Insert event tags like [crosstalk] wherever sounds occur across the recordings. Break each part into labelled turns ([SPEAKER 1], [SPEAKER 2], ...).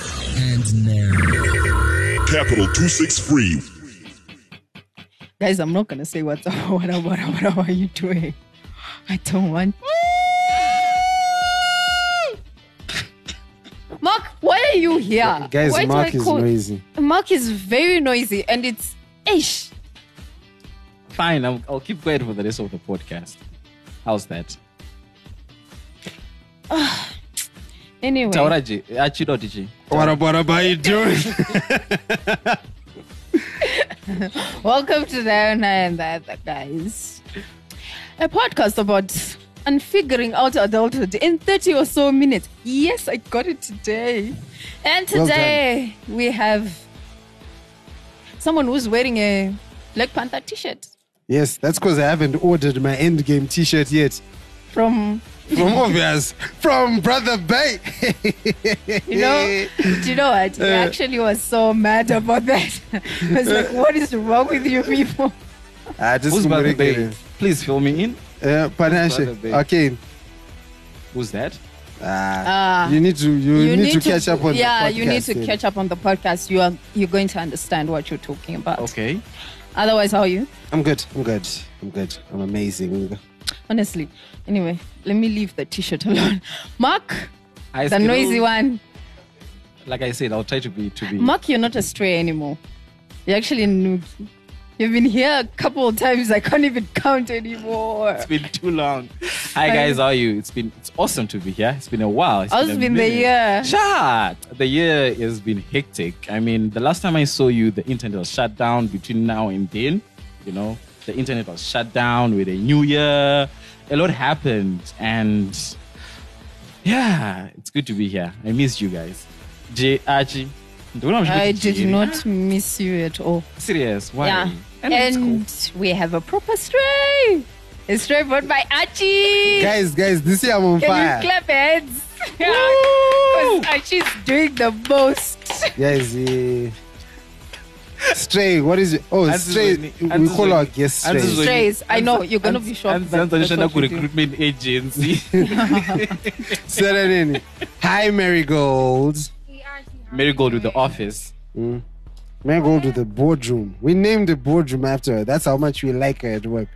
[SPEAKER 1] begins now.
[SPEAKER 2] Capital 263.
[SPEAKER 3] Guys, I'm not gonna say what's up, [laughs] what up, what up, what up, are you doing? I don't want. [laughs] Mark, why are you here?
[SPEAKER 4] Guys,
[SPEAKER 3] why do
[SPEAKER 4] Mark
[SPEAKER 3] I
[SPEAKER 4] is
[SPEAKER 3] call-
[SPEAKER 4] noisy.
[SPEAKER 3] Mark is very noisy, and it's ish.
[SPEAKER 5] Fine, I'll, I'll keep quiet for the rest of the podcast. How's that?
[SPEAKER 3] Anyway,
[SPEAKER 5] Tauraji, ah, achidotiji.
[SPEAKER 4] What up, what up, how you doing?
[SPEAKER 3] welcome to the Iona and the other guys, a podcast about and figuring out adulthood in 30 or so minutes. Yes, I got it today. And
[SPEAKER 4] Well done.
[SPEAKER 3] today we have someone who's wearing a Black Panther t-shirt
[SPEAKER 4] yes, that's because I haven't ordered my endgame t shirt yet.
[SPEAKER 3] from
[SPEAKER 4] From obvious, from Brother Bay.
[SPEAKER 3] You
[SPEAKER 4] [laughs]
[SPEAKER 3] know, do you know what? He
[SPEAKER 4] Uh.
[SPEAKER 3] actually was so mad about that. [laughs] I was like, what is wrong with you people?
[SPEAKER 4] I just
[SPEAKER 5] Who's Brother Bay?
[SPEAKER 4] Murekere.
[SPEAKER 5] Please fill me in.
[SPEAKER 4] Uh,
[SPEAKER 5] Brother
[SPEAKER 4] Panache.
[SPEAKER 5] Bay?
[SPEAKER 4] Okay.
[SPEAKER 5] Who's that?
[SPEAKER 4] Ah,
[SPEAKER 3] Ah.
[SPEAKER 4] you need to you, need, to, catch up on
[SPEAKER 3] Yeah,
[SPEAKER 4] the
[SPEAKER 3] you need to
[SPEAKER 4] podcast,
[SPEAKER 3] catch up on the podcast. You are you're going to understand what you're talking about.
[SPEAKER 5] Okay.
[SPEAKER 3] Otherwise, how are you?
[SPEAKER 4] yeah. I'm good. I'm good. I'm good. I'm amazing.
[SPEAKER 3] Honestly. Anyway, let me leave the t-shirt [laughs] alone. Mark,
[SPEAKER 5] I
[SPEAKER 3] the noisy one.
[SPEAKER 5] Like I said, I'll try to be to be.
[SPEAKER 3] Mark, you're not a stray anymore. You're actually a noob. You've been here a couple of times. I can't even count anymore.
[SPEAKER 5] it's been [laughs] too long. Hi guys, how are you? It's been it's awesome to be here. It's been a while. It's
[SPEAKER 3] How's
[SPEAKER 5] a
[SPEAKER 3] been the
[SPEAKER 5] minute.
[SPEAKER 3] year?
[SPEAKER 5] Chat. The year has been hectic. I mean, the last time I saw you, the internet was shut down between now and then. You know, the internet was shut down with a new year. A lot happened, and yeah, it's good to be here. I missed you guys. J Archie.
[SPEAKER 3] I did not miss you at all.
[SPEAKER 5] Serious? Why?
[SPEAKER 3] Yeah.
[SPEAKER 5] I mean, it's cool.
[SPEAKER 3] And we have a proper stray. A stray brought by Archie.
[SPEAKER 4] Guys, guys, this year I'm on
[SPEAKER 3] Can
[SPEAKER 4] fire.
[SPEAKER 3] you clap hands? [laughs] Because Archie's doing the most.
[SPEAKER 4] Guys, eh, Stray, what is it? Oh,
[SPEAKER 5] Anzi
[SPEAKER 4] Stray.
[SPEAKER 5] Zweni-
[SPEAKER 4] We
[SPEAKER 5] Anzi
[SPEAKER 4] call our
[SPEAKER 5] Zweni-
[SPEAKER 4] guest
[SPEAKER 5] Anzi
[SPEAKER 4] Stray.
[SPEAKER 5] Zweni-
[SPEAKER 3] Strays. I know, you're gonna be shocked,
[SPEAKER 5] And
[SPEAKER 3] but that's
[SPEAKER 5] anoshanda
[SPEAKER 3] what we do.
[SPEAKER 5] kurecruitment agency
[SPEAKER 3] [laughs]
[SPEAKER 4] Serenini. Hi, Marigold.
[SPEAKER 5] marigold with the office
[SPEAKER 4] Marigold with the boardroom. We named the boardroom after her. That's how much we like her at work.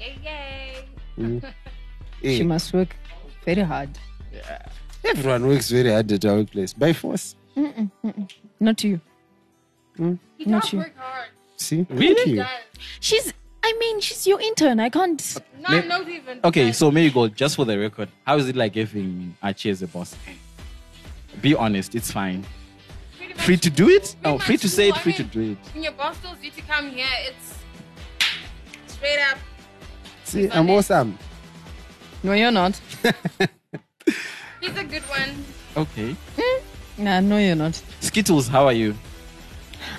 [SPEAKER 6] Yay, yay.
[SPEAKER 4] Eh,
[SPEAKER 3] She must work very hard.
[SPEAKER 4] everyone works very hard at our workplace by force.
[SPEAKER 3] Not you.
[SPEAKER 6] He
[SPEAKER 3] Not
[SPEAKER 6] does
[SPEAKER 3] you.
[SPEAKER 6] work hard.
[SPEAKER 4] See?
[SPEAKER 5] Really?
[SPEAKER 4] Thank you.
[SPEAKER 6] Does.
[SPEAKER 3] She's. I mean, she's your intern. I can't.
[SPEAKER 6] Not,
[SPEAKER 5] Let-
[SPEAKER 6] not even.
[SPEAKER 5] okay
[SPEAKER 6] does.
[SPEAKER 5] so marigold just for the record how is it like having archie as a boss be honest it's fine
[SPEAKER 6] Pretty much
[SPEAKER 5] free to do it
[SPEAKER 6] Pretty
[SPEAKER 5] oh free
[SPEAKER 6] much
[SPEAKER 5] to say it
[SPEAKER 6] cool. I
[SPEAKER 5] free to
[SPEAKER 6] mean-
[SPEAKER 5] do it
[SPEAKER 6] When your boss tells you to come here, it's straight up.
[SPEAKER 4] See, I'm awesome.
[SPEAKER 3] No, you're not.
[SPEAKER 6] He's a good one.
[SPEAKER 5] okay
[SPEAKER 3] Nah, no, you're not.
[SPEAKER 5] skittles how are you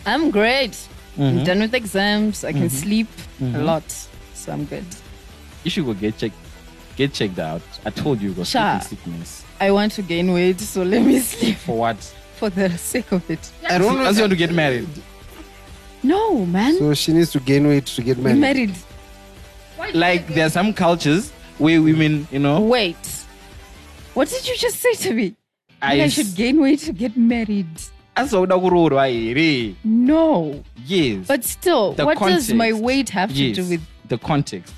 [SPEAKER 3] I'm great.
[SPEAKER 5] Mm-hmm.
[SPEAKER 3] I'm done with exams. I can sleep a lot. So I'm good.
[SPEAKER 5] you should go get checked get checked out i told you you got
[SPEAKER 3] Sha.
[SPEAKER 5] sleeping sickness
[SPEAKER 3] I want to gain weight, so let me [laughs] sleep
[SPEAKER 5] for what
[SPEAKER 3] for the sake of it.
[SPEAKER 4] I don't
[SPEAKER 5] as you
[SPEAKER 4] know.
[SPEAKER 5] want to get married
[SPEAKER 3] No, man.
[SPEAKER 4] So she needs to gain weight to get married.
[SPEAKER 3] married.
[SPEAKER 6] Why do you
[SPEAKER 5] like
[SPEAKER 6] think
[SPEAKER 5] there are some cultures where women you know
[SPEAKER 3] Wait. What did you just say to me? I, I
[SPEAKER 5] s-
[SPEAKER 3] should gain weight to get married.
[SPEAKER 5] asi wauda kuroorwa here
[SPEAKER 3] No.
[SPEAKER 5] yes
[SPEAKER 3] But still,
[SPEAKER 5] The
[SPEAKER 3] what does my
[SPEAKER 5] context.
[SPEAKER 3] weight have
[SPEAKER 5] yes,
[SPEAKER 3] to do with
[SPEAKER 5] the context.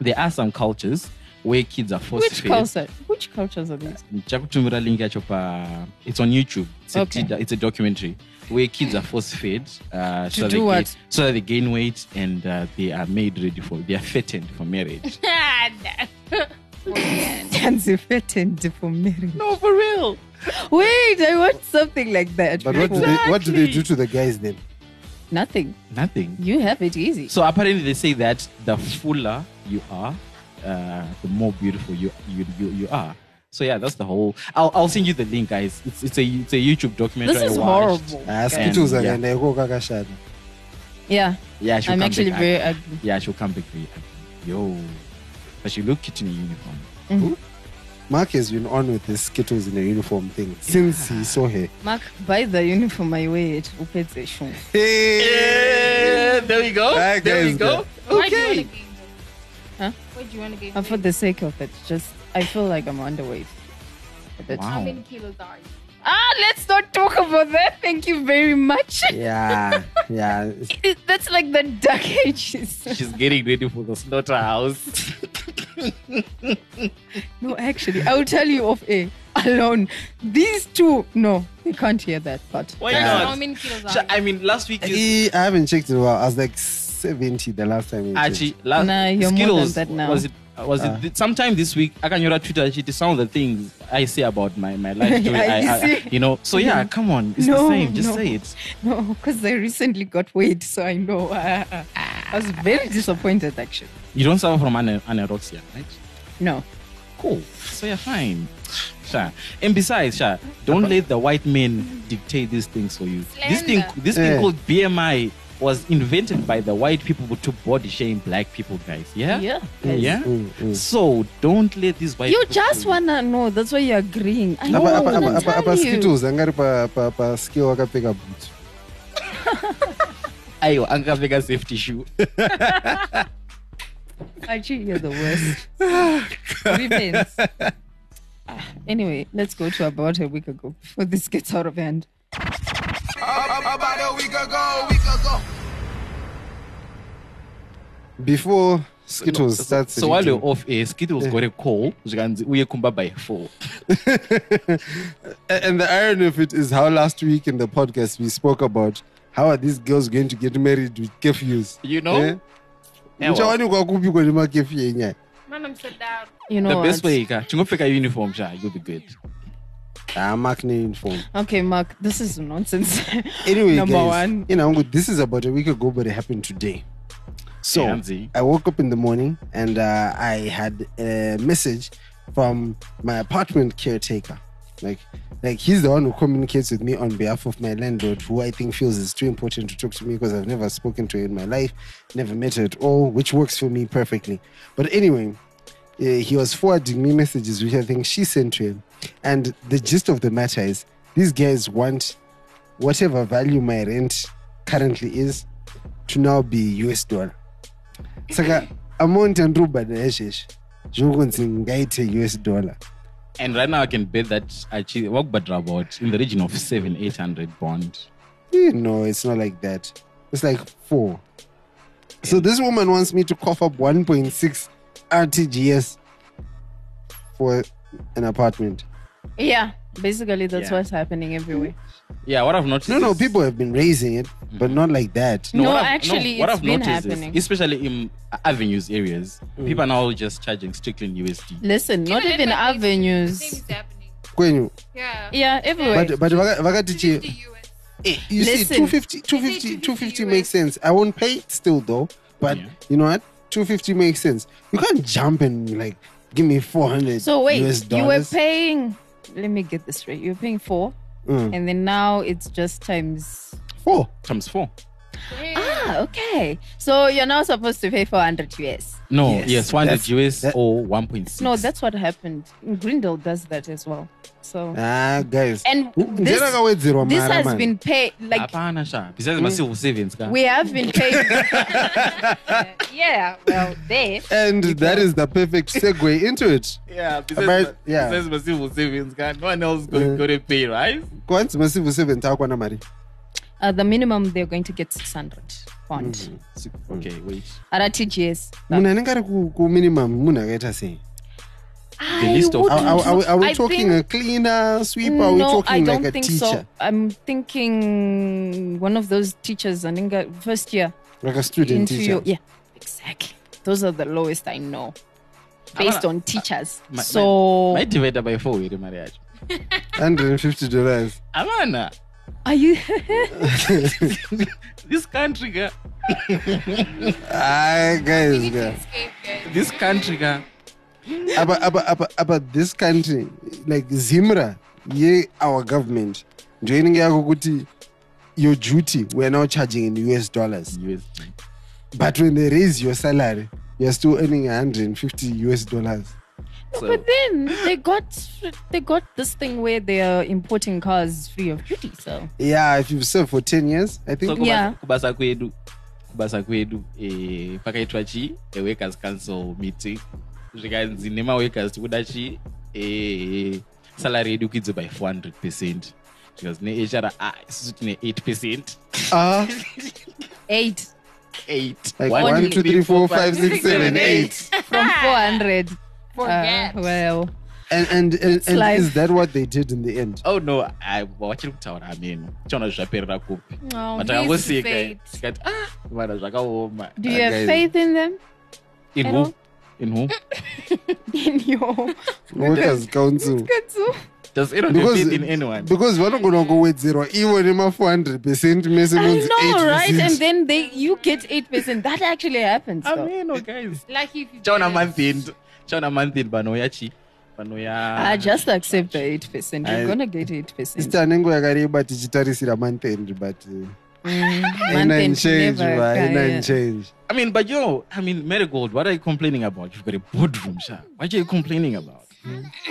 [SPEAKER 5] There are some cultures where kids are forced
[SPEAKER 3] which
[SPEAKER 5] to
[SPEAKER 3] culture? Which cultures are these?
[SPEAKER 5] Chakutumira link yacho pa it's on YouTube. It's,
[SPEAKER 3] Okay.
[SPEAKER 5] a, it's a documentary where kids are force fed uh,
[SPEAKER 3] To
[SPEAKER 5] so,
[SPEAKER 3] do
[SPEAKER 5] that they
[SPEAKER 3] what?
[SPEAKER 5] Gain, so that they gain weight and uh, they are made ready for they are fattened for marriage.
[SPEAKER 3] Tanzi fattened for marriage.
[SPEAKER 5] no, for real.
[SPEAKER 3] Wait, I want something like that.
[SPEAKER 4] But what, do they, what do they do to the guys then?
[SPEAKER 3] [laughs] Nothing.
[SPEAKER 5] Nothing.
[SPEAKER 3] You have it easy.
[SPEAKER 5] So apparently they say that the fuller you are, uh, the more beautiful you you, you you are. So yeah, that's the whole. I'll, I'll send you the link, guys. It's, it's a it's a YouTube documentary.
[SPEAKER 3] this
[SPEAKER 5] I
[SPEAKER 3] is
[SPEAKER 5] watched.
[SPEAKER 3] horrible.
[SPEAKER 4] Ah,
[SPEAKER 3] guys.
[SPEAKER 4] skittles
[SPEAKER 5] yeah.
[SPEAKER 4] again. They go kakashana.
[SPEAKER 3] Yeah,
[SPEAKER 5] Yeah, she'll
[SPEAKER 3] I'm
[SPEAKER 5] come
[SPEAKER 3] actually
[SPEAKER 5] back.
[SPEAKER 3] very ugly.
[SPEAKER 5] Yeah, she'll come back very ugly. Yo. But she look cute in a uniform.
[SPEAKER 4] Mark has been on with this skittles in a uniform thing since he saw her.
[SPEAKER 3] Mark, buy the uniform I wear at Upedze Show.
[SPEAKER 4] Hey!
[SPEAKER 5] there we go.
[SPEAKER 4] That There we guy's go.
[SPEAKER 6] Why do you want to gain weight?
[SPEAKER 3] Huh?
[SPEAKER 6] Why do you want to gain
[SPEAKER 3] And for
[SPEAKER 6] weight?
[SPEAKER 3] the sake of it, just I feel like I'm underweight. But that's-
[SPEAKER 6] How
[SPEAKER 5] Wow.
[SPEAKER 6] many kilos are you?
[SPEAKER 3] Ah, let's not talk about that. Thank you very much. [laughs]
[SPEAKER 4] Yeah, yeah.
[SPEAKER 3] It- That's like the dark [laughs] ages.
[SPEAKER 5] She's getting ready for the slaughterhouse.
[SPEAKER 3] [laughs] No, actually, I'll tell you off air. Alone. These two, no, they can't hear that part.
[SPEAKER 5] Why
[SPEAKER 6] That's how
[SPEAKER 5] not?
[SPEAKER 6] many kilos
[SPEAKER 5] uh, Sha-
[SPEAKER 6] are
[SPEAKER 5] I mean, last week is
[SPEAKER 4] Eh, I haven't checked in a while. I was like 70 the last time. I checked.
[SPEAKER 5] Archie, last
[SPEAKER 3] Nah, you're more than
[SPEAKER 5] Skittles,
[SPEAKER 3] that now.
[SPEAKER 5] Was it? Was it th- sometime this week? I can your Twitter. She some of the things I say about my my life.
[SPEAKER 3] [laughs]
[SPEAKER 5] Joey,
[SPEAKER 3] Yeah,
[SPEAKER 5] I,
[SPEAKER 3] you
[SPEAKER 5] I, I-
[SPEAKER 3] see?
[SPEAKER 5] you know. So yeah, come on, it's
[SPEAKER 3] No,
[SPEAKER 5] the same. Just
[SPEAKER 3] no.
[SPEAKER 5] say it.
[SPEAKER 3] No, because I recently got weight, so I know. Uh, uh, I was very disappointed, actually.
[SPEAKER 5] You don't suffer from ana- anorexia, right?
[SPEAKER 3] No.
[SPEAKER 5] Cool. So you're fine. Sha. And besides, Sha, don't let the white men dictate these things for you. This thing,
[SPEAKER 6] Slander.
[SPEAKER 5] this thing
[SPEAKER 4] Eh.
[SPEAKER 5] called BMI was invented by the white people to body shame black people, guys. Yeah. Yeah.
[SPEAKER 4] Mm, mm.
[SPEAKER 5] So don't let these white.
[SPEAKER 3] You
[SPEAKER 5] people-
[SPEAKER 3] just wanna know. That's why you're agreeing. I know. I'm
[SPEAKER 4] Apa- apa-
[SPEAKER 3] gonna
[SPEAKER 4] apa- apa- apa
[SPEAKER 3] tell you.
[SPEAKER 4] skittles angari pa pa pa skill akapfeka boots
[SPEAKER 5] Ayo, angavega safety shoe.
[SPEAKER 3] Archie, you're the
[SPEAKER 5] [laughs]
[SPEAKER 3] worst. Repents. Ah, Anyway, let's go to about a week ago before this gets out of hand.
[SPEAKER 4] before skittles starts
[SPEAKER 5] so while
[SPEAKER 4] reading-
[SPEAKER 5] you're off air
[SPEAKER 4] Eh.
[SPEAKER 5] skittles got a call zvikanzi uye kumba by four
[SPEAKER 4] A- and the irony of it is how last week in the podcast we spoke about how are these girls going to get married with curfews
[SPEAKER 5] you know
[SPEAKER 4] Eh?
[SPEAKER 5] Eh, well,
[SPEAKER 4] Uchawanikwa kupi kwenye makefu yenyaya
[SPEAKER 6] Man, I'm so down.
[SPEAKER 3] You know
[SPEAKER 5] the best
[SPEAKER 3] what?
[SPEAKER 5] way ka chingopfeka uniform sha you'll be good
[SPEAKER 4] ah, mark ne uniform
[SPEAKER 3] Okay, Mark, this is nonsense. [laughs]
[SPEAKER 4] anyway
[SPEAKER 3] Number
[SPEAKER 4] guys,
[SPEAKER 3] one.
[SPEAKER 4] you know this is about a week ago but it happened today so
[SPEAKER 5] Yeah, Anzi.
[SPEAKER 4] i woke up in the morning and uh, i had a message from my apartment caretaker like like he's the one who communicates with me on behalf of my landlord who i think feels is too important to talk to me because i've never spoken to her in my life never met her at all which works for me perfectly but anyway uh, he was forwarding me messages which i think she sent to him and the gist of the matter is these guys want whatever value my rent currently is to now be us dollar saka amount yandirikubhadhara yeshe yeshe zvokunzi ngaite us dollar
[SPEAKER 5] and right now i can bet that achi wakubhadhira about in the region of 7 800 bond
[SPEAKER 4] Eh, no it's not like that it's like four so this woman wants me to cough up 1.6 rtgs for an apartment
[SPEAKER 3] yeah, basically that's
[SPEAKER 5] Yeah.
[SPEAKER 3] what's happening everywhere.
[SPEAKER 5] yeah what i've noticed
[SPEAKER 4] no no
[SPEAKER 5] is-
[SPEAKER 4] people have been raising it but not like that
[SPEAKER 3] No,
[SPEAKER 5] what I've-
[SPEAKER 3] actually,
[SPEAKER 5] what
[SPEAKER 3] it's
[SPEAKER 5] I've
[SPEAKER 3] been
[SPEAKER 5] noticed is,
[SPEAKER 3] happening.
[SPEAKER 5] especially in uh, avenues areas
[SPEAKER 4] Mm.
[SPEAKER 5] people are now just charging strictly in usd
[SPEAKER 3] Listen, not even
[SPEAKER 6] at my place,
[SPEAKER 3] avenues.
[SPEAKER 6] Things happening.
[SPEAKER 4] kwenyu
[SPEAKER 6] Yeah.
[SPEAKER 3] Yeah, everywhere.
[SPEAKER 4] but but vaka- vakati chi-
[SPEAKER 6] 50 US.
[SPEAKER 4] you see
[SPEAKER 3] Eh, Listen.
[SPEAKER 4] 250
[SPEAKER 6] Is
[SPEAKER 4] 250
[SPEAKER 6] it
[SPEAKER 4] 250
[SPEAKER 6] US?
[SPEAKER 4] makes sense i won't pay it still though but
[SPEAKER 5] Yeah.
[SPEAKER 4] you know what 250 makes sense you can't jump and like give me 400
[SPEAKER 3] so
[SPEAKER 4] US
[SPEAKER 3] wait, you were
[SPEAKER 4] dollars.
[SPEAKER 3] paying. Let me get this straight. You were paying four,
[SPEAKER 4] Mm.
[SPEAKER 3] and then now it's just times.
[SPEAKER 4] four
[SPEAKER 5] times four
[SPEAKER 6] Damn.
[SPEAKER 3] Ah, okay. So you're now supposed to pay 400 US.
[SPEAKER 5] no yes,
[SPEAKER 4] Yes,
[SPEAKER 5] 100
[SPEAKER 4] that's-
[SPEAKER 5] us
[SPEAKER 4] that-
[SPEAKER 5] or 1.6
[SPEAKER 3] No, that's what happened. Grindel does that as well. So
[SPEAKER 4] ah guys
[SPEAKER 3] and
[SPEAKER 4] Njera
[SPEAKER 3] this,
[SPEAKER 4] akawedzerwa
[SPEAKER 3] this
[SPEAKER 4] mara,
[SPEAKER 3] has
[SPEAKER 4] man.
[SPEAKER 3] been paid. Like Mm.
[SPEAKER 5] hapana sha besides masivo savings ka
[SPEAKER 3] we have been paid. [laughs] yeah, well, there.
[SPEAKER 4] and that is the perfect segue into it
[SPEAKER 5] yeah
[SPEAKER 4] About- ma- yeah. besides
[SPEAKER 5] masivo savings ka no one else
[SPEAKER 4] gonna- Mm.
[SPEAKER 5] to pay right
[SPEAKER 4] kwanzi masivu 7 taakwana mari
[SPEAKER 3] Uh, the minimum they're going to get 600 pound
[SPEAKER 4] Mm-hmm.
[SPEAKER 5] okay wait
[SPEAKER 3] at a TGS.
[SPEAKER 4] munhu anenge ari ku- kuminimum munhu akaita sei
[SPEAKER 3] I
[SPEAKER 5] list of-
[SPEAKER 3] wouldn't
[SPEAKER 4] are, are, are we, are we
[SPEAKER 3] I
[SPEAKER 4] talking
[SPEAKER 3] think-
[SPEAKER 4] a cleaner sweeper are we
[SPEAKER 3] no, I
[SPEAKER 4] talking
[SPEAKER 3] don't
[SPEAKER 4] like a
[SPEAKER 3] think
[SPEAKER 4] teacher
[SPEAKER 3] so. I'm thinking one of those teachers, and then first year
[SPEAKER 4] like a student
[SPEAKER 3] into
[SPEAKER 4] teacher
[SPEAKER 3] your yeah, exactly. Those are the lowest I know,
[SPEAKER 5] I
[SPEAKER 3] based
[SPEAKER 5] wanna-
[SPEAKER 3] on teachers.
[SPEAKER 5] uh, my- my-
[SPEAKER 3] so
[SPEAKER 5] my divider by four here mari yacho
[SPEAKER 4] 150 dollars
[SPEAKER 5] avana
[SPEAKER 3] are
[SPEAKER 5] [laughs]
[SPEAKER 3] you?
[SPEAKER 5] this country ka
[SPEAKER 4] ah
[SPEAKER 6] We
[SPEAKER 4] guys
[SPEAKER 6] need to
[SPEAKER 4] yeah.
[SPEAKER 6] escape, guys.
[SPEAKER 5] this country ka
[SPEAKER 4] about, about, about, about this country like zimra ye our government ndio inenge yako kuti your duty weare now charging in us dollars
[SPEAKER 5] usd
[SPEAKER 4] but when they raise your salary you're still earning 150 us dollars
[SPEAKER 5] so
[SPEAKER 3] but then they got they got this thing where they are importing cars free of duty. So
[SPEAKER 4] yeah if you've served for 10 years i think
[SPEAKER 5] so kubasa-
[SPEAKER 3] Yeah.
[SPEAKER 5] kubasa kwedu kubasa kwedu eh, pakaitwa chi a workers council meeting zvikanzi nemaworkers tikuda chi eh, salary yedu kwidze by 400 percent because neichara ah isusu tine 8 percent
[SPEAKER 4] Ah,
[SPEAKER 3] Eight
[SPEAKER 5] 8
[SPEAKER 4] like
[SPEAKER 3] One,
[SPEAKER 4] one, two, three, four, five, six, seven, eight.
[SPEAKER 3] from
[SPEAKER 5] Ah,
[SPEAKER 3] 400. Uh,
[SPEAKER 6] Forget.
[SPEAKER 3] well,
[SPEAKER 4] And and and, and
[SPEAKER 3] life.
[SPEAKER 4] is that what they did in the end?
[SPEAKER 5] oh no I- vachiri kutaura hameno tichaona zvaperera kupi
[SPEAKER 6] No,
[SPEAKER 5] but
[SPEAKER 6] he's
[SPEAKER 5] takangosika
[SPEAKER 6] fate.
[SPEAKER 5] tikati ah vana zvakaoma
[SPEAKER 3] do you have
[SPEAKER 4] guys.
[SPEAKER 3] faith in them? [laughs]
[SPEAKER 5] in
[SPEAKER 3] at
[SPEAKER 5] who
[SPEAKER 3] all?
[SPEAKER 5] in who
[SPEAKER 3] In your
[SPEAKER 4] Workers council.
[SPEAKER 3] Katsu?
[SPEAKER 5] does anyone have
[SPEAKER 4] Because
[SPEAKER 5] faith in anyone
[SPEAKER 4] because vanogona Even in my 400 percent
[SPEAKER 3] I
[SPEAKER 4] mesemunzi
[SPEAKER 3] know, right? And
[SPEAKER 4] 8
[SPEAKER 3] then they you get eight percent. That actually happens. though.
[SPEAKER 5] ameno oh,
[SPEAKER 3] [laughs]
[SPEAKER 5] guys
[SPEAKER 6] Lucky if you
[SPEAKER 5] chaona
[SPEAKER 6] did.
[SPEAKER 5] month end chaona month end vanouya chi vanouya
[SPEAKER 3] Ah, I just accept the eight percent. You're
[SPEAKER 4] I-
[SPEAKER 3] gonna get eight percent.
[SPEAKER 4] ista nengo yakareba tichitarisira month end but uh,
[SPEAKER 3] Haina
[SPEAKER 4] haina change ba, haina change
[SPEAKER 5] I mean, but yo, I mean, Marigold, what are you complaining about? You've got a boardroom, sir. What are you complaining about?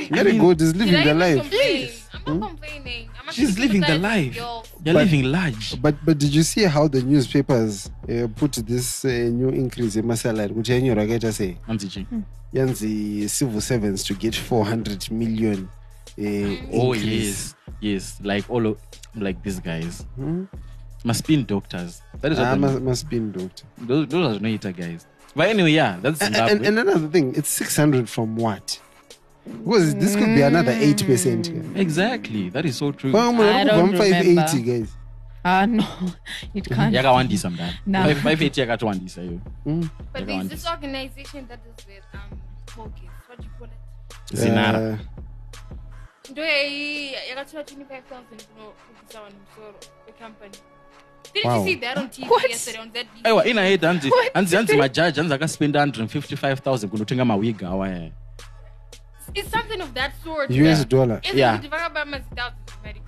[SPEAKER 4] very good is
[SPEAKER 6] Did I
[SPEAKER 4] living the
[SPEAKER 6] even
[SPEAKER 4] life
[SPEAKER 6] complain? I'm not complaining. I'm actually
[SPEAKER 5] She's living the
[SPEAKER 6] sympathizing
[SPEAKER 5] life.
[SPEAKER 6] with y'all.
[SPEAKER 5] You're
[SPEAKER 4] But-
[SPEAKER 5] living large.
[SPEAKER 4] but but did you see how the newspapers uh, put this uh, new increase yemasalary kuti yanyo rakaita sei
[SPEAKER 5] Auntie G.
[SPEAKER 3] Hmm.
[SPEAKER 4] yanzi civil servants to get 400 million uh,
[SPEAKER 5] Oh,
[SPEAKER 4] increase.
[SPEAKER 5] yes. Yes. Like all of, like these guys.
[SPEAKER 4] Hmm?
[SPEAKER 5] Must be in doctors. That is what
[SPEAKER 4] Ah,
[SPEAKER 5] the-
[SPEAKER 4] must, must be doctor
[SPEAKER 5] those, those are no hitter guys. But anyway, yeah, that's
[SPEAKER 4] and,
[SPEAKER 5] Zimbabwe.
[SPEAKER 4] and another thing it's 600 from what because this could be another 8 percent
[SPEAKER 5] exactly. That is so true.
[SPEAKER 3] Mm. I don't remember.
[SPEAKER 4] 580 guys
[SPEAKER 3] Ah no, [laughs] it can't.
[SPEAKER 5] yakawandisa mdani
[SPEAKER 3] Nah.
[SPEAKER 5] Five- 580 yakatowandisa yo
[SPEAKER 4] Hmm?
[SPEAKER 6] But
[SPEAKER 5] Everyone
[SPEAKER 6] there's this organization that is with um focus. What do you call it? eh,
[SPEAKER 5] zinara
[SPEAKER 4] Uh,
[SPEAKER 6] Ndoei yakathola 25,000 kuno kubvisa vanhu musoro wecompany. Didn't
[SPEAKER 4] Wow.
[SPEAKER 6] you see that on TV
[SPEAKER 3] What?
[SPEAKER 6] yesterday on that video?
[SPEAKER 5] aiwa inahead hanzi hanzi hanzi majaji hanzi akaspenda 155 kunotenga mawiga eh. awaya
[SPEAKER 6] It's something of that sort.
[SPEAKER 4] us dollar
[SPEAKER 6] It's
[SPEAKER 5] Yeah.
[SPEAKER 6] kuti vakabamazita mari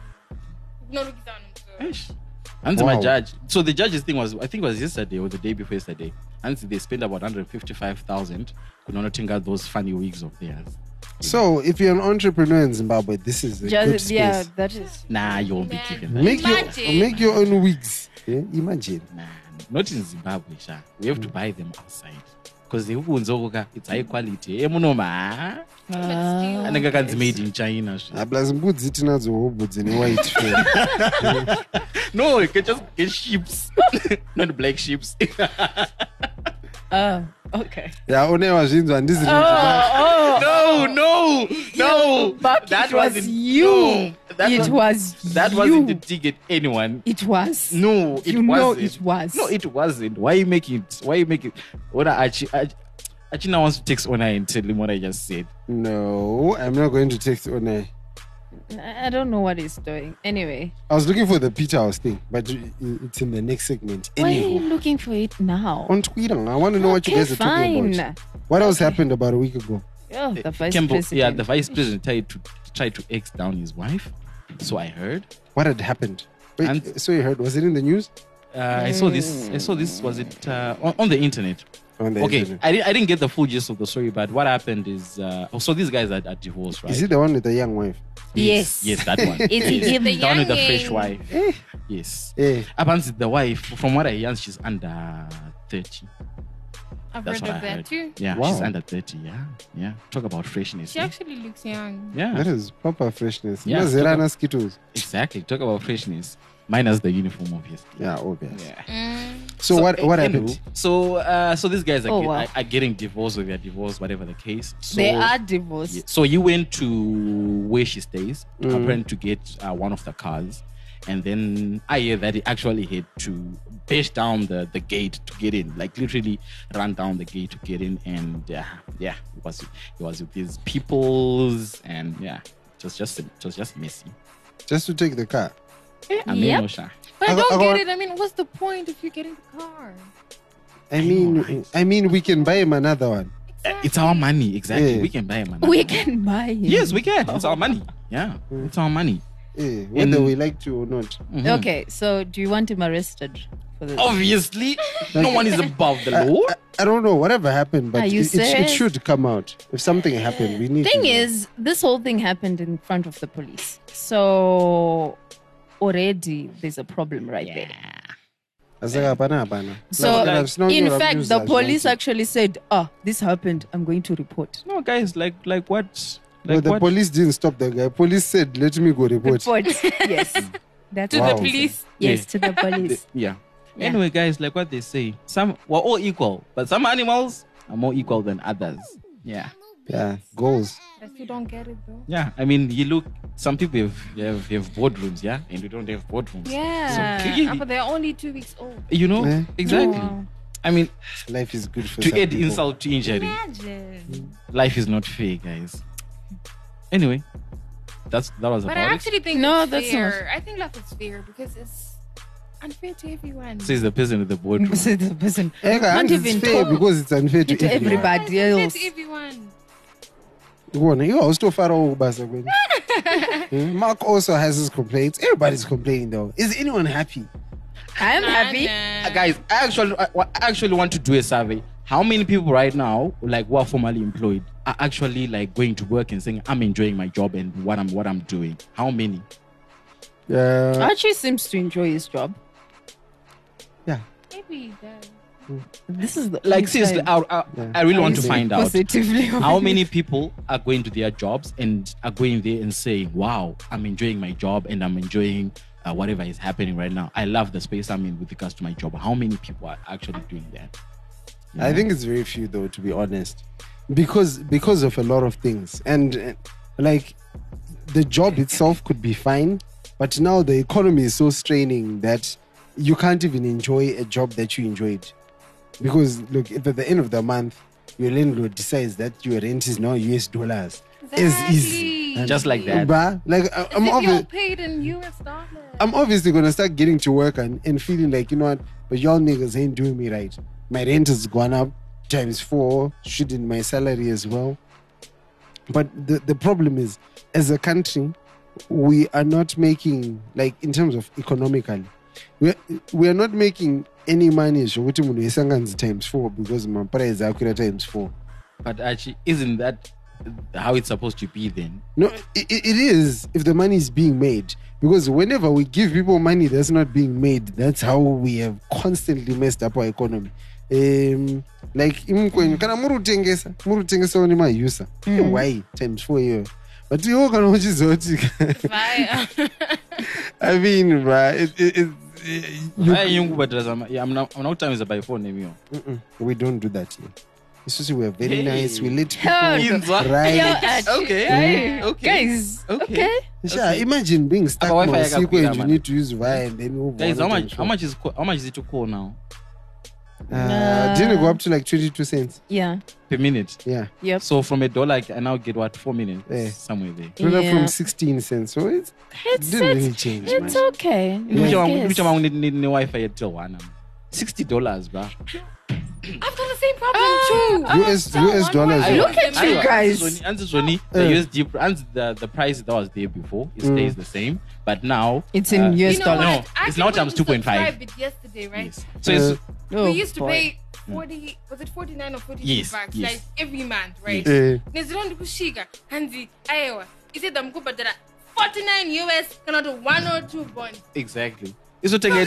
[SPEAKER 6] kunorukisa vanhu musoro.
[SPEAKER 5] And my
[SPEAKER 4] Wow.
[SPEAKER 5] judge. So the judge's thing was, I think it was yesterday or the day before yesterday. And they spent about 155,000 kunonotenga those funny wigs of theirs.
[SPEAKER 4] So, if you're an entrepreneur in Zimbabwe, this is a good
[SPEAKER 3] Just
[SPEAKER 4] space.
[SPEAKER 3] yeah, that is.
[SPEAKER 5] Nah, you won't be given that.
[SPEAKER 4] Make
[SPEAKER 6] Imagine.
[SPEAKER 4] your make your own wigs. Yeah? Imagine.
[SPEAKER 5] Nah, not in Zimbabwe, sha. We have to buy them outside. Because the ukunzoka, it's high quality. Eh, Emunoma.
[SPEAKER 6] But still.
[SPEAKER 5] And it's made in China. sha.
[SPEAKER 4] Ablazi mbudzi tinadzo hobo dzine white fur.
[SPEAKER 5] [laughs]
[SPEAKER 3] [laughs]
[SPEAKER 5] No, you can just get sheeps. [laughs] not black sheeps.
[SPEAKER 3] Oh, okay.
[SPEAKER 4] Ya onaiwa zvinzvi handizini.
[SPEAKER 3] Oh, oh.
[SPEAKER 5] [laughs] no, no, no.
[SPEAKER 3] But it was
[SPEAKER 5] wasn't-
[SPEAKER 3] you.
[SPEAKER 5] no, that
[SPEAKER 3] it
[SPEAKER 5] was,
[SPEAKER 3] was
[SPEAKER 5] That
[SPEAKER 3] you.
[SPEAKER 5] wasn't to dig at anyone.
[SPEAKER 3] It was.
[SPEAKER 5] No, it
[SPEAKER 3] You
[SPEAKER 5] wasn't.
[SPEAKER 3] know it was.
[SPEAKER 5] No, it wasn't. Why you make it? Why you make it? What I actually, I, Achina wants to text Ona and tell him what I just said.
[SPEAKER 4] No, I'm not going to text onai.
[SPEAKER 3] I don't know what he's doing. Anyway,
[SPEAKER 4] I was looking for the Peter House thing, but i- i- it's in the next segment.
[SPEAKER 3] why are you
[SPEAKER 4] Anywho,
[SPEAKER 3] looking for it now?
[SPEAKER 4] on Twitter, I want to know what you
[SPEAKER 3] Okay,
[SPEAKER 4] guys are talking
[SPEAKER 3] fine.
[SPEAKER 4] about. What else happened about a week ago?
[SPEAKER 3] Oh, the vice
[SPEAKER 5] Eh, Kembo-
[SPEAKER 3] president.
[SPEAKER 5] yeah, the vice president tried to tried to ex down his wife. So I heard.
[SPEAKER 4] What had happened? Wait, eh,
[SPEAKER 5] And-
[SPEAKER 4] so you heard? Was it in the news?
[SPEAKER 5] Uh, I saw this. I saw this. Was it uh, on, on the internet?
[SPEAKER 4] On the
[SPEAKER 5] okay,
[SPEAKER 4] internet.
[SPEAKER 5] I, di- I didn't get the full gist of the story, but what happened is, uh, oh, so these guys are, are divorced, right?
[SPEAKER 4] Is it the one with the young wife?
[SPEAKER 3] Yes.
[SPEAKER 5] yes, that one.
[SPEAKER 3] [laughs] It's him.
[SPEAKER 6] The
[SPEAKER 5] down with the fresh
[SPEAKER 6] youngin.
[SPEAKER 5] wife. Yes.
[SPEAKER 4] Eh.
[SPEAKER 5] Abanzi, the wife, from what I hear, she's under 30.
[SPEAKER 6] I've
[SPEAKER 5] That's
[SPEAKER 6] heard
[SPEAKER 5] what
[SPEAKER 6] of
[SPEAKER 5] I
[SPEAKER 6] that
[SPEAKER 5] heard.
[SPEAKER 6] too.
[SPEAKER 5] Yeah, she's
[SPEAKER 4] Wow.
[SPEAKER 5] under 30. Yeah, yeah. Talk about freshness.
[SPEAKER 6] She actually looks young.
[SPEAKER 5] Hmm? Yeah,
[SPEAKER 4] That is proper freshness.
[SPEAKER 5] Yeah,
[SPEAKER 4] Yeah,
[SPEAKER 5] look
[SPEAKER 4] Zerana
[SPEAKER 5] up.
[SPEAKER 4] Skittles.
[SPEAKER 5] exactly. Talk about freshness. Minus the uniform, obviously.
[SPEAKER 4] Yeah, obvious.
[SPEAKER 5] Yeah. eh,
[SPEAKER 6] Mm.
[SPEAKER 4] So, what what
[SPEAKER 5] anywho,
[SPEAKER 4] happened?
[SPEAKER 5] So, uh, so these guys are,
[SPEAKER 3] Oh,
[SPEAKER 5] get-
[SPEAKER 3] wow.
[SPEAKER 5] are, are getting divorced or they're divorced, whatever the case. So,
[SPEAKER 3] They are divorced.
[SPEAKER 5] yeah. So you went to where she stays,
[SPEAKER 4] Mm.
[SPEAKER 5] apparently to get uh, one of the cars, and then I hear that he actually had to bash down the, the gate to get in, like literally run down the gate to get in, and uh, yeah, it was it was with these peoples, and yeah, it was just it was just messy.
[SPEAKER 4] Just to take the car.
[SPEAKER 5] I mean,
[SPEAKER 3] Yep.
[SPEAKER 5] no, sha.
[SPEAKER 6] But I
[SPEAKER 4] I got-
[SPEAKER 6] don't
[SPEAKER 4] I
[SPEAKER 6] get
[SPEAKER 4] got-
[SPEAKER 6] it. I mean, what's the point if you're getting the car?
[SPEAKER 4] I mean,
[SPEAKER 5] right?
[SPEAKER 4] I mean, we can buy him another one.
[SPEAKER 5] Uh, it's our money, exactly.
[SPEAKER 4] Yeah.
[SPEAKER 5] We can buy him. another
[SPEAKER 3] We
[SPEAKER 5] one.
[SPEAKER 3] can buy him.
[SPEAKER 5] Yes, we can. It's our money. Yeah, it's our money.
[SPEAKER 4] Eh, whether
[SPEAKER 5] And-
[SPEAKER 4] we like to or not.
[SPEAKER 5] Mhm.
[SPEAKER 3] Okay, so do you want him arrested for
[SPEAKER 5] Oh,
[SPEAKER 3] this?
[SPEAKER 5] Obviously, no one [laughs] is above the law.
[SPEAKER 4] I don't know. Whatever happened, but
[SPEAKER 3] Are
[SPEAKER 4] it,
[SPEAKER 3] Ah, you
[SPEAKER 4] it, sh- it
[SPEAKER 3] serious?
[SPEAKER 4] should come out. If something happened, we need.
[SPEAKER 3] thing
[SPEAKER 4] to know.
[SPEAKER 3] is, this whole thing happened in front of the police. So already there's a problem right there.
[SPEAKER 4] Asaka bana bana.
[SPEAKER 3] So,
[SPEAKER 4] Like, I've seen
[SPEAKER 3] in
[SPEAKER 4] your
[SPEAKER 3] fact,
[SPEAKER 4] abuse
[SPEAKER 3] the
[SPEAKER 4] as
[SPEAKER 3] police
[SPEAKER 4] well.
[SPEAKER 3] actually said, "Ah, this happened. I'm going to report."
[SPEAKER 5] No, guys, like like what Like
[SPEAKER 4] no, the
[SPEAKER 5] what?
[SPEAKER 4] police didn't stop the guy. Police said, "Let me go report."
[SPEAKER 3] Report.
[SPEAKER 4] [laughs]
[SPEAKER 3] [laughs] yes. That's
[SPEAKER 6] to
[SPEAKER 4] Wow.
[SPEAKER 6] the police.
[SPEAKER 5] Mm. Yeah.
[SPEAKER 1] Yes, to the
[SPEAKER 5] The-
[SPEAKER 4] [laughs]
[SPEAKER 3] [laughs]
[SPEAKER 1] police.
[SPEAKER 5] yeah.
[SPEAKER 1] Yeah.
[SPEAKER 5] Anyway, guys, like what they say, some we're all equal, but some animals are more equal than others. Yeah.
[SPEAKER 4] Yeah, goals.
[SPEAKER 6] If you don't get it though.
[SPEAKER 5] Yeah. I mean, you look. Some people have have, have boardrooms, yeah, and we don't have boardrooms.
[SPEAKER 6] Yeah.
[SPEAKER 5] clearly-
[SPEAKER 6] Ah, but they're only two weeks old.
[SPEAKER 5] You know
[SPEAKER 4] Yeah.
[SPEAKER 5] exactly. I mean,
[SPEAKER 4] Life is good for some
[SPEAKER 5] to add
[SPEAKER 4] people.
[SPEAKER 5] insult to injury,
[SPEAKER 1] Imagine.
[SPEAKER 5] life is not fair, guys. Anyway, that's that was
[SPEAKER 6] But I
[SPEAKER 5] about it.
[SPEAKER 6] actually think
[SPEAKER 3] No,
[SPEAKER 6] it's
[SPEAKER 3] that's not-
[SPEAKER 6] fair. I think life is fair because it's unfair to everyone.
[SPEAKER 5] Says the person in the boardroom. [laughs]
[SPEAKER 3] Say the person.
[SPEAKER 4] Eh, guys,
[SPEAKER 3] Not
[SPEAKER 4] it's
[SPEAKER 3] even
[SPEAKER 4] fair
[SPEAKER 3] talk.
[SPEAKER 4] because it's unfair to,
[SPEAKER 3] To
[SPEAKER 4] everyone.
[SPEAKER 3] everybody.
[SPEAKER 6] It's unfair
[SPEAKER 3] else.
[SPEAKER 6] to everyone.
[SPEAKER 4] Everyone, you are still far away, Basa, when-
[SPEAKER 3] [laughs]
[SPEAKER 4] Hmm? Mark also has his complaints. Everybody's complaining though. Is anyone happy?
[SPEAKER 3] I'm
[SPEAKER 6] Nah,
[SPEAKER 3] happy.
[SPEAKER 6] nah.
[SPEAKER 5] Uh, guys, I actually, I, I actually want to do a survey. How many people right now, like who are formerly employed, are actually like going to work and saying, "I'm enjoying my job and what I'm what I'm doing." How many?
[SPEAKER 4] Yeah.
[SPEAKER 3] Archie seems to enjoy his job.
[SPEAKER 6] Maybe that.
[SPEAKER 3] This is the
[SPEAKER 5] Like
[SPEAKER 3] only
[SPEAKER 5] seriously,
[SPEAKER 3] time
[SPEAKER 5] I, I,
[SPEAKER 4] Yeah.
[SPEAKER 5] I really want
[SPEAKER 3] I
[SPEAKER 5] to
[SPEAKER 3] speak
[SPEAKER 5] find out
[SPEAKER 3] positively.
[SPEAKER 5] how
[SPEAKER 3] [laughs]
[SPEAKER 5] many people are going to their jobs and are going there and saying, "Wow, I'm enjoying my job and I'm enjoying." Uh, whatever is happening right now, I love the space I'm in with regards to my job. How many people are actually doing that?
[SPEAKER 4] I think it's very few though, to be honest, because because of a lot of things and uh, like the job itself could be fine, but now the economy is so straining that you can't even enjoy a job that you enjoyed, because look, if at the end of the month your landlord decides that your rent is now US dollars, it's easy,
[SPEAKER 6] Exactly.
[SPEAKER 5] Just like that.
[SPEAKER 4] Bah, like I- I'm
[SPEAKER 6] As if
[SPEAKER 4] obvious.
[SPEAKER 6] you're paid in US dollars.
[SPEAKER 4] I'm obviously gonna start getting to work and, and feeling like you know what, but y'all niggas ain't doing me right. My rent has gone up times four, shit in my salary as well. But the, the problem is as a country, we are not making like in terms of economically, we we are not making any money zvokuti munhu wese anganzi times four because mapuraisi akwira times four
[SPEAKER 5] But actually, isn't that how it's supposed to be then?
[SPEAKER 4] no it, it is if the money is being made because whenever we give people money that's not being made that's how we have constantly messed up our economy um like imukwenyu kana muri kutengesa muri kutengesawo nemausa
[SPEAKER 5] Hmm.
[SPEAKER 4] Eh, why times four iyoyo but iwo kana uchizoti [laughs]
[SPEAKER 6] Via-
[SPEAKER 4] i mean bra it, it, it, you,
[SPEAKER 5] Hayi, yungu badrazama- yeah, I'm now I'm now times by phone name yo.
[SPEAKER 4] Mm-mm, we don't do that here isusu we are very
[SPEAKER 5] Hey.
[SPEAKER 4] nice we let
[SPEAKER 3] Hell
[SPEAKER 4] people
[SPEAKER 3] Yo,
[SPEAKER 4] right
[SPEAKER 3] Archie,
[SPEAKER 5] Okay,
[SPEAKER 3] hey,
[SPEAKER 5] [laughs] okay,
[SPEAKER 3] Guys.
[SPEAKER 5] okay.
[SPEAKER 4] sha imagine being stuck
[SPEAKER 5] Apa Wi-Fi
[SPEAKER 4] mausiku
[SPEAKER 5] yakakwira,
[SPEAKER 4] and you
[SPEAKER 5] man.
[SPEAKER 4] need to use vi and then move
[SPEAKER 5] Guys,
[SPEAKER 4] on
[SPEAKER 5] how
[SPEAKER 4] times
[SPEAKER 5] much
[SPEAKER 4] four.
[SPEAKER 5] how much is co- how much is it to call now
[SPEAKER 4] Uh, didn't it go up to like 22 cents?
[SPEAKER 3] Yeah.
[SPEAKER 5] per minute?
[SPEAKER 4] Yeah.
[SPEAKER 3] Yep.
[SPEAKER 5] So from a dollar, I now get what four minutes
[SPEAKER 4] Eh.
[SPEAKER 5] somewhere there.
[SPEAKER 4] It went up
[SPEAKER 3] Yeah.
[SPEAKER 4] from 16 cents. So it
[SPEAKER 3] It's
[SPEAKER 4] didn't
[SPEAKER 3] it's,
[SPEAKER 4] really change much.
[SPEAKER 3] it's okay.
[SPEAKER 5] Which
[SPEAKER 3] I
[SPEAKER 5] one? Which
[SPEAKER 3] guess.
[SPEAKER 5] one? Need need need Wi-Fi yet till one. Sixty dollars, bro.
[SPEAKER 6] [laughs] I've got the same problem
[SPEAKER 3] Ah,
[SPEAKER 6] too.
[SPEAKER 4] US, US dollars.
[SPEAKER 3] I-
[SPEAKER 4] were-
[SPEAKER 3] Look at you guys.
[SPEAKER 5] And the
[SPEAKER 4] Eh. Mm.
[SPEAKER 5] USD, pr- and the the price that was there before, it stays the same, but now
[SPEAKER 3] It's in
[SPEAKER 5] uh,
[SPEAKER 3] US
[SPEAKER 6] You know
[SPEAKER 3] dollar.
[SPEAKER 5] No,
[SPEAKER 6] what? I
[SPEAKER 5] it's
[SPEAKER 6] think
[SPEAKER 5] now
[SPEAKER 6] we
[SPEAKER 5] times
[SPEAKER 6] used to
[SPEAKER 5] 2.5.
[SPEAKER 6] subscribe it Yesterday, right?
[SPEAKER 5] Yes. So
[SPEAKER 4] Eh.
[SPEAKER 5] it's,
[SPEAKER 3] Oh,
[SPEAKER 6] we used to
[SPEAKER 3] boy.
[SPEAKER 6] pay 40 was it 49 or 42
[SPEAKER 5] Yes,
[SPEAKER 6] bucks
[SPEAKER 5] yes.
[SPEAKER 6] like every month right
[SPEAKER 4] Eh,
[SPEAKER 6] nezilonda kushika hanzi aiwa iseda mukubhadhara 49 us kana kuti 102 bond
[SPEAKER 5] exactly. It's not taking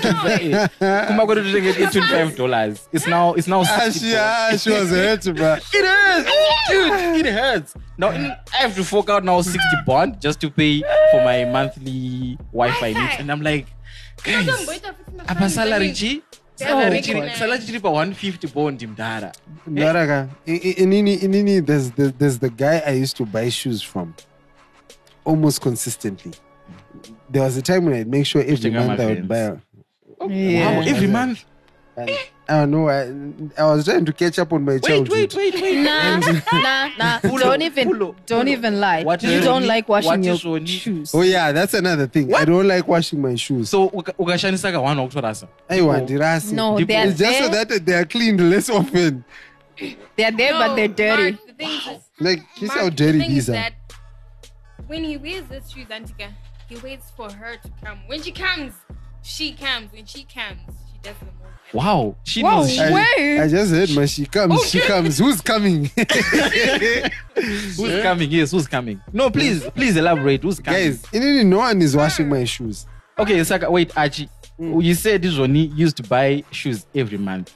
[SPEAKER 5] five dollars. It's now it's now
[SPEAKER 4] ah,
[SPEAKER 5] sixty
[SPEAKER 4] she, ah, she was hurt, bro.
[SPEAKER 5] [laughs]
[SPEAKER 4] [laughs]
[SPEAKER 5] It hurts, dude. It hurts. Now in, I have to fork out now sixty bond just to pay for my monthly Wi-Fi needs, and I'm like, guys,
[SPEAKER 6] Unotomboita futi mafani,
[SPEAKER 5] apa salary
[SPEAKER 6] I mean,
[SPEAKER 5] chi?
[SPEAKER 6] Yeah,
[SPEAKER 5] Salary
[SPEAKER 6] I'm
[SPEAKER 5] chi?
[SPEAKER 6] making
[SPEAKER 5] Salary chiri pa one fifty bond imdara.
[SPEAKER 4] Naraka. i- i- Inini, inini, there's, there's, there's the guy I used to buy shoes from almost consistently. There was a time when I'd make sure every
[SPEAKER 5] Checking out
[SPEAKER 4] month
[SPEAKER 5] my
[SPEAKER 4] I would buy. a-
[SPEAKER 5] Wow,
[SPEAKER 3] Yeah.
[SPEAKER 5] every month.
[SPEAKER 4] and- I don't know. I, I was trying to catch up on my
[SPEAKER 5] Wait,
[SPEAKER 4] childhood.
[SPEAKER 5] wait, wait, wait.
[SPEAKER 3] Nah, nah, nah.
[SPEAKER 5] Pull up,
[SPEAKER 3] Don't even,
[SPEAKER 5] pull up,
[SPEAKER 3] don't
[SPEAKER 5] pull up.
[SPEAKER 3] even lie.
[SPEAKER 5] What
[SPEAKER 3] you
[SPEAKER 5] is
[SPEAKER 3] don't
[SPEAKER 5] Oni?
[SPEAKER 3] like washing
[SPEAKER 5] What
[SPEAKER 3] your
[SPEAKER 5] is Oni?
[SPEAKER 3] shoes.
[SPEAKER 4] Oh yeah, that's another thing. I
[SPEAKER 5] What?
[SPEAKER 4] don't like washing my shoes.
[SPEAKER 5] So uka- ukashanisaka one okutorasa.
[SPEAKER 4] I want dirasi.
[SPEAKER 3] No, they are
[SPEAKER 4] It's just so
[SPEAKER 3] there.
[SPEAKER 4] that they are cleaned less often.
[SPEAKER 3] They're there, but
[SPEAKER 6] No,
[SPEAKER 3] they're dirty.
[SPEAKER 6] Mark, the thing is-
[SPEAKER 4] Like, this
[SPEAKER 6] Mark,
[SPEAKER 4] how
[SPEAKER 6] the
[SPEAKER 4] "Oh, dirty
[SPEAKER 6] thing is
[SPEAKER 4] these are.
[SPEAKER 6] that when he wears these shoes antika he waits for her to come when she comes she comes when she comes she does the move
[SPEAKER 5] Wow, she
[SPEAKER 3] Wow,
[SPEAKER 5] knows.
[SPEAKER 3] where-
[SPEAKER 5] She,
[SPEAKER 3] Wait.
[SPEAKER 4] I, I just heard my she comes, she comes. Who's
[SPEAKER 6] [laughs]
[SPEAKER 4] coming?
[SPEAKER 5] who's
[SPEAKER 6] Eh?
[SPEAKER 5] coming? Yes, who's coming? No, please, please elaborate. Who's coming?
[SPEAKER 4] Guys, in India, no one is washing my shoes.
[SPEAKER 6] Mm.
[SPEAKER 5] Okay, Saka, wait, Archie. You said this Ronnie used to buy shoes every month.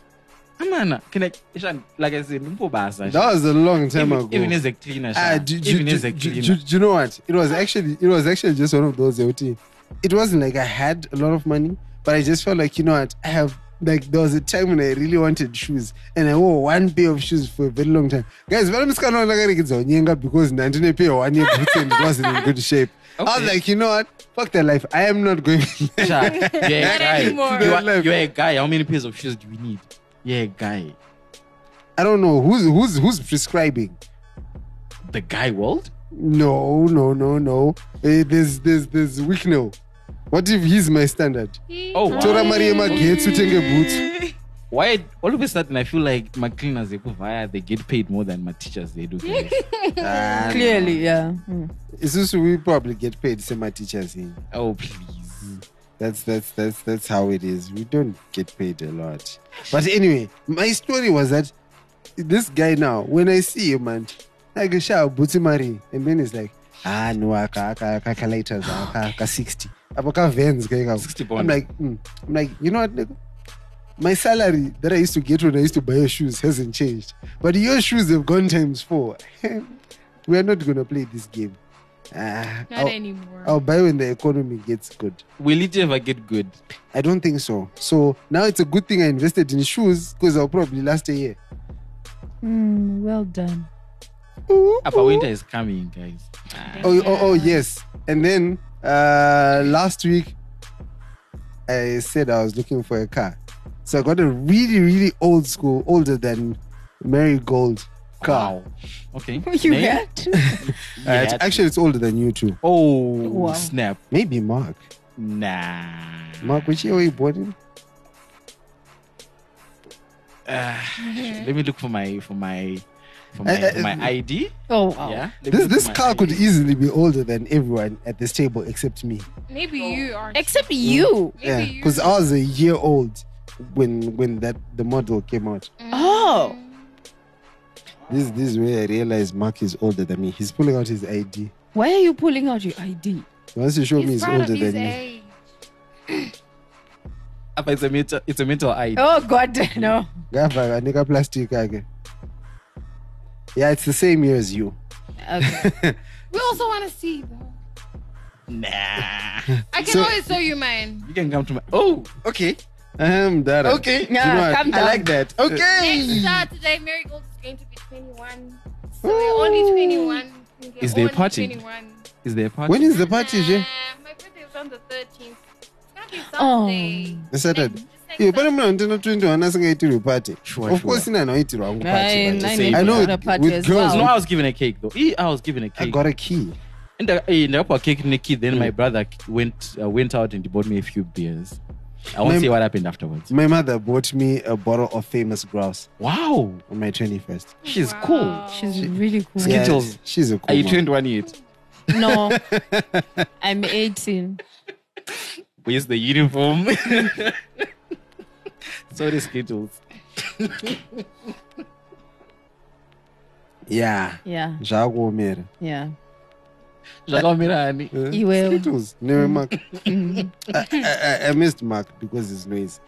[SPEAKER 5] Come on, can I? Ishan, Like I said, Lumpobasa.
[SPEAKER 4] That was a long time
[SPEAKER 5] even,
[SPEAKER 4] ago.
[SPEAKER 5] Even as a cleaner,
[SPEAKER 4] Ah,
[SPEAKER 5] Sha.
[SPEAKER 4] do, do,
[SPEAKER 5] even
[SPEAKER 4] do,
[SPEAKER 5] as a
[SPEAKER 4] do-
[SPEAKER 5] cleaner.
[SPEAKER 4] do-
[SPEAKER 5] [laughs]
[SPEAKER 4] do you know what? It was actually it was actually just one of those LT. It wasn't like I had a lot of money, but I just felt like you know what I have. Like there was a time when I really wanted shoes, and I wore one pair of shoes for a very long time. Guys, when I'm like because I didn't pay one year boots and it wasn't in good shape. I
[SPEAKER 5] Okay.
[SPEAKER 4] was like, you know what? Fuck that life. I am not going. [laughs]
[SPEAKER 5] Sha, you're a
[SPEAKER 6] Not
[SPEAKER 5] guy.
[SPEAKER 6] anymore.
[SPEAKER 5] You are,
[SPEAKER 4] Left.
[SPEAKER 5] you're a guy. How many pairs of shoes do we need? Yeah, guy.
[SPEAKER 4] I don't know who's who's who's prescribing.
[SPEAKER 5] The guy world?
[SPEAKER 4] No, no, no, no. Eh, there's there's there's Wicknell. What if he's my standard?
[SPEAKER 5] Oh, wow.
[SPEAKER 4] tora mari yemagetsi utenge bhutsu
[SPEAKER 5] Why all of a sudden I feel like my cleaners they go via they get paid more than my teachers they do. guys.
[SPEAKER 3] Clearly, yeah. Mm.
[SPEAKER 4] isusu we probably get paid semateachers in
[SPEAKER 5] oh please.
[SPEAKER 4] that's that's that's that's how it is we don't get paid a lot but anyway my story was that this guy now when i see him man like sha butsi mari and then he's like ah no aka aka aka calculators aka aka 60 apo ka vans kai kako.
[SPEAKER 5] 60 bond.
[SPEAKER 4] i'm like mm. i'm like you know what nigga? my salary that i used to get when i used to buy your shoes hasn't changed but your shoes have gone times four [laughs] we are not gonna play this game Ah,
[SPEAKER 6] Not
[SPEAKER 4] I'll,
[SPEAKER 6] anymore.
[SPEAKER 4] I'll buy when the economy gets good
[SPEAKER 5] Will it ever get good?
[SPEAKER 4] I don't think so. So now it's a good thing I invested in shoes because I'll probably last a year.
[SPEAKER 3] Mm, well done. [laughs]
[SPEAKER 5] Upper winter is coming, guys.
[SPEAKER 4] Oh, oh, oh, yes. And then uh, last week, I said I was looking for a car. So I got a really, really old school, older than Marigold car.
[SPEAKER 5] Wow. Okay.
[SPEAKER 4] [laughs]
[SPEAKER 3] You
[SPEAKER 5] Name?
[SPEAKER 3] had to.
[SPEAKER 4] Uh, it's-
[SPEAKER 5] Yeah.
[SPEAKER 4] actually, it's older than you too.
[SPEAKER 5] Oh
[SPEAKER 3] Wow.
[SPEAKER 5] snap!
[SPEAKER 4] Maybe Mark.
[SPEAKER 5] Nah.
[SPEAKER 4] Mark, which year were you born in?
[SPEAKER 5] Uh, let me look for my for my for
[SPEAKER 4] Uh,
[SPEAKER 5] my,
[SPEAKER 4] uh,
[SPEAKER 5] my ID.
[SPEAKER 3] Oh, wow.
[SPEAKER 5] Yeah. Let me
[SPEAKER 4] This,
[SPEAKER 5] look for
[SPEAKER 4] this
[SPEAKER 5] my
[SPEAKER 4] car could
[SPEAKER 5] ID.
[SPEAKER 4] easily be older than everyone at this table except me.
[SPEAKER 6] Maybe you are.
[SPEAKER 3] Except you.
[SPEAKER 6] Maybe
[SPEAKER 4] Yeah,
[SPEAKER 6] you-
[SPEAKER 4] because I was a year old when when that the model came out.
[SPEAKER 3] Oh.
[SPEAKER 4] This this is where I realized Mark is older than me. He's pulling out his ID.
[SPEAKER 3] Why are you pulling out your ID?
[SPEAKER 4] He wants to show me
[SPEAKER 6] He's
[SPEAKER 4] he's
[SPEAKER 6] proud
[SPEAKER 4] older
[SPEAKER 6] of
[SPEAKER 4] than
[SPEAKER 6] his
[SPEAKER 4] me.
[SPEAKER 6] age.
[SPEAKER 5] Upper, It's a mental. It's a mental ID.
[SPEAKER 3] Oh, God, no.
[SPEAKER 4] Gava, nigga plastic again. Yeah, it's the same year as you.
[SPEAKER 3] Okay.
[SPEAKER 6] We also want to see. though.
[SPEAKER 4] [laughs]
[SPEAKER 5] Nah.
[SPEAKER 6] I can
[SPEAKER 4] So-
[SPEAKER 6] always show you mine.
[SPEAKER 5] you can come to my. Oh.
[SPEAKER 4] Okay. Um, that.
[SPEAKER 5] Okay.
[SPEAKER 4] You know
[SPEAKER 3] Yeah,
[SPEAKER 4] what?
[SPEAKER 3] calm
[SPEAKER 4] I
[SPEAKER 3] down.
[SPEAKER 4] like that. Okay.
[SPEAKER 6] Next uh, Saturday, Marigold is going to be 21. So we're only 21. We can
[SPEAKER 5] Is there a
[SPEAKER 6] only
[SPEAKER 5] party?
[SPEAKER 6] 21.
[SPEAKER 5] Is there a party?
[SPEAKER 4] Uh, When is the party, Jay?
[SPEAKER 6] Uh, My birthday is on the 13th. It's gonna be
[SPEAKER 3] Oh.
[SPEAKER 6] Saturday.
[SPEAKER 4] The Saturday.
[SPEAKER 6] Next- next
[SPEAKER 4] Yeah, but I'm
[SPEAKER 6] Saturday.
[SPEAKER 4] not until 21 asingaitirwe party.
[SPEAKER 5] Sure,
[SPEAKER 4] of
[SPEAKER 5] sure.
[SPEAKER 4] course, ina anoitirwa ngu party.
[SPEAKER 3] I,
[SPEAKER 4] but
[SPEAKER 5] I
[SPEAKER 4] I
[SPEAKER 5] say
[SPEAKER 4] I know
[SPEAKER 5] you
[SPEAKER 3] a
[SPEAKER 4] with-
[SPEAKER 3] party
[SPEAKER 4] with
[SPEAKER 3] as
[SPEAKER 4] girls,
[SPEAKER 3] well.
[SPEAKER 5] No, I was given a cake though. Eh, I was given a
[SPEAKER 4] I
[SPEAKER 5] cake.
[SPEAKER 4] got Mm. a key.
[SPEAKER 5] And uh, I ended up a cake Nikki. Then my brother went uh, went out and he bought me a few beers. I won't
[SPEAKER 4] My-
[SPEAKER 5] say what happened afterwards.
[SPEAKER 4] My mother bought me a bottle of famous grouse
[SPEAKER 5] Wow,
[SPEAKER 4] on my 21st.
[SPEAKER 5] she's cool.
[SPEAKER 3] She's really cool.
[SPEAKER 5] Skin- Skittles.
[SPEAKER 4] Yeah, she's a
[SPEAKER 5] Are
[SPEAKER 4] cool
[SPEAKER 5] you
[SPEAKER 4] mom.
[SPEAKER 5] turned one yet?
[SPEAKER 3] No, I'm 18.
[SPEAKER 5] Where's the uniform? Sorry, Skittles.
[SPEAKER 4] Yeah.
[SPEAKER 3] Yeah,
[SPEAKER 4] Zvakuomera.
[SPEAKER 3] yeah.
[SPEAKER 5] Zvakamira hani?
[SPEAKER 4] Eh?
[SPEAKER 3] You will. [laughs]
[SPEAKER 4] Skittles. Never Mark. I, I, I missed Mark because he's noisy.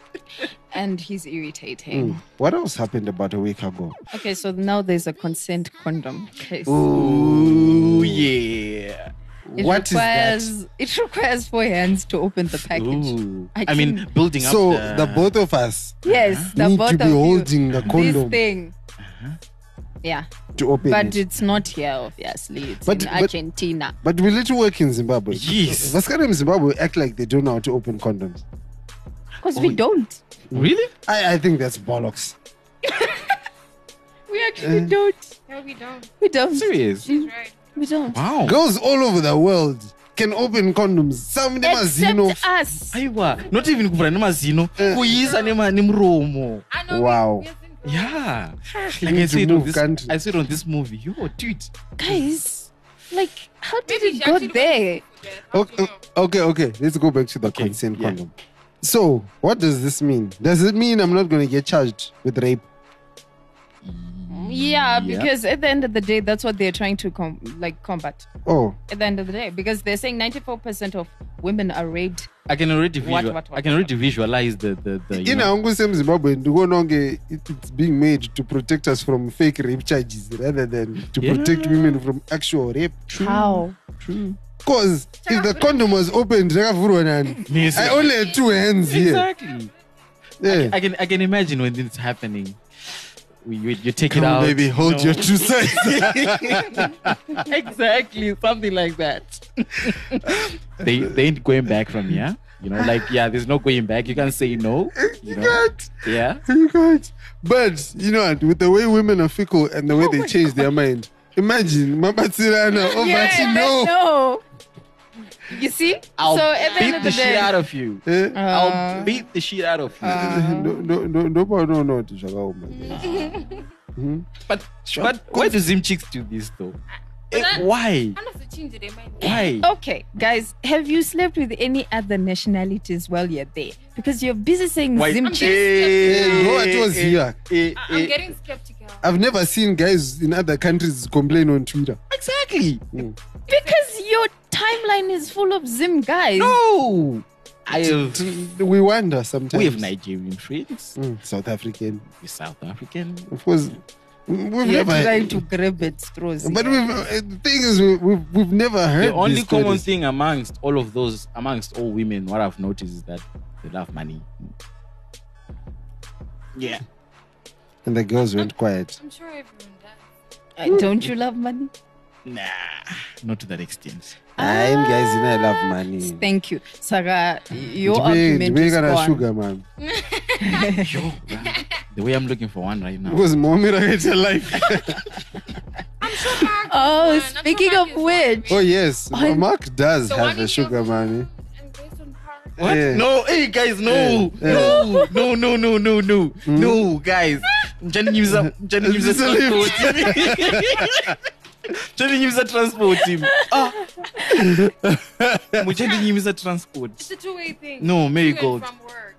[SPEAKER 3] And he's irritating.
[SPEAKER 4] Mm. What else happened about a week ago?
[SPEAKER 3] Okay, so now there's a consent condom case.
[SPEAKER 5] Ooh, yeah.
[SPEAKER 3] It
[SPEAKER 4] what is that?
[SPEAKER 3] requires, It requires four hands to open the package.
[SPEAKER 5] Ooh.
[SPEAKER 3] I
[SPEAKER 5] I, mean,
[SPEAKER 3] can-
[SPEAKER 5] building
[SPEAKER 4] So
[SPEAKER 5] up.
[SPEAKER 4] the both of us
[SPEAKER 3] Yes, the
[SPEAKER 4] need
[SPEAKER 3] both
[SPEAKER 4] to be
[SPEAKER 3] of you-
[SPEAKER 4] holding the
[SPEAKER 3] This
[SPEAKER 4] condom Uh-huh.
[SPEAKER 3] thing. Yeah,
[SPEAKER 4] to open
[SPEAKER 3] but
[SPEAKER 4] it.
[SPEAKER 3] it's not here, obviously. It's
[SPEAKER 4] But-
[SPEAKER 3] in
[SPEAKER 4] but-
[SPEAKER 3] Argentina.
[SPEAKER 4] But will it work in Zimbabwe?
[SPEAKER 5] Yes.
[SPEAKER 4] What kind of Zimbabwe act like they don't know how to open condoms?
[SPEAKER 3] Because
[SPEAKER 4] Oh,
[SPEAKER 3] we don't.
[SPEAKER 5] Really?
[SPEAKER 4] I, I think that's bollocks.
[SPEAKER 3] We actually
[SPEAKER 4] Eh?
[SPEAKER 3] don't.
[SPEAKER 6] No, we don't.
[SPEAKER 3] We don't.
[SPEAKER 5] Serious?
[SPEAKER 6] She's right.
[SPEAKER 3] We don't.
[SPEAKER 5] Wow.
[SPEAKER 4] Girls all over the world can open condoms. Some of them are
[SPEAKER 3] Except
[SPEAKER 4] xeno.
[SPEAKER 3] us.
[SPEAKER 5] aiwa not even kuvhura nemazino kuiisa nema- nemuromo
[SPEAKER 6] I know
[SPEAKER 4] Wow.
[SPEAKER 6] We, we didn't go.
[SPEAKER 5] yeah
[SPEAKER 4] need
[SPEAKER 5] like I
[SPEAKER 4] to
[SPEAKER 5] said, on
[SPEAKER 4] move
[SPEAKER 5] this,
[SPEAKER 4] country.
[SPEAKER 5] i said on this movie yo dude
[SPEAKER 3] Guys, like, how did
[SPEAKER 6] Maybe
[SPEAKER 3] it
[SPEAKER 6] she
[SPEAKER 3] go
[SPEAKER 6] actually
[SPEAKER 3] there?
[SPEAKER 6] went to that. I
[SPEAKER 4] okay,
[SPEAKER 6] don't know.
[SPEAKER 4] okay, okay. Let's go back to the
[SPEAKER 5] Okay,
[SPEAKER 4] consent
[SPEAKER 5] yeah.
[SPEAKER 4] condom. So, what does this mean? Does it mean I'm not going to get charged with rape?
[SPEAKER 3] Yeah,
[SPEAKER 5] Yeah.
[SPEAKER 3] because at the end of the day, that's what they're trying to com- like combat.
[SPEAKER 4] Oh,
[SPEAKER 3] At the end of the day, because they're saying 94% of women are raped
[SPEAKER 5] I can already visual,
[SPEAKER 3] What, what, what,
[SPEAKER 5] I can already visualize the the, the you know,
[SPEAKER 4] inhangu semuzimbabwe ndikononge it, it's being made to protect us from fake rape charges rather than to
[SPEAKER 5] Yeah.
[SPEAKER 4] protect women from actual rape
[SPEAKER 5] true,
[SPEAKER 3] How?
[SPEAKER 5] true.
[SPEAKER 4] because if the condom was opened rakavhurwa nani
[SPEAKER 5] Yes.
[SPEAKER 4] i only had two hands here
[SPEAKER 5] Exactly.
[SPEAKER 4] yeah.
[SPEAKER 5] I can I can imagine when it's happening. You, you, you take
[SPEAKER 4] Come
[SPEAKER 5] it out.
[SPEAKER 4] on, baby,
[SPEAKER 5] you
[SPEAKER 4] hold
[SPEAKER 5] know.
[SPEAKER 4] your two sides.
[SPEAKER 5] [laughs]
[SPEAKER 3] Exactly, something like that.
[SPEAKER 5] they they ain't going back from here. You know, like yeah, there's no going back. You can't say no. You
[SPEAKER 4] you
[SPEAKER 5] know,
[SPEAKER 4] can't.
[SPEAKER 5] yeah.
[SPEAKER 4] You can't. But you know what? With the way women are fickle and
[SPEAKER 3] Oh
[SPEAKER 4] the way they change their mind, imagine Mabatirana. Oh, but no.
[SPEAKER 3] no. You see?
[SPEAKER 5] I'll
[SPEAKER 3] so at the
[SPEAKER 5] beat
[SPEAKER 3] end
[SPEAKER 5] the,
[SPEAKER 3] of the
[SPEAKER 5] shit
[SPEAKER 3] day,
[SPEAKER 5] out of you.
[SPEAKER 4] Eh?
[SPEAKER 5] I'll
[SPEAKER 3] uh,
[SPEAKER 5] beat the shit out of you.
[SPEAKER 3] uh,
[SPEAKER 4] no, no, no, no, no, no, no, to zvakaoma. Mhm.
[SPEAKER 5] but but why do Zim chicks do this though? Eh,
[SPEAKER 6] that-
[SPEAKER 5] why?
[SPEAKER 6] I'm not changing their mind.
[SPEAKER 5] Why?
[SPEAKER 3] Okay, guys, have you slept with any other nationalities while you're there? Because you're busy saying
[SPEAKER 5] Why-
[SPEAKER 3] Zim
[SPEAKER 6] I'm
[SPEAKER 3] chicks.
[SPEAKER 4] Eh,
[SPEAKER 6] getting
[SPEAKER 4] no, it was here.
[SPEAKER 5] Eh,
[SPEAKER 6] skeptical. I'm
[SPEAKER 5] eh,
[SPEAKER 6] getting skeptical.
[SPEAKER 4] I've never seen guys in other countries complain on Twitter.
[SPEAKER 5] exactly.
[SPEAKER 4] Mm.
[SPEAKER 3] Because your timeline is full of Zim guys.
[SPEAKER 5] No. I have
[SPEAKER 4] We wonder sometimes.
[SPEAKER 5] we have Nigerian friends,
[SPEAKER 4] Mm, South African,
[SPEAKER 5] we're South African.
[SPEAKER 4] of course. We've
[SPEAKER 3] You're
[SPEAKER 4] never.
[SPEAKER 3] trying to grab at straws.
[SPEAKER 4] But
[SPEAKER 3] here.
[SPEAKER 4] we've, uh, the thing is, we, we've, we've never heard.
[SPEAKER 5] The only
[SPEAKER 4] these
[SPEAKER 5] common
[SPEAKER 4] stories.
[SPEAKER 5] thing amongst all of those, amongst all women, what I've noticed is that they love money. Yeah.
[SPEAKER 4] And the girls went quiet.
[SPEAKER 6] I'm sure everyone does.
[SPEAKER 3] Uh, Don't you love money?
[SPEAKER 5] Nah, not to that extent.
[SPEAKER 3] Ah,
[SPEAKER 4] I'm guys, you know, I love money.
[SPEAKER 5] Mm.
[SPEAKER 3] Thank you. Saga, your
[SPEAKER 4] Ndibei-
[SPEAKER 3] argument
[SPEAKER 4] ndibei
[SPEAKER 3] is
[SPEAKER 4] kana
[SPEAKER 3] gone.
[SPEAKER 4] sugar man
[SPEAKER 5] Yo, bruh, the way I'm looking for one right now.
[SPEAKER 4] because mommy rakaita [laughs] life
[SPEAKER 6] Mark
[SPEAKER 3] Oh,
[SPEAKER 6] is one. I'm sure
[SPEAKER 3] speaking of
[SPEAKER 6] Mark is one.
[SPEAKER 3] which-
[SPEAKER 4] oh yes
[SPEAKER 3] On-
[SPEAKER 4] mark does
[SPEAKER 6] So
[SPEAKER 4] have
[SPEAKER 6] what
[SPEAKER 4] a
[SPEAKER 6] is
[SPEAKER 4] sugar
[SPEAKER 6] your-
[SPEAKER 4] mommy
[SPEAKER 6] And based on part-
[SPEAKER 5] What?
[SPEAKER 4] Yeah.
[SPEAKER 5] No, hey guys, no,
[SPEAKER 4] Yeah, yeah.
[SPEAKER 5] no, no, no, no, no, no, no, guys. Mjani nyuza, mjani
[SPEAKER 4] Is
[SPEAKER 5] nyuza
[SPEAKER 4] this a lift?
[SPEAKER 5] transport. Mjani nyuza transport team. Ah.
[SPEAKER 4] [laughs]
[SPEAKER 5] Mjani nyuza transport.
[SPEAKER 6] It's a two-way thing.
[SPEAKER 5] No,
[SPEAKER 6] miracle.
[SPEAKER 5] marigold.
[SPEAKER 6] From work.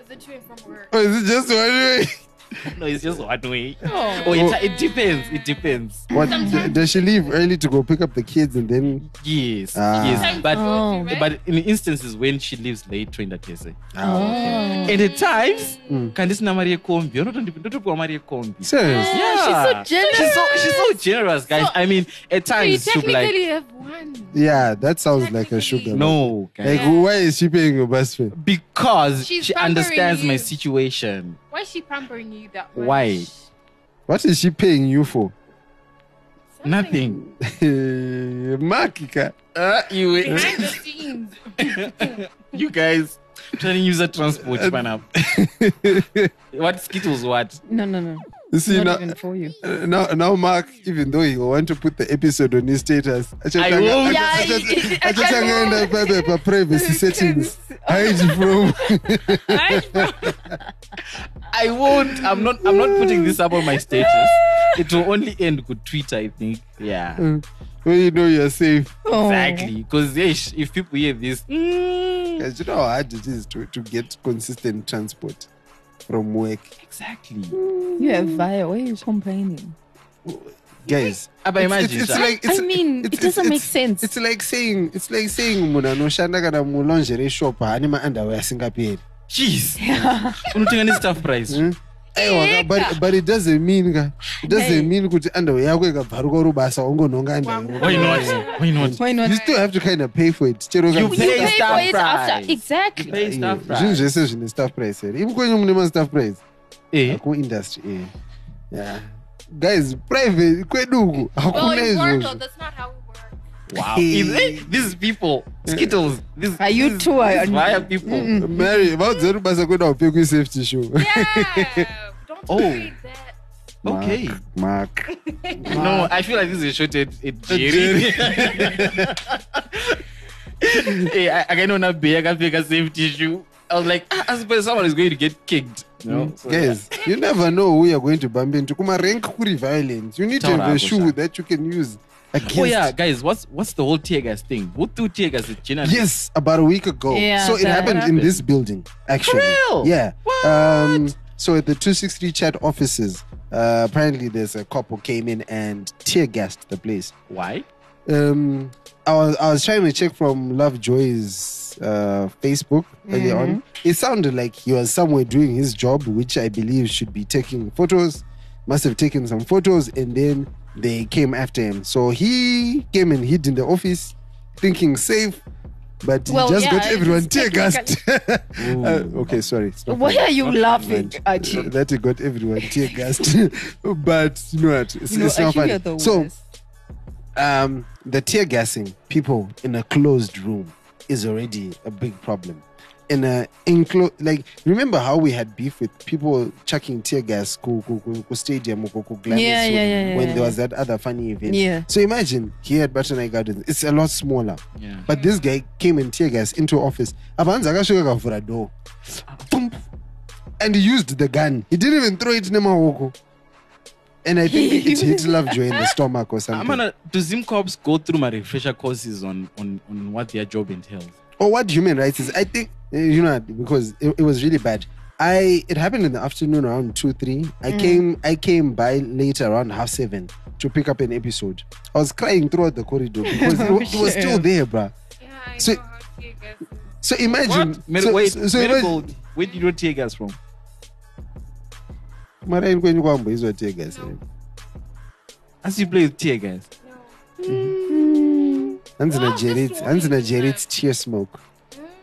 [SPEAKER 6] It's a two and from work.
[SPEAKER 4] oh is it just one way
[SPEAKER 5] No, it's just one way.
[SPEAKER 3] Oh.
[SPEAKER 5] Oh, it, it depends. It depends.
[SPEAKER 4] what d- does she leave early to go pick up the kids and then
[SPEAKER 5] Yes,
[SPEAKER 4] Ah.
[SPEAKER 5] yes, but
[SPEAKER 3] Oh.
[SPEAKER 6] Right?
[SPEAKER 5] but in instances when she leaves late, train that is.
[SPEAKER 3] Oh.
[SPEAKER 5] And at times,
[SPEAKER 4] Mm.
[SPEAKER 5] can this Maria Kombi? You're not on the Maria Kombi.
[SPEAKER 4] serious
[SPEAKER 5] Yeah.
[SPEAKER 3] she's so generous.
[SPEAKER 5] She's so she's so generous, guys.
[SPEAKER 6] So-
[SPEAKER 5] I mean, at
[SPEAKER 6] So you
[SPEAKER 5] times she'll be like,
[SPEAKER 6] technically have one.
[SPEAKER 4] yeah that sounds like a sugar mama.
[SPEAKER 5] no, guys,
[SPEAKER 4] like why is she paying your best friend
[SPEAKER 5] because
[SPEAKER 6] She's
[SPEAKER 5] she
[SPEAKER 6] pampering
[SPEAKER 5] understands my
[SPEAKER 6] you.
[SPEAKER 5] situation.
[SPEAKER 6] Why is she pampering you that much?
[SPEAKER 5] Why?
[SPEAKER 4] what is she paying you [laughs] for
[SPEAKER 6] Something
[SPEAKER 5] Nothing.
[SPEAKER 4] makika
[SPEAKER 5] Uh, you,
[SPEAKER 6] Behind the scenes.
[SPEAKER 5] you guys, Uh, trying to use a transport man [laughs] up. What skittles? What?
[SPEAKER 3] No, no, no.
[SPEAKER 4] see
[SPEAKER 3] Not
[SPEAKER 4] now,
[SPEAKER 3] even for you.
[SPEAKER 4] uh, now now mark even though he will want to put the episode on his status
[SPEAKER 5] will.
[SPEAKER 4] achatanga-
[SPEAKER 3] Yeah,
[SPEAKER 4] achatanga-
[SPEAKER 3] I- I-
[SPEAKER 4] achatanga enda pa- pa
[SPEAKER 3] [laughs]
[SPEAKER 4] privacy settings hide from [laughs]
[SPEAKER 6] Right?
[SPEAKER 5] I won't. I'm not. I'm not putting this up on my status. It will only end with Twitter, I think. Yeah,
[SPEAKER 4] Mm. when you know you're safe.
[SPEAKER 3] Oh.
[SPEAKER 5] exactly. Because if people hear this, mm,
[SPEAKER 4] Because you know how hard it is to, to get consistent transport from work.
[SPEAKER 5] exactly.
[SPEAKER 3] Oh. You have via. Why are you complaining?
[SPEAKER 4] Guys,
[SPEAKER 5] But imagine,
[SPEAKER 4] it's,
[SPEAKER 5] sha.
[SPEAKER 4] like it's,
[SPEAKER 3] I mean, it doesn't make sense.
[SPEAKER 4] It's like saying it's like saying munhu anoshanda kana mulonjere shop haani maunderwear asingaperi.
[SPEAKER 5] jeez,
[SPEAKER 3] [laughs]
[SPEAKER 5] unotenga ne stuff price.
[SPEAKER 4] Mm. Aiwa, ka- but but it doesn't mean ka it doesn't
[SPEAKER 3] Hey.
[SPEAKER 4] mean kuti underwear yako ikabvaruka rubasa ungonhonga
[SPEAKER 5] Why
[SPEAKER 4] underwear.
[SPEAKER 5] not? Why not?
[SPEAKER 3] Why not?
[SPEAKER 4] You still have to kind of pay for it. Chero
[SPEAKER 5] You
[SPEAKER 4] ka-
[SPEAKER 5] pay
[SPEAKER 3] pay
[SPEAKER 5] stuff
[SPEAKER 3] for it
[SPEAKER 5] price.
[SPEAKER 3] after. Exactly.
[SPEAKER 5] Pay
[SPEAKER 4] Yeah,
[SPEAKER 5] stuff
[SPEAKER 4] zvinhu
[SPEAKER 5] price.
[SPEAKER 4] zvese zvine staff price here. Ivi kwenyu mune mastaff price?
[SPEAKER 5] Eh,
[SPEAKER 4] kuindustry iyi yeah. guys private kwedu uku
[SPEAKER 6] well,
[SPEAKER 4] hakuna
[SPEAKER 6] in Porto,
[SPEAKER 4] izvozvo
[SPEAKER 6] that's not how we work.
[SPEAKER 5] Wow. Is- eh, These people, skittles. This,
[SPEAKER 3] Are you
[SPEAKER 5] this-
[SPEAKER 3] two are-
[SPEAKER 5] these Via people.
[SPEAKER 4] mary vaudze rubasa kweda upe kuisafety show
[SPEAKER 6] Yeah. Don't
[SPEAKER 5] Oh.
[SPEAKER 6] create that.
[SPEAKER 5] Okay.
[SPEAKER 4] mark
[SPEAKER 5] No, I feel like this is a shot at, at Jerry.
[SPEAKER 4] Jerry.
[SPEAKER 5] [laughs] hey, I, I know not be. I can fake a safety issue. I was like, ah, I suppose someone is going to get kicked. Hmm. You know? So,
[SPEAKER 4] guys you never know who you're going to bump into kumarank kuri violence you need to
[SPEAKER 5] Taura
[SPEAKER 4] have a
[SPEAKER 5] yako,
[SPEAKER 4] shoe
[SPEAKER 5] sir.
[SPEAKER 4] that you can use against
[SPEAKER 5] Oh yeah, guys, what's what's the whole tear gas thing? What do tear gas at China?
[SPEAKER 4] Yes, about a week ago.
[SPEAKER 3] Yeah,
[SPEAKER 4] so it
[SPEAKER 3] that
[SPEAKER 4] happened in
[SPEAKER 5] happened.
[SPEAKER 4] this building, actually.
[SPEAKER 5] real?
[SPEAKER 4] Yeah. Um, so at the 263 chat offices, uh, apparently there's a couple came in and tear gassed the place.
[SPEAKER 5] Why?
[SPEAKER 4] um, I was I was trying to check from Lovejoy's uh, Facebook earlier on.
[SPEAKER 3] Mm-hmm.
[SPEAKER 4] It sounded like he was somewhere doing his job, which I believe should be taking photos. Must have taken some photos, and then they came after him. So he came and hid in the office, thinking safe, but
[SPEAKER 3] Well,
[SPEAKER 4] he just
[SPEAKER 3] yeah,
[SPEAKER 4] got everyone
[SPEAKER 3] it's
[SPEAKER 4] tear gassed. [laughs]
[SPEAKER 5] Ooh.
[SPEAKER 4] Uh, okay, sorry. it's not
[SPEAKER 3] Why
[SPEAKER 4] my-
[SPEAKER 3] are you laughing,
[SPEAKER 4] mind.
[SPEAKER 3] Archie?
[SPEAKER 4] That it got everyone tear gassed. [laughs] but you know what? It's,
[SPEAKER 3] You know,
[SPEAKER 4] it's not
[SPEAKER 3] Archie,
[SPEAKER 4] funny.
[SPEAKER 3] you're the
[SPEAKER 4] So
[SPEAKER 3] worst.
[SPEAKER 4] um, the tear gassing people in a closed room is already a big problem. In a enclosed, like remember how we had beef with people chucking tear gas ku, ku, ku, ku stadium ku, ku Glamis
[SPEAKER 3] Yeah, yeah, yeah, yeah,
[SPEAKER 4] when
[SPEAKER 3] yeah.
[SPEAKER 4] there was that other funny event.
[SPEAKER 3] Yeah.
[SPEAKER 4] So imagine here at Butterfly Gardens, it's a lot smaller.
[SPEAKER 5] Yeah.
[SPEAKER 4] But this guy came and tear gas into office. Abanza akasvika akavhura door. Thump. And he used the gun. He didn't even throw it in Mahoko. And I
[SPEAKER 3] [laughs]
[SPEAKER 4] think it hit Lovejoy in the stomach or
[SPEAKER 5] I'm
[SPEAKER 4] something.
[SPEAKER 5] gonna. Do Zim Corps go through my refresher courses on on on what their job entails?
[SPEAKER 4] Or what human rights is. I think, uh, you know, because it, it was really bad. I it happened in the afternoon around two three. I
[SPEAKER 5] Mm.
[SPEAKER 4] came I came by later around half seven to pick up an episode. I was crying throughout the corridor because
[SPEAKER 5] [laughs]
[SPEAKER 4] it, wa- it was still there, bruh.
[SPEAKER 6] Yeah, I
[SPEAKER 4] So-
[SPEAKER 6] know how tear gas is.
[SPEAKER 4] So imagine.
[SPEAKER 5] What? Medi-
[SPEAKER 4] so,
[SPEAKER 5] wait,
[SPEAKER 4] so- so imagine-
[SPEAKER 5] medical, where did you tear gas from?
[SPEAKER 4] maraini kwenyu kwamboizwa tear gas here.
[SPEAKER 5] As you play with tear gas.
[SPEAKER 6] No.
[SPEAKER 4] hanzina
[SPEAKER 6] Wow,
[SPEAKER 4] jerits
[SPEAKER 6] that's
[SPEAKER 4] hanzina
[SPEAKER 6] really
[SPEAKER 4] jerits tear smoke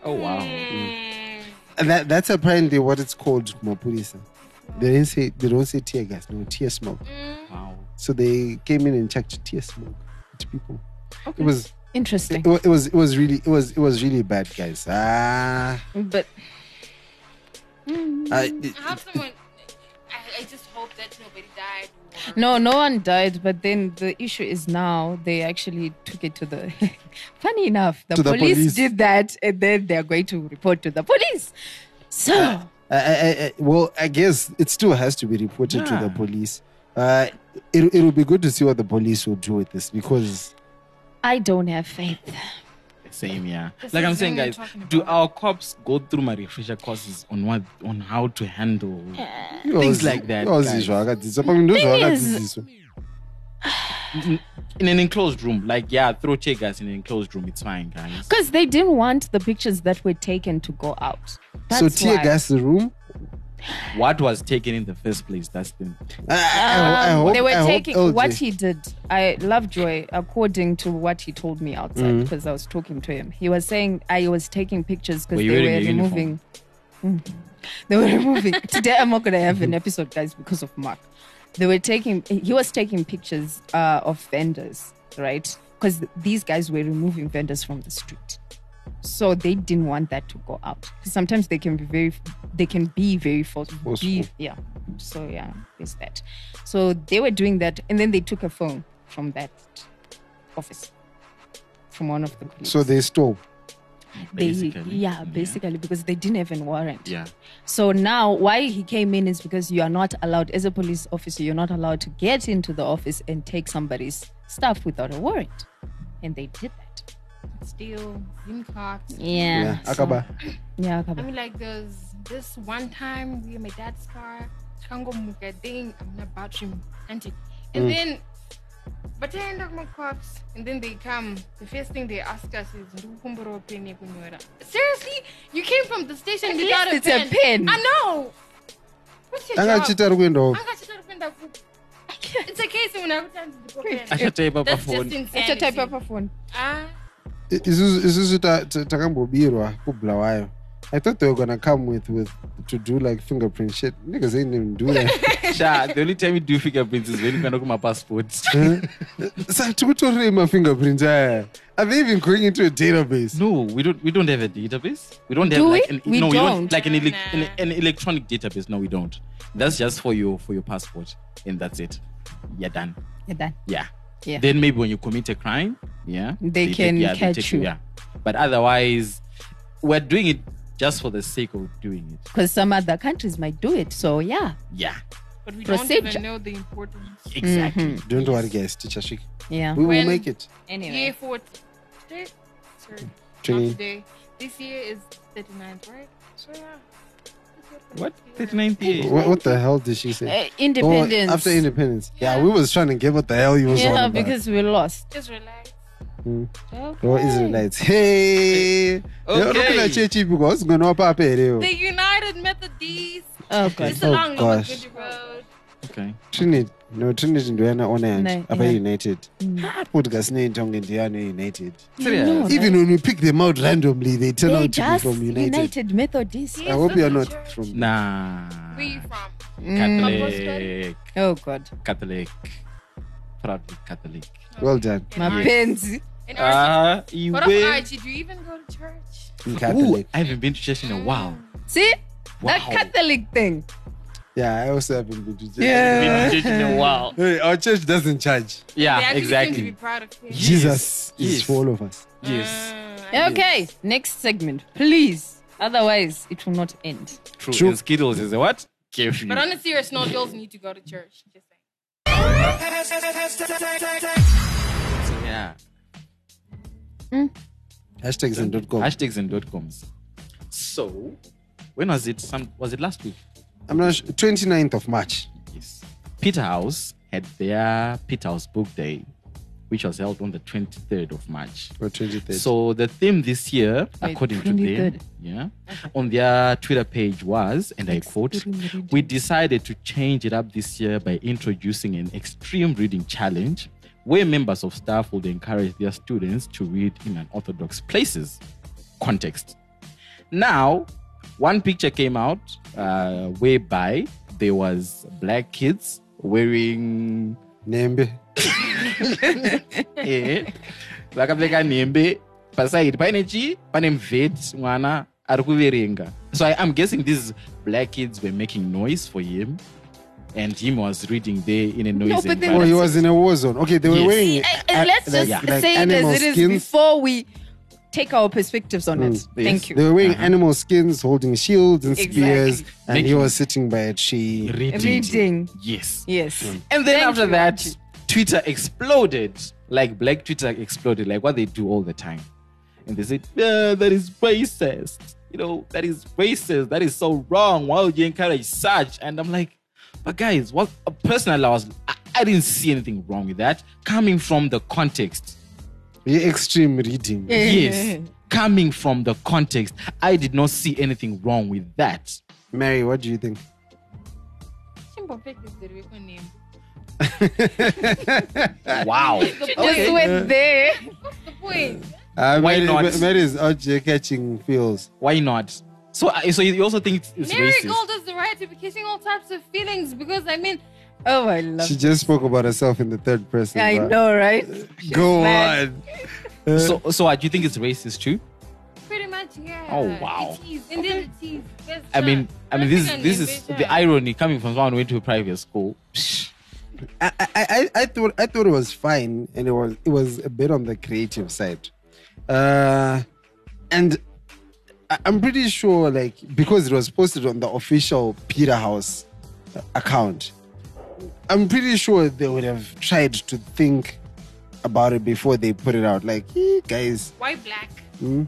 [SPEAKER 5] Oh wow.
[SPEAKER 6] Mm.
[SPEAKER 4] And that, that's apparently what it's called mapurisa they didn't say they don't say tear gas no tear smoke
[SPEAKER 6] Mm.
[SPEAKER 5] Wow.
[SPEAKER 4] so they came in and checked tear smoke to people it was
[SPEAKER 3] Interesting.
[SPEAKER 4] it, wa- it was it was really it was it was really bad guys ah
[SPEAKER 3] But
[SPEAKER 4] I,
[SPEAKER 6] How someone? I, I just hope that nobody died. Or,
[SPEAKER 3] no, no one died. But then the issue is now they actually took it to the. [laughs] Funny enough, the,
[SPEAKER 4] To the
[SPEAKER 3] police,
[SPEAKER 4] police.
[SPEAKER 3] did that, and then they're going to report to the police. So
[SPEAKER 4] I, I, I well i guess it still has to be reported to the
[SPEAKER 5] Yeah.
[SPEAKER 4] police uh it, it'll be good to see what the police will do with this because
[SPEAKER 3] I don't have faith.
[SPEAKER 5] Same, yeah.
[SPEAKER 6] This
[SPEAKER 5] Like I'm
[SPEAKER 6] is
[SPEAKER 5] saying,
[SPEAKER 6] what we're
[SPEAKER 5] guys,
[SPEAKER 6] talking
[SPEAKER 5] do
[SPEAKER 6] about.
[SPEAKER 5] our cops go through my refresher courses on what on how to handle? Things like that,
[SPEAKER 4] yozizwa akadzidziswa pamwe ndozva
[SPEAKER 3] Thing is-
[SPEAKER 4] akadzidziswa
[SPEAKER 5] In in an enclosed room, like yeah, throw tear gas in an enclosed room. It's fine, guys.
[SPEAKER 3] Because they didn't want the pictures that were taken to go out. That's
[SPEAKER 4] so tear
[SPEAKER 3] why.
[SPEAKER 4] gas the room
[SPEAKER 5] What was taken in the first place? That's the
[SPEAKER 4] I, I, I
[SPEAKER 3] Um,
[SPEAKER 4] hope,
[SPEAKER 3] they were
[SPEAKER 4] I
[SPEAKER 3] taking
[SPEAKER 4] hope LJ
[SPEAKER 3] what he did. I love Joy, according to what he told me outside, because I was talking to him. He was saying I was taking pictures
[SPEAKER 5] Were
[SPEAKER 3] because
[SPEAKER 5] you
[SPEAKER 3] they
[SPEAKER 5] wearing
[SPEAKER 3] were
[SPEAKER 5] your uniform?
[SPEAKER 3] removing. Mm. [laughs] They were removing. Today I'm not gonna have an episode, guys, because of Mark. They were taking. He was taking pictures uh, of vendors, right? Because these guys were removing vendors from the street. So they didn't want that to go out. 'Cause Sometimes they can be very, they can be very false.
[SPEAKER 4] Forceful.
[SPEAKER 3] be- yeah. So yeah, is that. So they were doing that, and then they took a phone from that office, from one of the police.
[SPEAKER 4] so they stole
[SPEAKER 3] they,
[SPEAKER 5] basically.
[SPEAKER 3] yeah, basically because they didn't have a warrant.
[SPEAKER 5] Yeah.
[SPEAKER 3] So now, why he came in is because you are not allowed, as a police officer, you're not allowed to get into the office and take somebody's stuff without a warrant, and they did that.
[SPEAKER 6] Steal SIM cards.
[SPEAKER 3] Yeah.
[SPEAKER 4] yeah
[SPEAKER 3] so-
[SPEAKER 4] akaba
[SPEAKER 3] Yeah.
[SPEAKER 6] I
[SPEAKER 3] Akaba.
[SPEAKER 6] mean, like, there's this one time we were in my dad's car. Kango muga ding. I'm in a bathroom. Antic. And
[SPEAKER 3] Mm.
[SPEAKER 6] then, but then I knock my cops. And then they come. The first thing they ask us is, "Ndukumbura peni kunyora." Seriously? You came from the station
[SPEAKER 3] At
[SPEAKER 6] without
[SPEAKER 3] least
[SPEAKER 6] a
[SPEAKER 3] it's a
[SPEAKER 6] pen.
[SPEAKER 3] pen.
[SPEAKER 6] I know. What's your
[SPEAKER 4] angachita
[SPEAKER 6] job?
[SPEAKER 4] ari kuendawo
[SPEAKER 6] Angachita kupenda ku- It's a case when I return to the pen.
[SPEAKER 5] I should type up a
[SPEAKER 6] That's just
[SPEAKER 5] phone.
[SPEAKER 6] insanity.
[SPEAKER 3] phone.
[SPEAKER 6] Ah,
[SPEAKER 4] isusu isusu ta- ta- takambobirwa kubulawayo i thought they were gonna come with with to do like fingerprint shit niggas ain't even do that
[SPEAKER 5] [laughs] Sha, the only time you do fingerprints is when you can look at my passports.
[SPEAKER 4] sa tikutorerei mafingerprint aya are they even going into a database
[SPEAKER 5] No, we don't. We don't have a database. We don't have
[SPEAKER 3] Do
[SPEAKER 5] like
[SPEAKER 3] we?
[SPEAKER 5] an,
[SPEAKER 3] We
[SPEAKER 5] no, we
[SPEAKER 3] don't.
[SPEAKER 5] don't like an, ele-
[SPEAKER 6] Nah.
[SPEAKER 5] an, an electronic database. No, we don't. That's just for your for your passport, and that's it. You're done.
[SPEAKER 3] Yeah, that.
[SPEAKER 5] Yeah.
[SPEAKER 3] Yeah.
[SPEAKER 5] Then maybe when you commit a crime, yeah,
[SPEAKER 3] They can catch you.
[SPEAKER 5] Yeah. But otherwise, we're doing it just for the sake of doing it.
[SPEAKER 3] Because some other countries might do it. So yeah.
[SPEAKER 5] Yeah.
[SPEAKER 6] but we don't
[SPEAKER 3] Procedure.
[SPEAKER 6] even know the importance.
[SPEAKER 5] Exactly.
[SPEAKER 3] Mhm.
[SPEAKER 4] don't worry guys tichasvika
[SPEAKER 3] Yeah.
[SPEAKER 4] we will
[SPEAKER 6] When-
[SPEAKER 4] make it
[SPEAKER 6] Year
[SPEAKER 3] Anyway.
[SPEAKER 6] 40. Today? Sorry.
[SPEAKER 4] Twenty-
[SPEAKER 6] Not today. This year is 39th, right? So, yeah.
[SPEAKER 3] Mm-hmm.
[SPEAKER 5] What? 39th
[SPEAKER 4] Wha-
[SPEAKER 5] year.
[SPEAKER 4] what, the hell did she say
[SPEAKER 3] Uh, independence.
[SPEAKER 4] Oh, after independence yeah.
[SPEAKER 6] Yeah.
[SPEAKER 4] we was trying to get what the hell you was on
[SPEAKER 3] yeah,
[SPEAKER 4] about.
[SPEAKER 3] because we lost.
[SPEAKER 6] Just relax.
[SPEAKER 5] Hmm.
[SPEAKER 4] or israelites hey they're looking at
[SPEAKER 1] Okay.
[SPEAKER 4] church because ngwana wa papa here
[SPEAKER 6] The United Methodist.
[SPEAKER 3] Oh
[SPEAKER 6] It's
[SPEAKER 3] god.
[SPEAKER 4] Oh,
[SPEAKER 6] along
[SPEAKER 4] gosh.
[SPEAKER 6] North Goody Road.
[SPEAKER 5] Okay.
[SPEAKER 4] trinity no trinity ndoyana ona yanje
[SPEAKER 3] No,
[SPEAKER 4] apa
[SPEAKER 3] yeah.
[SPEAKER 4] united
[SPEAKER 3] Mm.
[SPEAKER 4] kuti kasineiita kunge ndiyani united
[SPEAKER 5] Serious.
[SPEAKER 3] No,
[SPEAKER 4] even when we pick them out randomly they turn
[SPEAKER 3] They're
[SPEAKER 4] out to be
[SPEAKER 3] just
[SPEAKER 4] from united,
[SPEAKER 3] United Methodists.
[SPEAKER 4] i hope you're not
[SPEAKER 6] Church.
[SPEAKER 4] from
[SPEAKER 5] Nah.
[SPEAKER 6] Where you from?
[SPEAKER 5] Catholic.
[SPEAKER 3] Oh god.
[SPEAKER 5] Catholic. Probably Catholic.
[SPEAKER 4] well done
[SPEAKER 6] In
[SPEAKER 3] My
[SPEAKER 6] Orange-
[SPEAKER 3] penzi.
[SPEAKER 6] in Orange-
[SPEAKER 5] Ah, you
[SPEAKER 6] What of
[SPEAKER 5] win.
[SPEAKER 6] Archie? Do you even go to church?
[SPEAKER 4] in
[SPEAKER 5] Ooh,
[SPEAKER 4] catholic
[SPEAKER 5] I haven't been to church in a while.
[SPEAKER 3] See? That
[SPEAKER 5] Wow.
[SPEAKER 3] Catholic thing.
[SPEAKER 4] yeah i also haven't been to church
[SPEAKER 1] Been to church in a while.
[SPEAKER 4] Hey, our church doesn't charge
[SPEAKER 6] They
[SPEAKER 5] Yeah,
[SPEAKER 6] actually
[SPEAKER 5] Ah, exactly.
[SPEAKER 6] seem to be proud of you.
[SPEAKER 4] jesus is
[SPEAKER 5] yes.
[SPEAKER 4] for all of us
[SPEAKER 5] Yes.
[SPEAKER 6] Mm, I-
[SPEAKER 3] Okay, next segment, please. Otherwise, it will not end.
[SPEAKER 5] True.
[SPEAKER 4] True.
[SPEAKER 5] And Skittles is a what? Carefree.
[SPEAKER 6] But on a serious note, girls need to go to church. Just saying.
[SPEAKER 5] Yeah.
[SPEAKER 4] hashtags and dot com
[SPEAKER 5] Hashtags and dot coms. So, when was it? Some was it last week?
[SPEAKER 4] i'm not sure 29th of march
[SPEAKER 5] Yes. Peter House had their Peter House Book Day, which was held on the 23rd of March.
[SPEAKER 4] or 23rd
[SPEAKER 5] So the theme this year,
[SPEAKER 3] Wait,
[SPEAKER 5] according to them,
[SPEAKER 3] 23rd.
[SPEAKER 5] yeah, on their Twitter page was, and I quote,
[SPEAKER 3] Extreme reading.
[SPEAKER 5] "We decided to change it up this year by introducing an extreme reading challenge." Where members of staff would encourage their students to read in unorthodox places. Context. Now, one picture came out uh, whereby there was black kids wearing
[SPEAKER 4] nembe
[SPEAKER 5] [laughs] eh, vakapfeka nhembe pasaidi paine chii pane mvheti mwana ari kuverenga so I, i'm guessing these black kids were making noise for him and him was reading there in a
[SPEAKER 3] No,
[SPEAKER 5] noisy
[SPEAKER 3] but then-
[SPEAKER 4] oh he
[SPEAKER 5] environment.
[SPEAKER 4] was in a war zone okay they were
[SPEAKER 5] Yes.
[SPEAKER 4] wearing
[SPEAKER 3] I- I-
[SPEAKER 4] uh,
[SPEAKER 3] let's just
[SPEAKER 5] like-
[SPEAKER 4] like
[SPEAKER 3] say it
[SPEAKER 4] animal
[SPEAKER 3] as it is
[SPEAKER 4] skins. Hmm,
[SPEAKER 3] before we take our perspectives on it.
[SPEAKER 5] yes.
[SPEAKER 3] Thank
[SPEAKER 4] They
[SPEAKER 3] you.
[SPEAKER 4] were wearing
[SPEAKER 5] Uh-huh.
[SPEAKER 4] animal skins, holding shields and
[SPEAKER 3] Exactly.
[SPEAKER 4] spears, and he
[SPEAKER 5] Making-
[SPEAKER 4] was sitting by a tree.
[SPEAKER 5] reading.
[SPEAKER 3] Reading.
[SPEAKER 5] yes
[SPEAKER 3] Yes.
[SPEAKER 4] Hmm.
[SPEAKER 3] [laughs]
[SPEAKER 5] and then
[SPEAKER 3] Thank
[SPEAKER 5] after
[SPEAKER 3] you,
[SPEAKER 5] that
[SPEAKER 3] Auntie.
[SPEAKER 5] twitter exploded like black twitter exploded like what they do all the time and they said "Ah, that is racist you know that is racist that is so wrong why would you encourage such and i'm like but guys what uh, personally i was I, I didn't see anything wrong with that coming from the
[SPEAKER 3] [laughs]
[SPEAKER 5] context
[SPEAKER 4] Yeah, extreme reading.
[SPEAKER 3] Yeah.
[SPEAKER 5] yes coming from the context i did not see anything wrong with
[SPEAKER 3] [laughs]
[SPEAKER 5] that
[SPEAKER 4] Mary, what do you think?
[SPEAKER 6] Chimbo pick is the real name.
[SPEAKER 5] wow
[SPEAKER 3] Just went there.
[SPEAKER 6] What's the point?
[SPEAKER 4] Uh,
[SPEAKER 5] Why
[SPEAKER 4] Mary,
[SPEAKER 5] not?
[SPEAKER 4] Mary's out here catching feels.
[SPEAKER 5] why not so I- so you also think it's, it's
[SPEAKER 6] Mary
[SPEAKER 5] racist
[SPEAKER 6] Gold has the right to be kissing all types of feelings because I mean,
[SPEAKER 3] Oh, I love
[SPEAKER 4] She just spoke about herself in the third person.
[SPEAKER 3] I
[SPEAKER 4] bruh.
[SPEAKER 3] know, right?
[SPEAKER 4] Go
[SPEAKER 3] mad.
[SPEAKER 4] on. Uh,
[SPEAKER 5] So, so uh, do you think it's racist too?
[SPEAKER 6] pretty much, yeah.
[SPEAKER 5] Oh, wow.
[SPEAKER 6] It is. And then it is. Yes,
[SPEAKER 5] I
[SPEAKER 6] sir.
[SPEAKER 5] mean, I mean, this
[SPEAKER 6] African
[SPEAKER 5] this is
[SPEAKER 6] ambition.
[SPEAKER 5] the irony coming from someone who went to a private school. Psh,
[SPEAKER 4] I, I, I, I thought I thought it was fine, and it was it was a bit on the creative side, uh, and I, I'm pretty sure like because it was posted on the official Peter House account, I'm pretty sure they would have tried to think about it before they put it out. Like "Eh, guys,
[SPEAKER 6] Why black? Huh?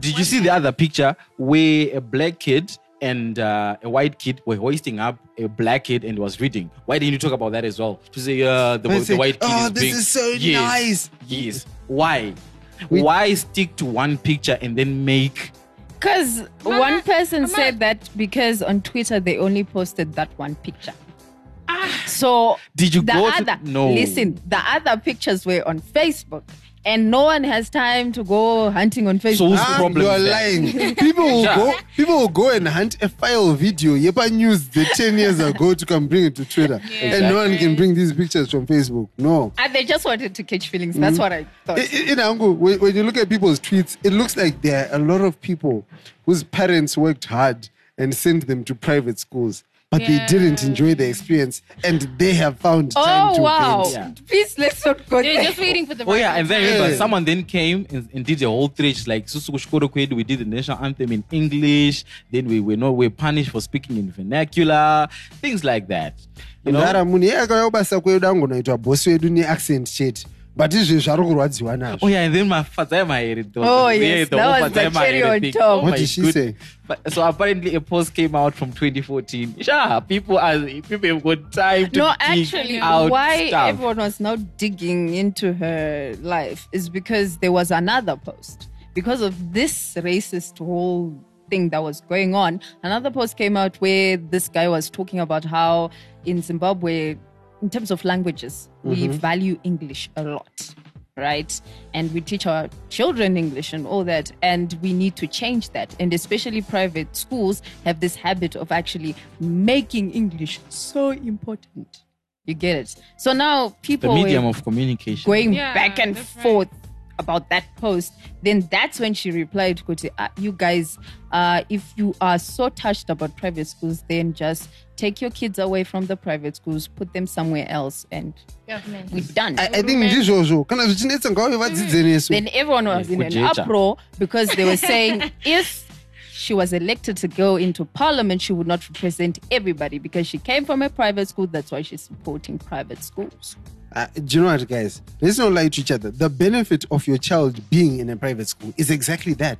[SPEAKER 5] Did
[SPEAKER 6] Why
[SPEAKER 5] you see the
[SPEAKER 6] black?
[SPEAKER 5] other picture where a black kid and uh, a white kid were hoisting up a black kid and was reading? Why didn't you talk about that as well? To say uh, the,
[SPEAKER 4] I
[SPEAKER 5] the
[SPEAKER 4] say,
[SPEAKER 5] white kid
[SPEAKER 4] oh,
[SPEAKER 5] is
[SPEAKER 4] this
[SPEAKER 5] being-
[SPEAKER 4] is so
[SPEAKER 5] Yes,
[SPEAKER 4] nice.
[SPEAKER 5] Yes. Why?
[SPEAKER 4] We-
[SPEAKER 5] Why stick to one picture and then make?
[SPEAKER 3] Because
[SPEAKER 6] Mama,
[SPEAKER 3] one person
[SPEAKER 6] Mama.
[SPEAKER 3] said that because on Twitter they only posted that one picture.
[SPEAKER 6] Ah.
[SPEAKER 3] So
[SPEAKER 5] Did you
[SPEAKER 3] the
[SPEAKER 5] go
[SPEAKER 3] other
[SPEAKER 5] to no?
[SPEAKER 3] listen, the other pictures were on Facebook. And no one has time to go hunting on
[SPEAKER 5] So
[SPEAKER 3] Facebook.
[SPEAKER 5] who's the
[SPEAKER 4] ah,
[SPEAKER 5] problem?
[SPEAKER 4] you are
[SPEAKER 5] with that?
[SPEAKER 4] lying. People will
[SPEAKER 5] Yeah.
[SPEAKER 4] go. People will go and hunt a file video. Yepa news the ten years ago to come bring it to Twitter, and no one can bring these pictures from Facebook. No.
[SPEAKER 3] and Ah, they just wanted to catch feelings.
[SPEAKER 5] Hmm?
[SPEAKER 3] That's what I thought.
[SPEAKER 4] I- I- In Angu, when when you look at people's tweets, it looks like there are a lot of people whose parents worked hard and sent them to private schools, but
[SPEAKER 6] Yeah.
[SPEAKER 4] they didn't enjoy the experience, and they have found time
[SPEAKER 3] oh
[SPEAKER 4] to
[SPEAKER 3] wow!
[SPEAKER 4] vent.
[SPEAKER 5] Yeah.
[SPEAKER 3] Please let's not go
[SPEAKER 6] They're
[SPEAKER 3] there.
[SPEAKER 6] just waiting for the
[SPEAKER 5] Oh
[SPEAKER 6] right
[SPEAKER 5] yeah, and then I
[SPEAKER 6] time.
[SPEAKER 5] remember
[SPEAKER 4] Yeah.
[SPEAKER 5] someone then came and, and did a whole thread like "Susuku Shukuru Kwedi," we did the national anthem in English. Then we were not we were punished for speaking in vernacular, things like that. You know,
[SPEAKER 3] um,
[SPEAKER 4] mudhara munhu iye akauyabasa kwedu angonoitwa bosi wedu neaccent chete but izvi zvari kurwadziwa
[SPEAKER 5] Oh
[SPEAKER 4] nazvo
[SPEAKER 5] yeah, and then my father Maere, the,
[SPEAKER 3] Oh,
[SPEAKER 5] the,
[SPEAKER 3] yes,
[SPEAKER 5] the
[SPEAKER 3] that
[SPEAKER 5] whole
[SPEAKER 3] was the
[SPEAKER 5] Father
[SPEAKER 3] cherry
[SPEAKER 5] Maere
[SPEAKER 3] on
[SPEAKER 5] thing.
[SPEAKER 3] top.
[SPEAKER 5] Oh
[SPEAKER 4] What
[SPEAKER 5] my
[SPEAKER 4] did she
[SPEAKER 5] good-
[SPEAKER 4] say?
[SPEAKER 5] But- So apparently a post came out from 2014. Yeah, people are people have got time to
[SPEAKER 3] no
[SPEAKER 5] dig
[SPEAKER 3] actually
[SPEAKER 5] out
[SPEAKER 3] why
[SPEAKER 5] stuff.
[SPEAKER 3] everyone was now digging into her life is because there was another post because of this racist whole thing that was going on another post came out where this guy was talking about how in zimbabwe in terms of languages we value english a lot right and we teach our children english and all that and we need to change that and especially private schools have this habit of actually making english so important you get it so now
[SPEAKER 5] the
[SPEAKER 3] people
[SPEAKER 5] medium
[SPEAKER 3] were
[SPEAKER 5] of communication.
[SPEAKER 3] going
[SPEAKER 6] Yeah,
[SPEAKER 3] back and
[SPEAKER 6] that's right.
[SPEAKER 3] forth about that post then that's when she replied Kuti, uh, you guys uh, if you are so touched about private schools then just take your kids away from the private schools put them somewhere else and
[SPEAKER 6] Government.
[SPEAKER 3] we're done
[SPEAKER 4] I, I think ndizvozvo kana zvichinetsa ngavave vadzidze nesu
[SPEAKER 3] then everyone was in an
[SPEAKER 5] Kujeja.
[SPEAKER 3] uproar because they were saying if she was elected to go into parliament, she would not represent everybody because she came from a private school. That's why she's supporting private schools.
[SPEAKER 4] Uh, do you know what, guys? Let's not lie to each other. The benefit of your child being in a private school is exactly that.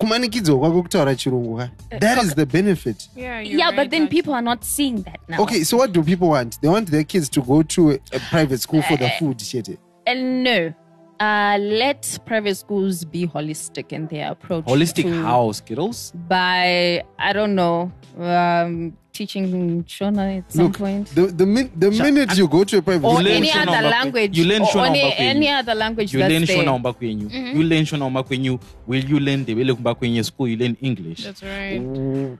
[SPEAKER 4] kumanikidzwa kwako kutaura chirungu ka
[SPEAKER 3] Eh,
[SPEAKER 4] that is the benefit
[SPEAKER 6] Yeah, you're
[SPEAKER 3] Yeah, but
[SPEAKER 6] right,
[SPEAKER 3] then
[SPEAKER 6] Dad.
[SPEAKER 3] people are not seeing that now.
[SPEAKER 4] okay so what do people want they want their kids to go to a, a private school for
[SPEAKER 3] Eh,
[SPEAKER 4] the food chete
[SPEAKER 3] And no, uh, let private schools be holistic in their approach.
[SPEAKER 5] Holistic
[SPEAKER 3] to-
[SPEAKER 5] how, Skittles?
[SPEAKER 3] By, I don't know, um, teaching Shona at some
[SPEAKER 4] Look,
[SPEAKER 3] point.
[SPEAKER 4] the, the, min, the minute you go to a private
[SPEAKER 3] Or
[SPEAKER 5] You learn
[SPEAKER 3] any
[SPEAKER 4] school
[SPEAKER 5] Shona
[SPEAKER 3] other
[SPEAKER 5] Mbakwe-
[SPEAKER 3] language.
[SPEAKER 5] you learn
[SPEAKER 3] or
[SPEAKER 5] Shona
[SPEAKER 3] any,
[SPEAKER 5] Mbakwe.
[SPEAKER 3] any other language
[SPEAKER 5] You
[SPEAKER 3] that's
[SPEAKER 5] learn
[SPEAKER 3] there.
[SPEAKER 5] Shona Mbakwenyu.
[SPEAKER 3] Mm-hmm.
[SPEAKER 5] You learn Shona Mbakwenyu. Will you learn the Wele Mbakwenyu school? You learn English.
[SPEAKER 6] That's right.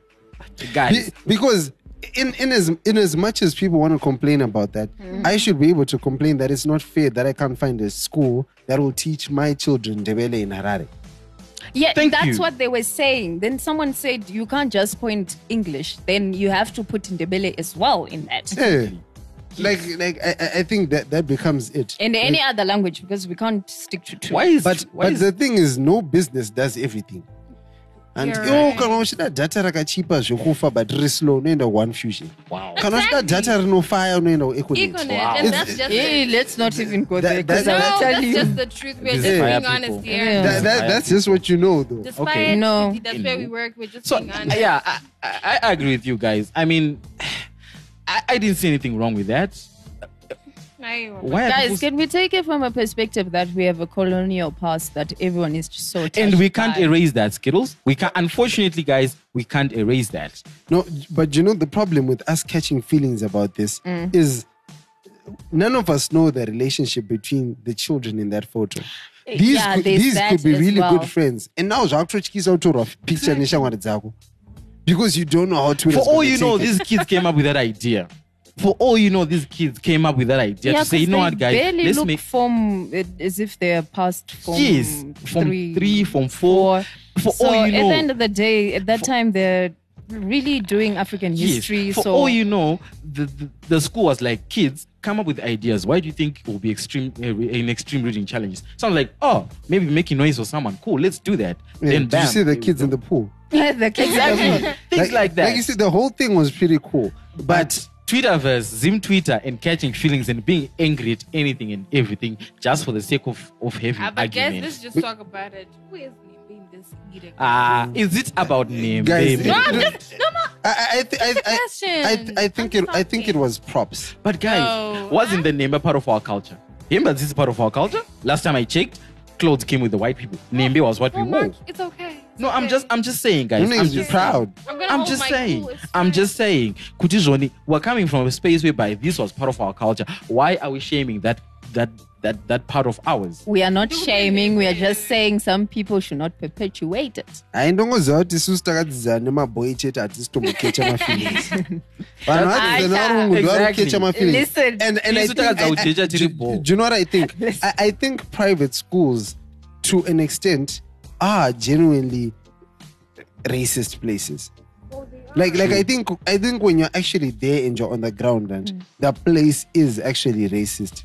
[SPEAKER 4] Be-
[SPEAKER 5] Guys,
[SPEAKER 4] because in, in, as, in as much as people want to complain about that i should be able to complain that it's not fair that i can't find a school that will teach my children ndebele in harare
[SPEAKER 3] Yeah,
[SPEAKER 5] Thank
[SPEAKER 3] that's
[SPEAKER 5] you.
[SPEAKER 3] what they were saying. Then someone said you can't just point English. Then you have to put Ndebele as well in that.
[SPEAKER 4] Yeah. Like, like I, I- I think that that becomes it.
[SPEAKER 3] And any other language because we can't stick to two.
[SPEAKER 5] why is
[SPEAKER 4] but
[SPEAKER 5] why
[SPEAKER 4] but
[SPEAKER 5] is
[SPEAKER 4] the thing is, no business does everything. And
[SPEAKER 6] You're
[SPEAKER 4] yo,
[SPEAKER 6] right.
[SPEAKER 4] kana uchida data rakachipa zvokufa but riri slow unoenda one fusion
[SPEAKER 5] wow?
[SPEAKER 4] kana uchida data rinofaya unoenda
[SPEAKER 6] Econet,
[SPEAKER 4] ueconet
[SPEAKER 6] and
[SPEAKER 4] It's-
[SPEAKER 6] that's just
[SPEAKER 3] Eh,
[SPEAKER 6] the-
[SPEAKER 3] let's not even go
[SPEAKER 4] That-
[SPEAKER 3] there because
[SPEAKER 6] no,
[SPEAKER 4] that-
[SPEAKER 3] I'll tell
[SPEAKER 6] that's
[SPEAKER 3] you.
[SPEAKER 6] just the truth. We're
[SPEAKER 5] These
[SPEAKER 6] just
[SPEAKER 4] are
[SPEAKER 6] being
[SPEAKER 5] fire
[SPEAKER 6] honest
[SPEAKER 5] people.
[SPEAKER 6] here.
[SPEAKER 3] Yeah.
[SPEAKER 4] That- that- that's just what you know though
[SPEAKER 6] Despite
[SPEAKER 5] Okay.
[SPEAKER 3] No.
[SPEAKER 6] that's where we work. We're just
[SPEAKER 5] So
[SPEAKER 6] being honest.
[SPEAKER 5] yeah, I, I, I agree with you guys. I mean, [sighs] I, I didn't see anything wrong with that.
[SPEAKER 6] I-
[SPEAKER 5] Why are people
[SPEAKER 3] Guys, can we take it from a perspective that we have a colonial past that everyone is just so touched
[SPEAKER 5] and we can't
[SPEAKER 3] by?
[SPEAKER 5] erase that, Skittles. We can not unfortunately, guys, we can't erase that.
[SPEAKER 4] No, but you know the problem with us catching feelings about this
[SPEAKER 3] Mm.
[SPEAKER 4] is none of us know the relationship between the children in that photo.
[SPEAKER 3] Eh,
[SPEAKER 4] These,
[SPEAKER 3] yeah,
[SPEAKER 4] could,
[SPEAKER 3] there's
[SPEAKER 4] these
[SPEAKER 3] that
[SPEAKER 4] could be
[SPEAKER 3] as
[SPEAKER 4] really
[SPEAKER 3] well.
[SPEAKER 4] good friends. And now zvakutotyisa kutorwa picture neshamwari dzako because you don't know how to
[SPEAKER 5] For all you know, these kids came up with that idea. For all you know, these kids came up with that idea
[SPEAKER 3] Yeah,
[SPEAKER 5] to say, you
[SPEAKER 3] 'cause
[SPEAKER 5] know
[SPEAKER 3] they
[SPEAKER 5] what, guys,
[SPEAKER 3] barely
[SPEAKER 5] let's
[SPEAKER 3] look
[SPEAKER 5] make
[SPEAKER 3] form it, as if they're past form.
[SPEAKER 5] yes from three, from four. For
[SPEAKER 3] so
[SPEAKER 5] all you
[SPEAKER 3] at
[SPEAKER 5] know,
[SPEAKER 3] the end of the day, at that time, they're really doing African
[SPEAKER 5] Yes.
[SPEAKER 3] history.
[SPEAKER 5] For
[SPEAKER 3] so
[SPEAKER 5] all you know, the, the, the school was like, kids, come up with ideas. Why do you think it will be extreme uh, re- an extreme reading challenge? Sounds like, oh, maybe making noise for someone. Cool, let's do that.
[SPEAKER 4] Yeah,
[SPEAKER 5] then
[SPEAKER 4] did
[SPEAKER 5] bam,
[SPEAKER 4] you see the
[SPEAKER 5] there we
[SPEAKER 4] kids
[SPEAKER 5] go.
[SPEAKER 4] in the pool?
[SPEAKER 3] [laughs] the kids are
[SPEAKER 5] [laughs] things like, that.
[SPEAKER 4] Like you see, the whole thing was pretty cool. But
[SPEAKER 5] but Twitterverse, Zim Twitter, and catching feelings and being angry at anything and everything just for the sake of of having
[SPEAKER 6] Ah, but guys, let's
[SPEAKER 5] arguments.
[SPEAKER 6] just talk about it. Who is being this eater?
[SPEAKER 5] Ah, is it about name,
[SPEAKER 4] Guys,
[SPEAKER 5] baby?
[SPEAKER 6] no,
[SPEAKER 4] it-
[SPEAKER 6] I'm just no, no.
[SPEAKER 4] I, I, I, thi- I, I,
[SPEAKER 6] question.
[SPEAKER 4] I, I think it, I think it was props.
[SPEAKER 5] But guys,
[SPEAKER 6] No.
[SPEAKER 5] wasn't the Nembe part of our culture? Remember, this is part of our culture. Last time I checked, clothes came with the white people. Nembe was what we
[SPEAKER 6] No, Oh,
[SPEAKER 5] wore.
[SPEAKER 6] Mark, it's okay. It's
[SPEAKER 5] No, I'm
[SPEAKER 6] okay.
[SPEAKER 5] just, I'm just saying,
[SPEAKER 4] You
[SPEAKER 5] guys.
[SPEAKER 4] know,
[SPEAKER 5] I'm
[SPEAKER 4] he's
[SPEAKER 5] just
[SPEAKER 4] proud.
[SPEAKER 6] I'm, gonna
[SPEAKER 5] I'm
[SPEAKER 6] hold
[SPEAKER 5] just
[SPEAKER 6] oh my
[SPEAKER 5] saying.
[SPEAKER 6] cool. It's
[SPEAKER 5] I'm
[SPEAKER 6] fine.
[SPEAKER 5] just saying. Kutizoni, we're coming from a space whereby this was part of our culture. Why are we shaming that that that that part of ours?
[SPEAKER 3] we are not shaming. We are just saying some people should not perpetuate it. [laughs]
[SPEAKER 4] haindongoziva kuti isusu takadzidzana nemaboy chete hatisi tombokecha mafeelings vanhu vatidzana
[SPEAKER 3] Aisha.
[SPEAKER 4] varungu ndovarikecha
[SPEAKER 5] Exactly.
[SPEAKER 4] mafeelings
[SPEAKER 3] Listen.
[SPEAKER 4] and, and I
[SPEAKER 5] Isu
[SPEAKER 4] think, I, I,
[SPEAKER 5] takadzakujeja
[SPEAKER 4] do,
[SPEAKER 5] tiri
[SPEAKER 4] do
[SPEAKER 5] ball.
[SPEAKER 4] you know what i think I, i think private schools to an extent are genuinely racist places like like i think i think when you're actually there and you're on the ground and the place is actually racist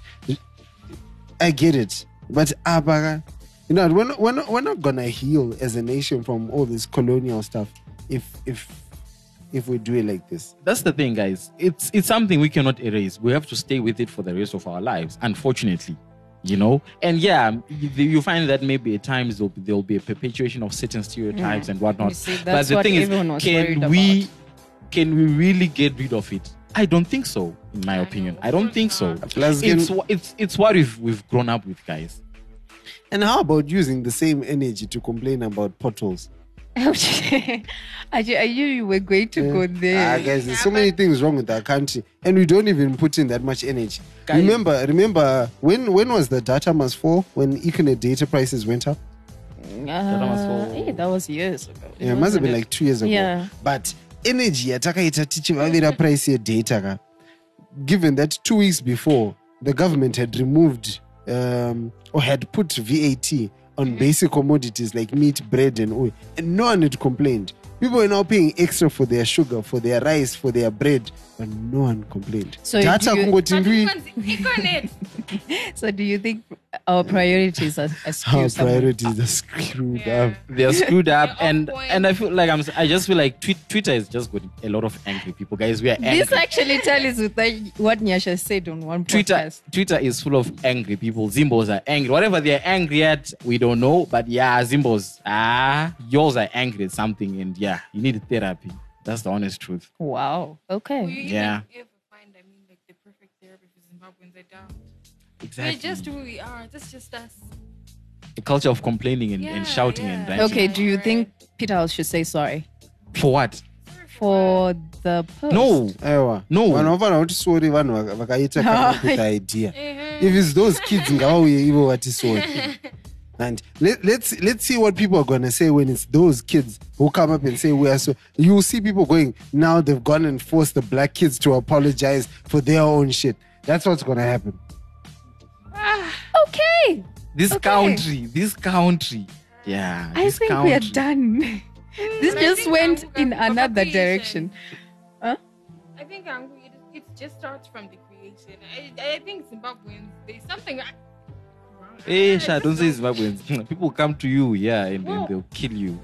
[SPEAKER 4] i get it but abaga you know we're not, we're, not, we're not gonna heal as a nation from all this colonial stuff if if if we do it like this
[SPEAKER 5] That's the thing, guys. It's it's something we cannot erase. We have to stay with it for the rest of our lives. Unfortunately, you know and yeah you, you find that maybe at times there'll be, there'll be a perpetuation of certain stereotypes and
[SPEAKER 3] You
[SPEAKER 5] whatnot
[SPEAKER 3] see,
[SPEAKER 5] but
[SPEAKER 3] that's
[SPEAKER 5] the
[SPEAKER 3] what
[SPEAKER 5] thing
[SPEAKER 3] everyone was
[SPEAKER 5] is
[SPEAKER 3] worried
[SPEAKER 5] can we can we really get rid of it i don't think so in my
[SPEAKER 6] I
[SPEAKER 5] opinion
[SPEAKER 6] know,
[SPEAKER 5] i don't
[SPEAKER 6] of
[SPEAKER 5] think
[SPEAKER 6] course
[SPEAKER 5] so
[SPEAKER 6] not.
[SPEAKER 4] Plus,
[SPEAKER 5] it's
[SPEAKER 4] can-
[SPEAKER 5] wha- it's it's what we've, we've grown up with guys
[SPEAKER 4] and how about using the same energy to complain about potholes?
[SPEAKER 3] about. I, ju- I knew you were going to go
[SPEAKER 4] Ah,
[SPEAKER 3] there.
[SPEAKER 4] guys, there's so many things wrong with our country, and we don't even put in that much energy.
[SPEAKER 5] Guys-
[SPEAKER 4] Remember, remember when when was the data must fall when Econet data prices went up?
[SPEAKER 3] that,
[SPEAKER 5] was
[SPEAKER 3] was
[SPEAKER 5] for-
[SPEAKER 3] Uh, hey, that was years ago.
[SPEAKER 4] Yeah, it must have
[SPEAKER 3] wasn't
[SPEAKER 4] been like two years ago.
[SPEAKER 3] Yeah.
[SPEAKER 4] But energy yatakaita tichivavira price yedata ka. Given that two weeks before the government had removed um, or had put VAT
[SPEAKER 3] Mm.
[SPEAKER 4] on basic commodities like meat, bread, and oil, and no one had complained. People were now paying extra for their sugar, for their rice, for their bread, but no one complained.
[SPEAKER 3] So
[SPEAKER 4] data
[SPEAKER 3] you-
[SPEAKER 4] kungoti
[SPEAKER 6] But
[SPEAKER 4] ndui-
[SPEAKER 6] Econ's- Econet.
[SPEAKER 3] So do you think our priorities are, are
[SPEAKER 4] Our
[SPEAKER 3] skewed somewhat?
[SPEAKER 4] priorities are screwed
[SPEAKER 6] Yeah.
[SPEAKER 4] up.
[SPEAKER 5] they're
[SPEAKER 3] [laughs]
[SPEAKER 5] screwed up
[SPEAKER 6] They're off
[SPEAKER 5] and
[SPEAKER 6] point.
[SPEAKER 5] and i feel like i'm s- i just feel like tweet, twitter is just got a lot of angry people guys we are angry
[SPEAKER 3] This actually tells you that what Nyasha said on one
[SPEAKER 5] Twitter
[SPEAKER 3] podcast.
[SPEAKER 5] Twitter is full of angry people. Zimbos are angry. Whatever they're angry at, we don't know. But yeah, Zimbos, ah, yours are angry at something, and yeah, you need therapy. That's the honest truth.
[SPEAKER 3] Wow.
[SPEAKER 6] Will
[SPEAKER 3] Okay.
[SPEAKER 6] you
[SPEAKER 5] Yeah.
[SPEAKER 6] even ever find, I mean, like the perfect therapy for Zimbabweans? I doubt.
[SPEAKER 5] Exactly.
[SPEAKER 6] We're just who we are. That's just us.
[SPEAKER 5] the culture of complaining and,
[SPEAKER 6] Yeah,
[SPEAKER 5] and shouting
[SPEAKER 6] yeah.
[SPEAKER 5] and ranting.
[SPEAKER 3] Okay. Do you think Peter House should say sorry
[SPEAKER 5] For what?
[SPEAKER 6] Sorry what?
[SPEAKER 3] for the post?
[SPEAKER 5] No.
[SPEAKER 4] aiwa
[SPEAKER 5] No.
[SPEAKER 4] vanhu vafana kuti sori vanhu vaka-
[SPEAKER 3] [laughs]
[SPEAKER 4] vakaita kakuta idea if it's those kids ngavauye ivo vati sori and let, let's, let's see what people are going to say when it's those kids who come up and say we are so you'll see people going now they've gone and forced the black kids to apologize for their own shit that's what's going to happen
[SPEAKER 6] Ah,
[SPEAKER 3] Okay.
[SPEAKER 5] This
[SPEAKER 3] Okay.
[SPEAKER 5] country, this country. Yeah.
[SPEAKER 3] I
[SPEAKER 5] this
[SPEAKER 3] think
[SPEAKER 5] country.
[SPEAKER 3] we are done. [laughs] this
[SPEAKER 6] But I
[SPEAKER 3] just
[SPEAKER 6] think
[SPEAKER 3] went
[SPEAKER 6] I'm-
[SPEAKER 3] in
[SPEAKER 6] I'm
[SPEAKER 3] another
[SPEAKER 6] probably
[SPEAKER 3] direction. [laughs]
[SPEAKER 6] I think I'm, it, it just starts from the creation. I, I think Zimbabweans, there's something. I,
[SPEAKER 5] Hey,
[SPEAKER 6] I
[SPEAKER 5] Sha, Eh,
[SPEAKER 6] just
[SPEAKER 5] don't say
[SPEAKER 6] know.
[SPEAKER 5] Zimbabweans. [laughs] People come to you, yeah, and,
[SPEAKER 6] No.
[SPEAKER 5] and they'll kill you.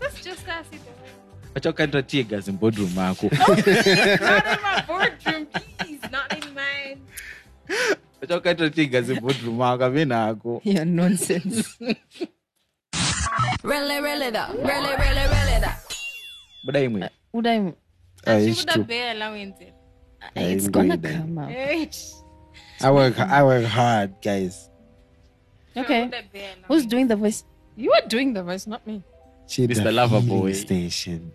[SPEAKER 6] That's just us. you know.
[SPEAKER 5] Vachakaita tear gas in
[SPEAKER 3] [laughs]
[SPEAKER 5] boardroom mako.
[SPEAKER 6] Not in my boardroom, please. Not in
[SPEAKER 5] [laughs]
[SPEAKER 6] mine.
[SPEAKER 5] Vachakaita tear gas in boardroom mako. Ave nako.
[SPEAKER 3] Yeah, [laughs] nonsense.
[SPEAKER 7] Really, really, though. Really, really, really, though.
[SPEAKER 5] Budai mwe.
[SPEAKER 3] Would I?
[SPEAKER 4] Ah,
[SPEAKER 6] And she
[SPEAKER 4] it's
[SPEAKER 6] would
[SPEAKER 4] true.
[SPEAKER 6] have bear allowance it.
[SPEAKER 3] It's
[SPEAKER 4] I'm
[SPEAKER 3] gonna
[SPEAKER 4] going there.
[SPEAKER 3] come up.
[SPEAKER 6] Eh,
[SPEAKER 4] i work i work hard guys
[SPEAKER 6] sure,
[SPEAKER 3] Okay.
[SPEAKER 6] would have bear
[SPEAKER 3] Who's
[SPEAKER 6] allowance.
[SPEAKER 3] doing the voice? You are doing the voice, not me.
[SPEAKER 4] She
[SPEAKER 5] Mr.
[SPEAKER 4] the
[SPEAKER 5] Lover
[SPEAKER 4] healing
[SPEAKER 5] Boy.
[SPEAKER 4] station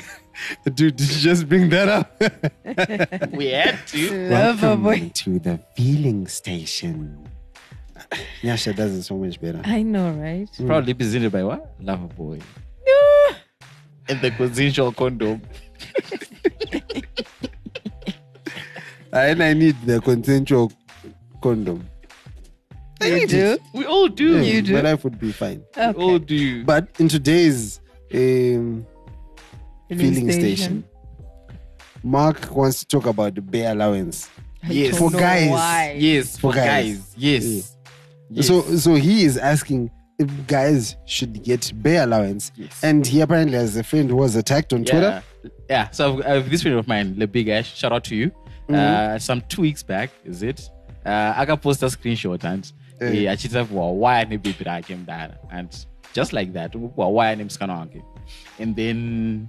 [SPEAKER 4] [laughs] dude did you just bring that up
[SPEAKER 5] [laughs] We had to.
[SPEAKER 3] Lover boy.
[SPEAKER 4] to the feeling station. Nyasha does it so much better.
[SPEAKER 3] I know, right?
[SPEAKER 4] Mm.
[SPEAKER 5] Proudly presented by what? Lover Boy. And the consensual condom.
[SPEAKER 4] And I need the consensual condom.
[SPEAKER 3] You do.
[SPEAKER 5] We all do.
[SPEAKER 3] You do.
[SPEAKER 4] My life would be fine.
[SPEAKER 5] We all
[SPEAKER 3] Okay.
[SPEAKER 5] do.
[SPEAKER 4] But in today's um, feeling station, Mark wants to talk about the bear allowance.
[SPEAKER 3] I
[SPEAKER 5] Yes.
[SPEAKER 3] don't
[SPEAKER 4] For
[SPEAKER 3] know
[SPEAKER 4] guys.
[SPEAKER 3] why.
[SPEAKER 5] yes, for
[SPEAKER 4] For
[SPEAKER 5] guys.
[SPEAKER 4] guys.
[SPEAKER 5] Yes. Yes.
[SPEAKER 4] So, so he is asking if guys should get bear allowance.
[SPEAKER 5] Yes.
[SPEAKER 4] And he apparently has a friend who was attacked on Twitter.
[SPEAKER 5] Yeah. Yeah. So I've, I've this friend of mine, Le Big Ash, shout out to you.
[SPEAKER 4] Mm-hmm.
[SPEAKER 5] Uh, some two weeks back, is it? Uh, I got post a screenshot and
[SPEAKER 4] Eh.
[SPEAKER 5] he actually said, well, why any baby that I came down? And just like that, well, why name Skanoanke? And then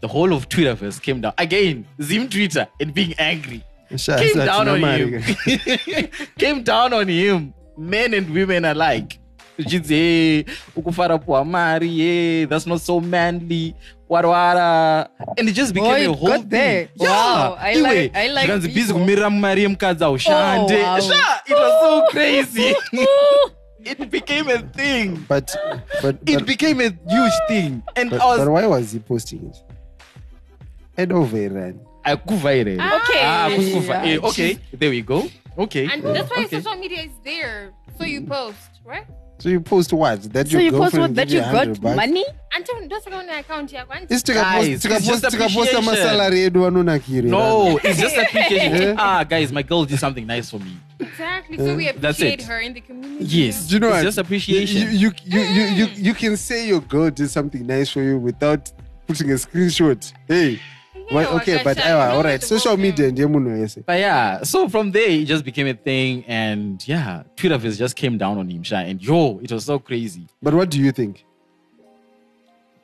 [SPEAKER 5] the whole of Twitterverse came down again, Zim Twitter and being angry.
[SPEAKER 4] Sha-
[SPEAKER 5] Came
[SPEAKER 4] sha-
[SPEAKER 5] down
[SPEAKER 4] [laughs]
[SPEAKER 5] on
[SPEAKER 4] Marika.
[SPEAKER 5] him. [laughs] came down on him, men and women alike. She's hey, ukufara puamari, hey, that's not so manly. Warwara. And it just became
[SPEAKER 3] Oh,
[SPEAKER 5] a
[SPEAKER 3] it
[SPEAKER 5] whole
[SPEAKER 3] got
[SPEAKER 5] thing.
[SPEAKER 3] there.
[SPEAKER 5] Yeah.
[SPEAKER 3] Wow, I
[SPEAKER 5] Iwe,
[SPEAKER 3] like- I like
[SPEAKER 5] zvikanzi busy
[SPEAKER 3] people.
[SPEAKER 5] kumirira mumari yemukadzi aushande.
[SPEAKER 3] Oh, wow.
[SPEAKER 5] Sha, it was
[SPEAKER 3] [laughs]
[SPEAKER 5] so crazy. it became a thing.
[SPEAKER 4] But, but,
[SPEAKER 5] It
[SPEAKER 4] but-
[SPEAKER 5] became a huge thing. And
[SPEAKER 4] But,
[SPEAKER 5] I was
[SPEAKER 4] but why was he posting it? Head over Iran.
[SPEAKER 5] akuva here.
[SPEAKER 6] Okay.
[SPEAKER 5] Ah, akuva.
[SPEAKER 3] Yeah.
[SPEAKER 5] Eh, okay, there we go. Okay.
[SPEAKER 6] And that's why
[SPEAKER 5] okay.
[SPEAKER 6] social media is there. So you post, right?
[SPEAKER 4] So you post what? That
[SPEAKER 3] So
[SPEAKER 4] your
[SPEAKER 3] you post what
[SPEAKER 4] girlfriend
[SPEAKER 3] that
[SPEAKER 4] gave
[SPEAKER 3] you
[SPEAKER 4] you 100
[SPEAKER 3] got
[SPEAKER 4] bucks?
[SPEAKER 3] money?
[SPEAKER 6] Until that's not an account here. Once
[SPEAKER 4] Isi tika
[SPEAKER 5] Guys,
[SPEAKER 4] post- tika
[SPEAKER 5] it's just
[SPEAKER 4] post- tika posta
[SPEAKER 5] appreciation.
[SPEAKER 4] masalary edu anonakira Iran.
[SPEAKER 5] No, it's just
[SPEAKER 4] [laughs]
[SPEAKER 5] appreciation.
[SPEAKER 4] Yeah.
[SPEAKER 5] ah, guys, my girl did something nice for me.
[SPEAKER 6] exactly. So we
[SPEAKER 5] Uh, That's
[SPEAKER 6] appreciate
[SPEAKER 5] it.
[SPEAKER 6] her in the community.
[SPEAKER 5] Yes,
[SPEAKER 4] Do you know
[SPEAKER 5] it's
[SPEAKER 4] what?
[SPEAKER 5] just appreciation.
[SPEAKER 4] You, you, you, you, you, you can say your girl did something nice for you without putting a screenshot. Hey, Why-
[SPEAKER 6] No,
[SPEAKER 4] okay,
[SPEAKER 6] like I
[SPEAKER 4] but
[SPEAKER 6] said,
[SPEAKER 4] ewa,
[SPEAKER 6] remember
[SPEAKER 4] all right.
[SPEAKER 6] the
[SPEAKER 4] Social
[SPEAKER 6] whole
[SPEAKER 4] media
[SPEAKER 6] thing.
[SPEAKER 4] ndiye munhu wese.
[SPEAKER 5] But yeah, so from there it just became a thing, and yeah, Twitter fizz just came down on him, sha, and yo, it was so crazy.
[SPEAKER 4] But what do you think?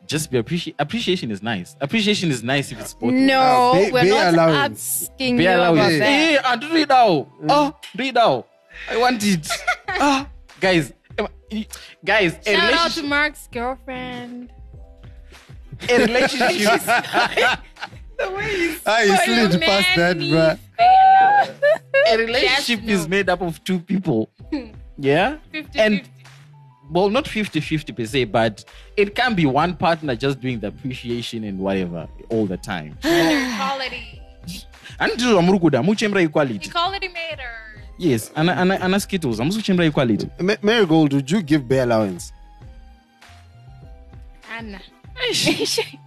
[SPEAKER 5] Just be appreci- appreciation is nice. Appreciation is nice if it's both.
[SPEAKER 3] No,
[SPEAKER 4] Uh, bay-
[SPEAKER 3] we're
[SPEAKER 4] bay
[SPEAKER 3] not
[SPEAKER 4] allowance.
[SPEAKER 3] asking
[SPEAKER 5] Be
[SPEAKER 3] you
[SPEAKER 5] allowed.
[SPEAKER 3] about that.
[SPEAKER 5] Eh, and do it now.
[SPEAKER 4] Mm.
[SPEAKER 5] Oh, do it now. I want it. ah, guys, am I- guys, a
[SPEAKER 6] Shout out to
[SPEAKER 5] relationship,
[SPEAKER 6] Mark's girlfriend.
[SPEAKER 5] [laughs] a relationship,
[SPEAKER 4] [laughs] I
[SPEAKER 6] But you
[SPEAKER 4] Ah, slid past
[SPEAKER 6] made
[SPEAKER 4] that,
[SPEAKER 6] me
[SPEAKER 4] bruh.
[SPEAKER 6] fail.
[SPEAKER 5] a relationship
[SPEAKER 6] Just
[SPEAKER 5] is
[SPEAKER 6] no.
[SPEAKER 5] made up of two people. Yeah.
[SPEAKER 6] 50,
[SPEAKER 5] And
[SPEAKER 6] 50.
[SPEAKER 5] well, not 50 50 per se, but it can be one partner just doing the appreciation and whatever all the time.
[SPEAKER 6] Equality.
[SPEAKER 5] And amurikuda muchembera equality.
[SPEAKER 6] Equality matters.
[SPEAKER 5] Yes, ana ana ana skittles. Amusuchembera equality.
[SPEAKER 4] Ma- Marigold, would you give bay allowance?
[SPEAKER 6] Anna.
[SPEAKER 4] Is it she-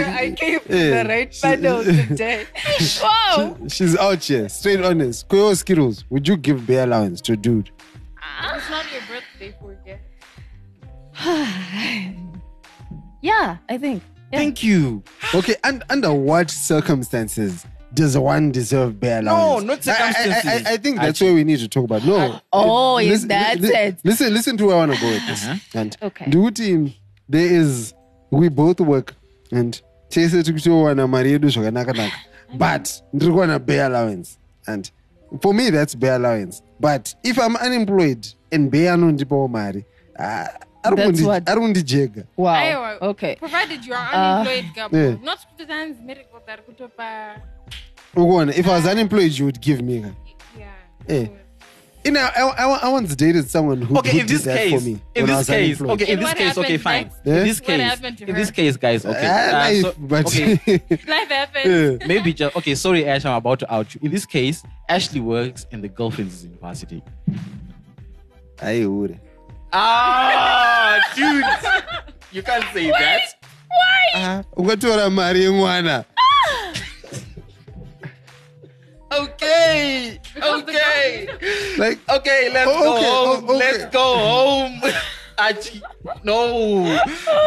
[SPEAKER 3] I,
[SPEAKER 4] [laughs]
[SPEAKER 3] I gave
[SPEAKER 4] Yeah.
[SPEAKER 3] the right
[SPEAKER 4] [laughs]
[SPEAKER 3] panel today. [laughs] wow.
[SPEAKER 4] She's out here, straight honest. Koyo Skittles, would you give bay allowance to a dude?
[SPEAKER 6] It's not your birthday, forget.
[SPEAKER 3] Yeah, I think. Yeah.
[SPEAKER 5] Thank you.
[SPEAKER 4] Okay, and under what circumstances does one deserve bare allowance?
[SPEAKER 5] not
[SPEAKER 4] I- I- I, I,
[SPEAKER 5] circumstances.
[SPEAKER 4] I think that's where we need to talk about. No.
[SPEAKER 3] Oh,
[SPEAKER 4] Lis-
[SPEAKER 3] is
[SPEAKER 4] li-
[SPEAKER 3] that
[SPEAKER 4] li-
[SPEAKER 3] it?
[SPEAKER 4] Listen, listen to where I want to go with this.
[SPEAKER 5] Uh-huh.
[SPEAKER 4] And
[SPEAKER 3] Okay.
[SPEAKER 4] do team, there is we both work and tese tikutiowana mari yedu zvakanakanaka but ndiri kuwana bare allowance and for me that's bare allowance but if i'm unemployed and bay anondipawo mari ah, ari
[SPEAKER 3] That's
[SPEAKER 4] kundi-
[SPEAKER 3] what-
[SPEAKER 4] ari kundijega
[SPEAKER 3] Wow.
[SPEAKER 6] Ayo,
[SPEAKER 3] Okay.
[SPEAKER 6] Provided you are unemployed, couple.
[SPEAKER 4] Uh, yeah.
[SPEAKER 6] Not two times miracle that could have, uh,
[SPEAKER 4] ukuona if i was unemployed you would give me
[SPEAKER 6] yeah.
[SPEAKER 4] Eh. You know, I, I, I once dated someone who
[SPEAKER 5] Okay,
[SPEAKER 4] who
[SPEAKER 5] in
[SPEAKER 4] did
[SPEAKER 5] this
[SPEAKER 4] that
[SPEAKER 5] case,
[SPEAKER 4] for me. when
[SPEAKER 5] in
[SPEAKER 4] I
[SPEAKER 5] this
[SPEAKER 4] was Eh?
[SPEAKER 5] case,
[SPEAKER 4] unemployed.
[SPEAKER 5] okay, in
[SPEAKER 6] And
[SPEAKER 5] this
[SPEAKER 6] what
[SPEAKER 5] case, okay,
[SPEAKER 6] happened
[SPEAKER 5] fine.
[SPEAKER 6] next?
[SPEAKER 4] Yeah?
[SPEAKER 5] In this
[SPEAKER 6] What
[SPEAKER 5] case,
[SPEAKER 6] happened to
[SPEAKER 5] in
[SPEAKER 6] her?
[SPEAKER 5] this case, guys, okay.
[SPEAKER 4] Ah,
[SPEAKER 5] uh,
[SPEAKER 4] life,
[SPEAKER 5] so-
[SPEAKER 4] [laughs] but
[SPEAKER 5] okay,
[SPEAKER 6] Life happens.
[SPEAKER 4] Yeah.
[SPEAKER 5] maybe just okay. Sorry, Ash, I'm about to out you. In this case, Ashley works and the girlfriend is in varsity.
[SPEAKER 4] I would.
[SPEAKER 5] Ah, dude, you can't say that.
[SPEAKER 4] Ah, ukatora mari yemwana
[SPEAKER 5] Okay, okay,
[SPEAKER 4] like
[SPEAKER 5] okay. Let's
[SPEAKER 4] Oh, okay,
[SPEAKER 5] go home.
[SPEAKER 4] oh, okay.
[SPEAKER 5] Let's go
[SPEAKER 4] [laughs]
[SPEAKER 5] home. Achi, no,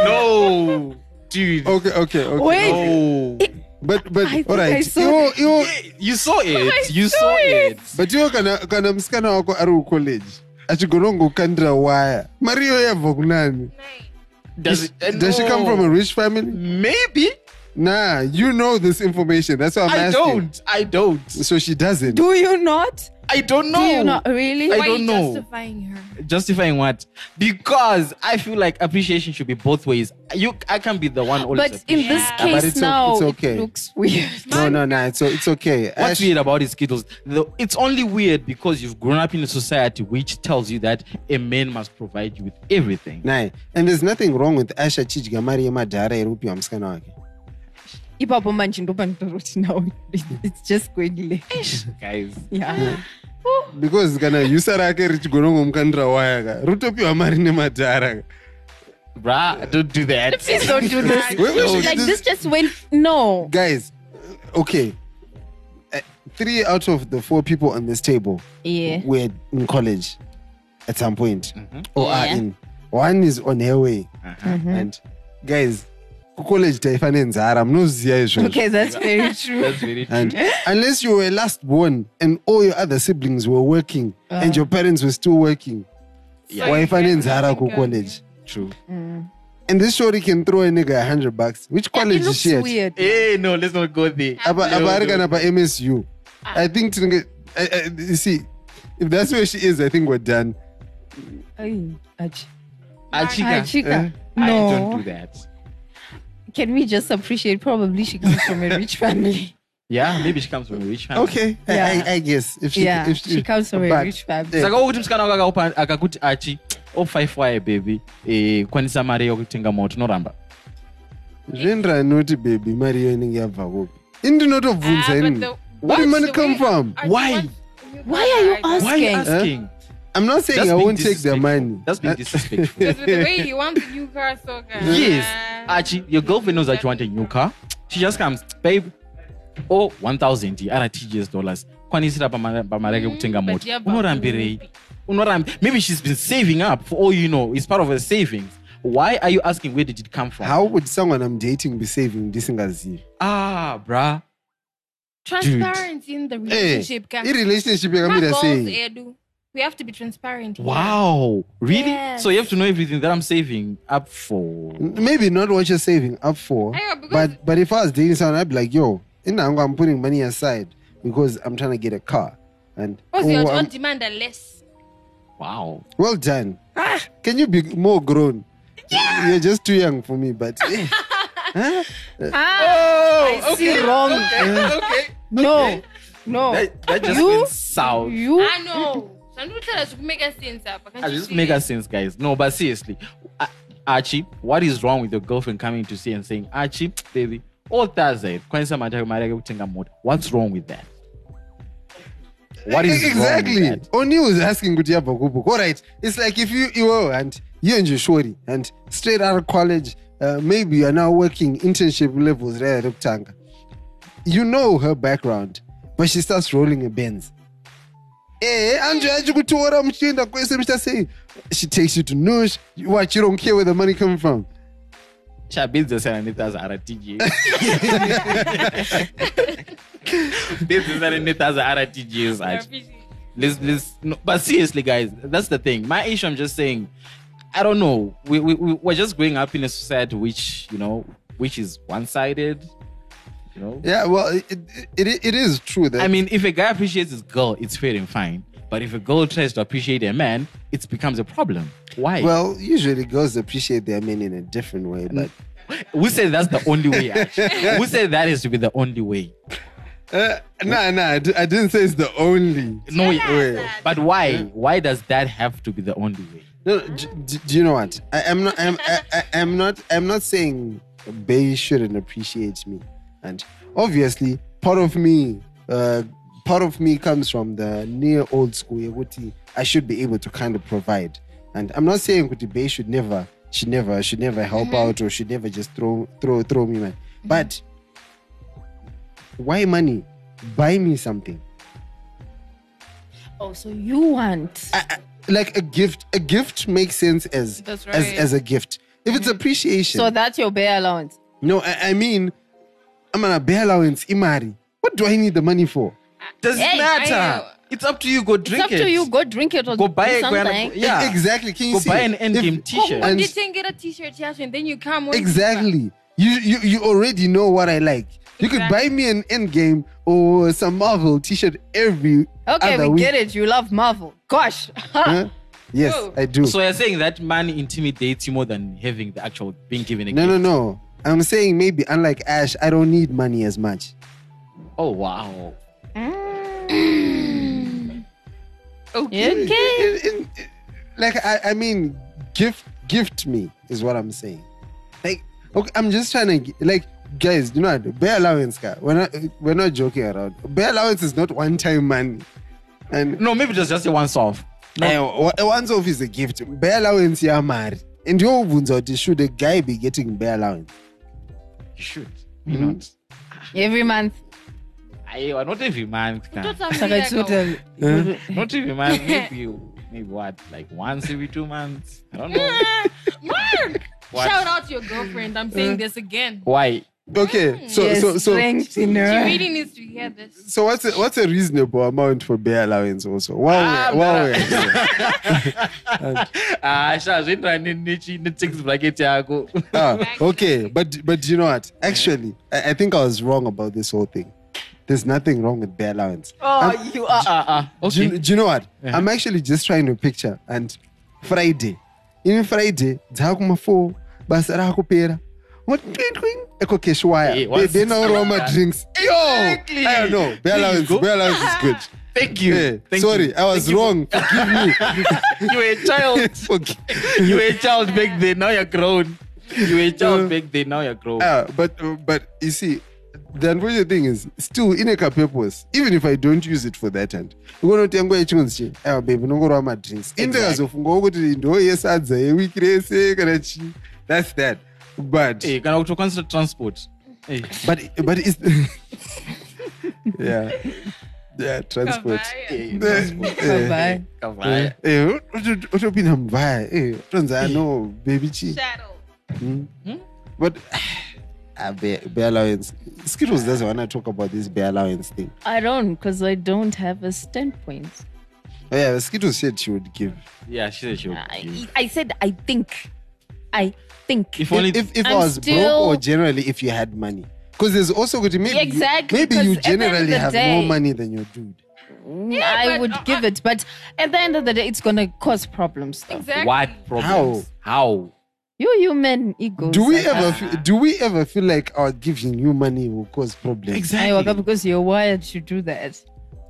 [SPEAKER 5] no, dude.
[SPEAKER 4] okay okay okay
[SPEAKER 3] Wait.
[SPEAKER 5] No.
[SPEAKER 4] but but
[SPEAKER 3] I think
[SPEAKER 4] all
[SPEAKER 3] I
[SPEAKER 4] right
[SPEAKER 3] saw
[SPEAKER 4] iwo iwo
[SPEAKER 5] You saw it. You
[SPEAKER 3] saw
[SPEAKER 5] saw
[SPEAKER 3] it.
[SPEAKER 5] it.
[SPEAKER 4] but iwo kana kana musikana wako ari kucollege achigonongokandira waya mari iyo yabva kunani
[SPEAKER 6] Nice.
[SPEAKER 5] Does it? uh,
[SPEAKER 4] does she come
[SPEAKER 5] no.
[SPEAKER 4] from a rich family
[SPEAKER 5] Maybe.
[SPEAKER 4] nah you know this information that's why i'm
[SPEAKER 5] I
[SPEAKER 4] asking
[SPEAKER 5] don't. I don't.
[SPEAKER 4] so she doesn't
[SPEAKER 3] Do you not?
[SPEAKER 5] I don't know.
[SPEAKER 3] Do you not really?
[SPEAKER 5] I
[SPEAKER 6] Why are
[SPEAKER 5] don't
[SPEAKER 6] you
[SPEAKER 5] know.
[SPEAKER 6] justifying her?
[SPEAKER 5] Justifying what? Because I feel like appreciation should be both ways. You, I can be the one. always
[SPEAKER 3] but in this
[SPEAKER 6] Yeah.
[SPEAKER 4] But
[SPEAKER 3] case
[SPEAKER 4] it's o-
[SPEAKER 3] now,
[SPEAKER 4] it's okay.
[SPEAKER 3] it looks weird. [laughs]
[SPEAKER 4] no no no it's, o- it's okay Ash-
[SPEAKER 5] What's weird about these Skittles? The, it's only weird because you've grown up in a society which tells you that a man must provide you with everything.
[SPEAKER 4] naye and there's nothing wrong with ash achidya mari yemadhara iri kupiwa musikana wake
[SPEAKER 3] ipapo manje ndoba ndinoti now it- it's just going late
[SPEAKER 5] Guys,
[SPEAKER 3] yeah
[SPEAKER 4] because kana yusa rake richigonongomukandira waya ka ritopiwa mari nemadhara ka
[SPEAKER 5] bruh, don't do
[SPEAKER 3] [laughs]
[SPEAKER 5] that.
[SPEAKER 3] please don't do
[SPEAKER 4] [laughs]
[SPEAKER 3] this
[SPEAKER 4] Wait, wait, wait,
[SPEAKER 3] like
[SPEAKER 4] Oh, this-
[SPEAKER 3] this just went no
[SPEAKER 4] guys okay Uh, three out of the four people on this table [laughs]
[SPEAKER 3] yeah Mm-hmm.
[SPEAKER 4] were in college at some point or
[SPEAKER 3] Yeah. Uh-huh.
[SPEAKER 4] are in one is on her way and guys kucollege taifa nenzara munoziva izvozvo
[SPEAKER 3] okay that's very true
[SPEAKER 4] [laughs]
[SPEAKER 5] That's very true.
[SPEAKER 4] And unless you were last born and all your other siblings were working and your parents were still working,
[SPEAKER 6] Yeah. Oh
[SPEAKER 4] why
[SPEAKER 6] So you
[SPEAKER 4] finance
[SPEAKER 6] can't
[SPEAKER 4] Haraku
[SPEAKER 6] think of-
[SPEAKER 4] college?
[SPEAKER 5] True. [laughs]
[SPEAKER 4] And this shorty can throw a nigga a hundred bucks. Which college
[SPEAKER 3] it
[SPEAKER 4] is
[SPEAKER 3] looks
[SPEAKER 4] she at?
[SPEAKER 3] weird
[SPEAKER 5] Hey, Eh, no, let's not go there.
[SPEAKER 4] Aba
[SPEAKER 5] No,
[SPEAKER 4] aba ari
[SPEAKER 5] no,
[SPEAKER 4] kana pa MSU. I think tinenge- I, I, you see, if that's where she is, I think we're done.
[SPEAKER 3] Ay, ach-
[SPEAKER 5] Ah, chica.
[SPEAKER 3] ah,
[SPEAKER 4] Eh?
[SPEAKER 3] chica.
[SPEAKER 5] I
[SPEAKER 3] no
[SPEAKER 5] don't do that.
[SPEAKER 3] can we just appreciate probably she comes from a rich family
[SPEAKER 5] Yeah, maybe she comes from a rich family.
[SPEAKER 4] Okay, I-
[SPEAKER 3] Yeah.
[SPEAKER 4] I, I, guess if she
[SPEAKER 3] yeah
[SPEAKER 4] if she,
[SPEAKER 3] she comes from a
[SPEAKER 4] but-
[SPEAKER 3] rich family
[SPEAKER 4] Yeah.
[SPEAKER 5] saka okuti musikana wako akakupa- akakuti achi o 5 waye bhebi eh, kwanisa mari yokutenga moto tinoramba
[SPEAKER 4] Rendra noti baby Mario ninge yabva kupi. Indinotobvunza
[SPEAKER 6] Ah, but
[SPEAKER 4] ini.
[SPEAKER 6] the-
[SPEAKER 4] Where
[SPEAKER 6] but
[SPEAKER 4] did money
[SPEAKER 6] the
[SPEAKER 4] come
[SPEAKER 6] way-
[SPEAKER 4] from?
[SPEAKER 6] I
[SPEAKER 5] Why?
[SPEAKER 6] want-
[SPEAKER 3] Why are you
[SPEAKER 6] I-
[SPEAKER 5] why are you
[SPEAKER 3] Asking.
[SPEAKER 5] asking
[SPEAKER 4] I'm not saying
[SPEAKER 5] That's
[SPEAKER 4] I
[SPEAKER 5] being
[SPEAKER 4] won't take their
[SPEAKER 5] disrespectful.
[SPEAKER 4] money.
[SPEAKER 5] that's being disrespectful
[SPEAKER 6] [laughs] Because with the way he
[SPEAKER 4] [laughs]
[SPEAKER 6] wants a new car, so guys. Uh,
[SPEAKER 5] yes
[SPEAKER 4] Ah,
[SPEAKER 5] achi your girlfriend knows that you want a new car she just comes babe oh, o 1000 ara tgs dollars kwanisira pama- pamari yake kutenga
[SPEAKER 6] Mm, but
[SPEAKER 5] moto
[SPEAKER 6] yeah, but- mm.
[SPEAKER 5] unorambirei unorambi maybe she's been saving up for all you know it's part of her savings Why are you asking where did it come from?
[SPEAKER 4] Uh, How would someone I'm dating be saving this ngazi?
[SPEAKER 5] Ah, bruh.
[SPEAKER 6] Transparency in the relationship. can-
[SPEAKER 4] Eh, In relationship,
[SPEAKER 6] My
[SPEAKER 4] I'm gonna
[SPEAKER 6] goals,
[SPEAKER 4] say.
[SPEAKER 6] Edu. We have to be transparent. here.
[SPEAKER 5] Wow. Really?
[SPEAKER 6] Yes.
[SPEAKER 5] So you have to know everything that I'm saving up for.
[SPEAKER 4] Maybe not what you're saving up for,
[SPEAKER 6] Ayo, because-
[SPEAKER 4] but but if I was dating someone, I'd be like, yo, in Nango, I'm putting money aside because I'm trying to get a car. And
[SPEAKER 6] Also, you
[SPEAKER 4] oh,
[SPEAKER 6] don't
[SPEAKER 4] I'm-
[SPEAKER 6] demand are less.
[SPEAKER 5] Wow.
[SPEAKER 4] well done. Can you be more grown? You're just too young for me, but eh,
[SPEAKER 6] Oh.
[SPEAKER 3] Ah, I see wrong. Uh,
[SPEAKER 5] okay.
[SPEAKER 3] No, no.
[SPEAKER 5] That, that just
[SPEAKER 3] You-
[SPEAKER 5] went south.
[SPEAKER 3] You
[SPEAKER 6] I know. Sandu tell us to make a sense up. Can't
[SPEAKER 5] I
[SPEAKER 6] you
[SPEAKER 5] just
[SPEAKER 6] see
[SPEAKER 5] make
[SPEAKER 6] it?
[SPEAKER 5] a sense, guys. No, but seriously, A- Archie, what is wrong with your girlfriend coming to see and saying, Archie, baby, all Thursday, Kwanza Mataka Mataka Kutenga Moto. What's wrong with that? What is
[SPEAKER 4] exactly?
[SPEAKER 5] wrong with that?
[SPEAKER 4] Oni was asking good Kubu. All right, it's like if you you are and you and your shorty and straight out of college, uh, maybe you are now working internship levels there at Tanga. You know her background, but she starts rolling her bins. Eh, Andrea, you go to what I'm saying, that question, Mr. Say. She takes you to Noosh. You- What you don't care where the money coming from?
[SPEAKER 5] Shabins the Serenitas are a TG. This is Serenitas are a TGs,
[SPEAKER 6] You're
[SPEAKER 5] Archie.
[SPEAKER 6] busy.
[SPEAKER 5] Let's, let's, no, but seriously, guys, that's the thing. My issue, I'm just saying, I don't know. We, we, we, we're just growing up in a society which, you know, which is one sided. You know?
[SPEAKER 4] Yeah, well, it, it, it, it is true that
[SPEAKER 5] I mean, if a guy appreciates his girl, it's fair and fine. But if a girl tries to appreciate a man, it becomes a problem. Why?
[SPEAKER 4] Well, usually girls appreciate their men in a different way, but
[SPEAKER 5] who said that's the only [laughs] way? actually? who said that is to be the only way?
[SPEAKER 4] uh, nah, nah, I, d- I didn't say it's the only.
[SPEAKER 5] No
[SPEAKER 6] Tell us
[SPEAKER 5] way.
[SPEAKER 6] that.
[SPEAKER 5] But why? Why does that have to be the only way?
[SPEAKER 4] No, d- d- do you know what? I, I'm not. I'm, I, I- I'm not. I'm not saying they shouldn't appreciate me, and obviously, part of me, uh, part of me comes from the near old school. Yekuthi I should be able to kind of provide, and I'm not saying Kuti Bay should never, should never, should never help out or should never just throw, throw, throw me man. But why money? Buy me something.
[SPEAKER 3] Oh, so you want?
[SPEAKER 4] I, I, like a gift. A gift makes sense as
[SPEAKER 6] That's
[SPEAKER 4] as
[SPEAKER 6] right.
[SPEAKER 4] as a gift. If
[SPEAKER 3] Mm-hmm.
[SPEAKER 4] it's appreciation,
[SPEAKER 3] So that's your bare allowance.
[SPEAKER 4] no, I, I mean, I'm gonna bear allowance, imari. What do I need the money for?
[SPEAKER 5] Does
[SPEAKER 6] Hey,
[SPEAKER 5] it matter?
[SPEAKER 6] I-
[SPEAKER 5] it's up to you. Go
[SPEAKER 3] It's
[SPEAKER 5] drink
[SPEAKER 3] up
[SPEAKER 5] it.
[SPEAKER 3] to you. Go drink it or
[SPEAKER 5] Go buy
[SPEAKER 3] do
[SPEAKER 5] it. Go and-
[SPEAKER 3] something.
[SPEAKER 5] yeah.
[SPEAKER 4] E- exactly. Can you
[SPEAKER 5] Go
[SPEAKER 4] see?
[SPEAKER 5] buy an endgame
[SPEAKER 4] If-
[SPEAKER 5] T-shirt.
[SPEAKER 6] Come
[SPEAKER 4] And-
[SPEAKER 6] on, didn't get a t-shirt, yes, and then you come. when you-
[SPEAKER 4] Exactly. You, you you already know what I like. You could buy me an endgame or some Marvel T-shirt every
[SPEAKER 3] Okay,
[SPEAKER 4] other
[SPEAKER 3] we
[SPEAKER 4] week.
[SPEAKER 3] get it. You love Marvel. Gosh.
[SPEAKER 5] Mm.
[SPEAKER 3] [laughs]
[SPEAKER 4] Huh? Yes,
[SPEAKER 6] Whoa.
[SPEAKER 4] I do.
[SPEAKER 5] So you're saying that money intimidates you more than having the actual being given a
[SPEAKER 4] no, no,
[SPEAKER 5] gift?
[SPEAKER 4] no. I'm saying maybe unlike Ash, I don't need money as much.
[SPEAKER 5] Oh wow.
[SPEAKER 6] Oh,
[SPEAKER 3] Okay.
[SPEAKER 4] It- it- it- like I, I mean, gift gift me is what I'm saying. Like, okay, I'm just trying to gi- like guys, you know, what? bare allowance, guy. We're not we're not joking around. Bare allowance is not one time money, and
[SPEAKER 5] No, maybe it was just a once off.
[SPEAKER 4] no. once off is a gift. Bare allowance, yeah, married. And your wounds out. Should a guy be getting bare allowance?
[SPEAKER 5] You should. You
[SPEAKER 4] Mhm.
[SPEAKER 5] not.
[SPEAKER 3] Every month.
[SPEAKER 5] I, not every month.
[SPEAKER 6] Don't
[SPEAKER 5] Can.
[SPEAKER 6] tell me
[SPEAKER 3] Saka
[SPEAKER 6] that, girl.
[SPEAKER 3] tsuta-
[SPEAKER 5] Uh,
[SPEAKER 4] Huh?
[SPEAKER 5] Not
[SPEAKER 6] [laughs]
[SPEAKER 5] every month. Maybe you- maybe what? Like once every two months. I
[SPEAKER 4] [laughs]
[SPEAKER 5] don't know.
[SPEAKER 6] [laughs] Mark,
[SPEAKER 5] What?
[SPEAKER 6] shout out to your girlfriend. I'm
[SPEAKER 4] Uh,
[SPEAKER 6] saying this again.
[SPEAKER 5] Why?
[SPEAKER 4] Okay, so
[SPEAKER 3] Yes,
[SPEAKER 4] so so.
[SPEAKER 3] strength in
[SPEAKER 6] She
[SPEAKER 4] uh.
[SPEAKER 3] her.
[SPEAKER 6] really needs to hear this.
[SPEAKER 4] So what's a, what's a reasonable amount for bare allowance also? Wow,
[SPEAKER 5] Ah,
[SPEAKER 4] wow.
[SPEAKER 5] Ah, sha zvindoa nechi netax
[SPEAKER 4] [laughs]
[SPEAKER 5] bracket yako.
[SPEAKER 4] Ah,
[SPEAKER 6] Exactly.
[SPEAKER 4] okay, but but you know what? Actually, I, I think I was wrong about this whole thing. There's nothing wrong with bare allowance.
[SPEAKER 5] Oh, you are. Ah, ah.
[SPEAKER 4] Do, you,
[SPEAKER 5] Okay.
[SPEAKER 4] do you know what?
[SPEAKER 5] Uh-huh.
[SPEAKER 4] I'm actually just trying to picture and Friday. Even Friday, dzakuma four, basa rakupera. What twin twin? Eko
[SPEAKER 5] Eh,
[SPEAKER 4] keshwaya. They,
[SPEAKER 5] what's-
[SPEAKER 4] they know Roma drinks. Yo,
[SPEAKER 5] Exactly.
[SPEAKER 4] I don't know. Bare
[SPEAKER 5] There you
[SPEAKER 4] allowance,
[SPEAKER 5] go.
[SPEAKER 4] bare allowance is good.
[SPEAKER 5] Thank you.
[SPEAKER 4] Eh,
[SPEAKER 5] Thank
[SPEAKER 4] sorry,
[SPEAKER 5] you.
[SPEAKER 4] I was
[SPEAKER 5] Thank you.
[SPEAKER 4] wrong.
[SPEAKER 5] [laughs] You were a [laughs]
[SPEAKER 4] [laughs]
[SPEAKER 5] child.
[SPEAKER 4] Forgive me.
[SPEAKER 5] You were a child back then. Now you're grown. You were a
[SPEAKER 4] Uh,
[SPEAKER 5] child back then. Now you're grown.
[SPEAKER 4] Ah, but uh, but you see, the unfortunate thing is still in a purpose. Even if I don't use it for that end, unotenga echinonzi chi, ah baby nongorova madrinks. Indikazofungawo kuti ndo yesadza yewiki rese kana chi. That's that. But
[SPEAKER 5] Hey, Eh, kana kutokanisa Eh. transport. Hey.
[SPEAKER 4] but but it's [laughs] yeah. yeah, transport. Eh,
[SPEAKER 6] Kavaya.
[SPEAKER 3] Bye-bye.
[SPEAKER 4] [laughs]
[SPEAKER 1] Kavaya.
[SPEAKER 4] utopinda mubaya utonzi ano Eh, baby chi
[SPEAKER 6] Shadow.
[SPEAKER 4] but ah, bear, bear allowance skittles doesn't want to talk about this bear allowance thing
[SPEAKER 3] I don't, because I don't have a standpoint.
[SPEAKER 4] oh yeah skittles said she would give
[SPEAKER 5] Yeah, she said she would.
[SPEAKER 3] I, I said, I think. I think.
[SPEAKER 5] If only
[SPEAKER 4] if, if, if i
[SPEAKER 3] I'm
[SPEAKER 4] was
[SPEAKER 3] still-
[SPEAKER 4] broke or generally if you had money because there's also good maybe you-
[SPEAKER 3] Exactly,
[SPEAKER 4] maybe you
[SPEAKER 3] 'cause at the end of
[SPEAKER 4] generally
[SPEAKER 3] the
[SPEAKER 4] have
[SPEAKER 3] day-
[SPEAKER 4] more money than your dude
[SPEAKER 3] I
[SPEAKER 6] but,
[SPEAKER 3] would
[SPEAKER 6] uh,
[SPEAKER 3] give
[SPEAKER 6] uh,
[SPEAKER 3] it, but at the end of the day, it's going to cause problems. though.
[SPEAKER 6] Exactly.
[SPEAKER 5] What problems? How?
[SPEAKER 3] You human egos.
[SPEAKER 4] do we
[SPEAKER 3] are-
[SPEAKER 4] ever feel, do we ever feel like our giving you money will cause problems
[SPEAKER 3] I woke up because you're wired to do that.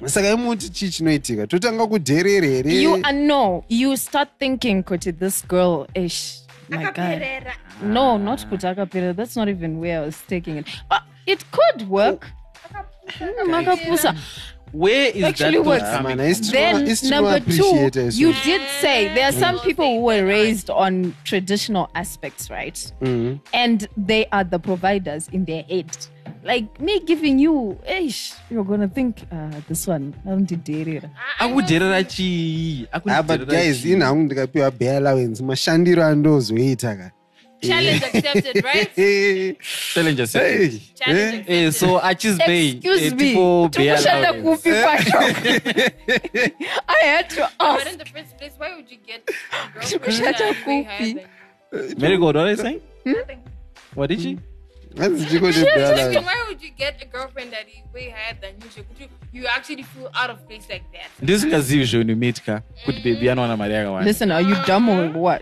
[SPEAKER 4] saka imuti chii chinoitika totanga kudherere here
[SPEAKER 3] You are no. You start thinking, Kuti, this girl ish. My God.
[SPEAKER 6] Akaperera.
[SPEAKER 3] No, not Kutaka Pira. That's not even where I was taking it. Uh, it could work. Mm, Makapusa.
[SPEAKER 5] Where is
[SPEAKER 3] Actually
[SPEAKER 5] that
[SPEAKER 3] works.
[SPEAKER 5] thought
[SPEAKER 4] Ah,
[SPEAKER 5] coming
[SPEAKER 4] man,
[SPEAKER 5] from?
[SPEAKER 4] I used to-
[SPEAKER 3] Then
[SPEAKER 4] it's too
[SPEAKER 3] number two,
[SPEAKER 4] appreciated as
[SPEAKER 3] you
[SPEAKER 4] well.
[SPEAKER 3] did say there are some
[SPEAKER 6] Mm.
[SPEAKER 3] people who were raised on traditional aspects, right?
[SPEAKER 4] Mhm.
[SPEAKER 3] And they are the providers in their head. Like me giving you, ish, you're gonna think, uh, this one, I don't did
[SPEAKER 5] akuderera chii
[SPEAKER 4] Ah, but guys inhangu ndikapiwa bear allowance mashandiro andozoita ka
[SPEAKER 6] Challenge accepted, right?
[SPEAKER 4] Eh,
[SPEAKER 5] challenges
[SPEAKER 4] hey, eh,
[SPEAKER 6] Challenge
[SPEAKER 5] Eh,
[SPEAKER 6] accepted.
[SPEAKER 5] so achizibei
[SPEAKER 3] Excuse me. Tukushanda kupi
[SPEAKER 4] [laughs]
[SPEAKER 3] kwasho. I had to
[SPEAKER 6] But in
[SPEAKER 3] ask.
[SPEAKER 6] the first place, why would you get
[SPEAKER 3] Kushata kupi.
[SPEAKER 5] marigold what are you saying
[SPEAKER 3] Hmm?
[SPEAKER 6] Nothing.
[SPEAKER 5] what did she
[SPEAKER 4] hanzi
[SPEAKER 3] [laughs]
[SPEAKER 4] chikoti bear allowance
[SPEAKER 6] Why would you get a girlfriend that is way higher than you? Should you, you actually feel out of place like that?
[SPEAKER 5] ndisingazivi zveunomitka kuti bebi anowana mari yakawanda
[SPEAKER 3] Listen, are you dumb or what?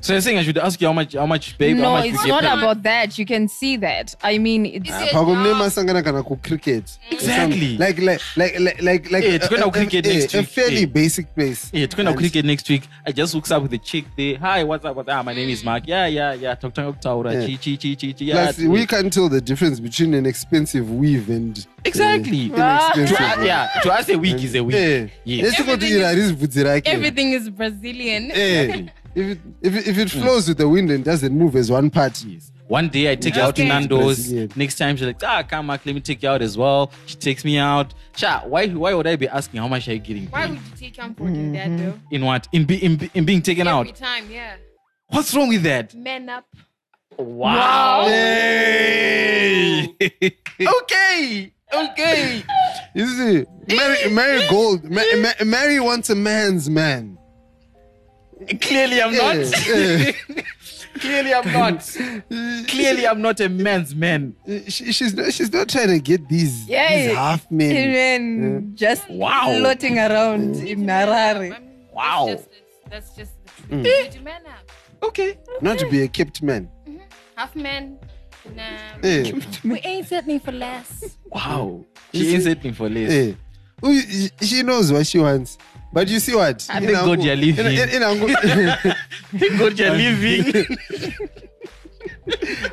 [SPEAKER 5] so you're saying i should ask you how much how much babe how
[SPEAKER 3] no,
[SPEAKER 5] much
[SPEAKER 3] it's
[SPEAKER 5] you
[SPEAKER 3] not
[SPEAKER 5] get paid?
[SPEAKER 3] about that. You can see that. I mean, it's.
[SPEAKER 6] Is it-
[SPEAKER 4] pako mune
[SPEAKER 6] Yeah.
[SPEAKER 4] masangana kana kucricket
[SPEAKER 5] Exactly.
[SPEAKER 4] like like like like like like
[SPEAKER 5] Eh, tikuenda
[SPEAKER 4] a- a-
[SPEAKER 5] kucricket
[SPEAKER 4] eh,
[SPEAKER 5] next
[SPEAKER 4] a
[SPEAKER 5] week,
[SPEAKER 4] fairly
[SPEAKER 5] eh.
[SPEAKER 4] basic place
[SPEAKER 5] Yeah, tukwenda
[SPEAKER 4] And-
[SPEAKER 5] cricket next week i just hooks up with the chick there hi what's up what's up? Ah, my name is mark yeah yeah yeah takutanga kutaura
[SPEAKER 4] Yeah.
[SPEAKER 5] chi chi chi chi chi yeah
[SPEAKER 4] Plus, we can tell the difference between an expensive weave and uh,
[SPEAKER 5] Exactly.
[SPEAKER 6] Ah.
[SPEAKER 5] to
[SPEAKER 4] inexpensive
[SPEAKER 5] us,
[SPEAKER 4] weave.
[SPEAKER 5] yeah to us a week is a
[SPEAKER 4] Eh,
[SPEAKER 5] week yeah
[SPEAKER 4] lesikoti
[SPEAKER 6] Everything
[SPEAKER 4] iri
[SPEAKER 6] is-
[SPEAKER 4] harisi bvudzi rake
[SPEAKER 6] Everything is Brazilian.
[SPEAKER 4] Eh, if it, if it, if it flows with the wind and doesn't move as one part,
[SPEAKER 5] Yes. One day I take her out to
[SPEAKER 6] Okay.
[SPEAKER 5] Nando's.
[SPEAKER 4] Brazilian.
[SPEAKER 5] Next time she's like, ah, come Mark, let me take you out as well. She takes me out. Sha, why why would I be asking how much are you getting
[SPEAKER 6] Why
[SPEAKER 5] paid?
[SPEAKER 6] would you take him for doing that though?
[SPEAKER 5] in what? In, be, in, be- in being taken
[SPEAKER 6] Every
[SPEAKER 5] out.
[SPEAKER 6] time, yeah.
[SPEAKER 5] What's wrong with
[SPEAKER 4] [laughs]
[SPEAKER 5] that? [laughs]
[SPEAKER 6] Men up.
[SPEAKER 5] Wow. okay. Okay.
[SPEAKER 4] you see, Mary, Mary Gold, Ma- Ma- Mary wants a man's man.
[SPEAKER 5] Clearly I'm not.
[SPEAKER 4] Eh,
[SPEAKER 5] Clearly I'm [laughs] not. Clearly I'm not a man's man.
[SPEAKER 4] eh, She, she's not, she's not trying to get these,
[SPEAKER 3] Yeah,
[SPEAKER 4] these
[SPEAKER 3] it-
[SPEAKER 4] half men.
[SPEAKER 3] Even just
[SPEAKER 5] Wow.
[SPEAKER 3] floating around in Harare.
[SPEAKER 6] I mean,
[SPEAKER 5] Wow.
[SPEAKER 6] That's just, that's just the truth. Would you man up?
[SPEAKER 5] Okay.
[SPEAKER 4] Not to be a kept man.
[SPEAKER 6] Half men. Nah.
[SPEAKER 4] [laughs] Eh,
[SPEAKER 6] We ain't settling for less.
[SPEAKER 5] Wow.
[SPEAKER 4] Is
[SPEAKER 5] She ain't
[SPEAKER 4] it-
[SPEAKER 5] settling for less. [laughs]
[SPEAKER 4] eh. Who- she- She knows what she wants. But you see what?
[SPEAKER 5] I thank God you're leaving.
[SPEAKER 4] In, in, in, [laughs]
[SPEAKER 5] Thank God you're [laughs] leaving.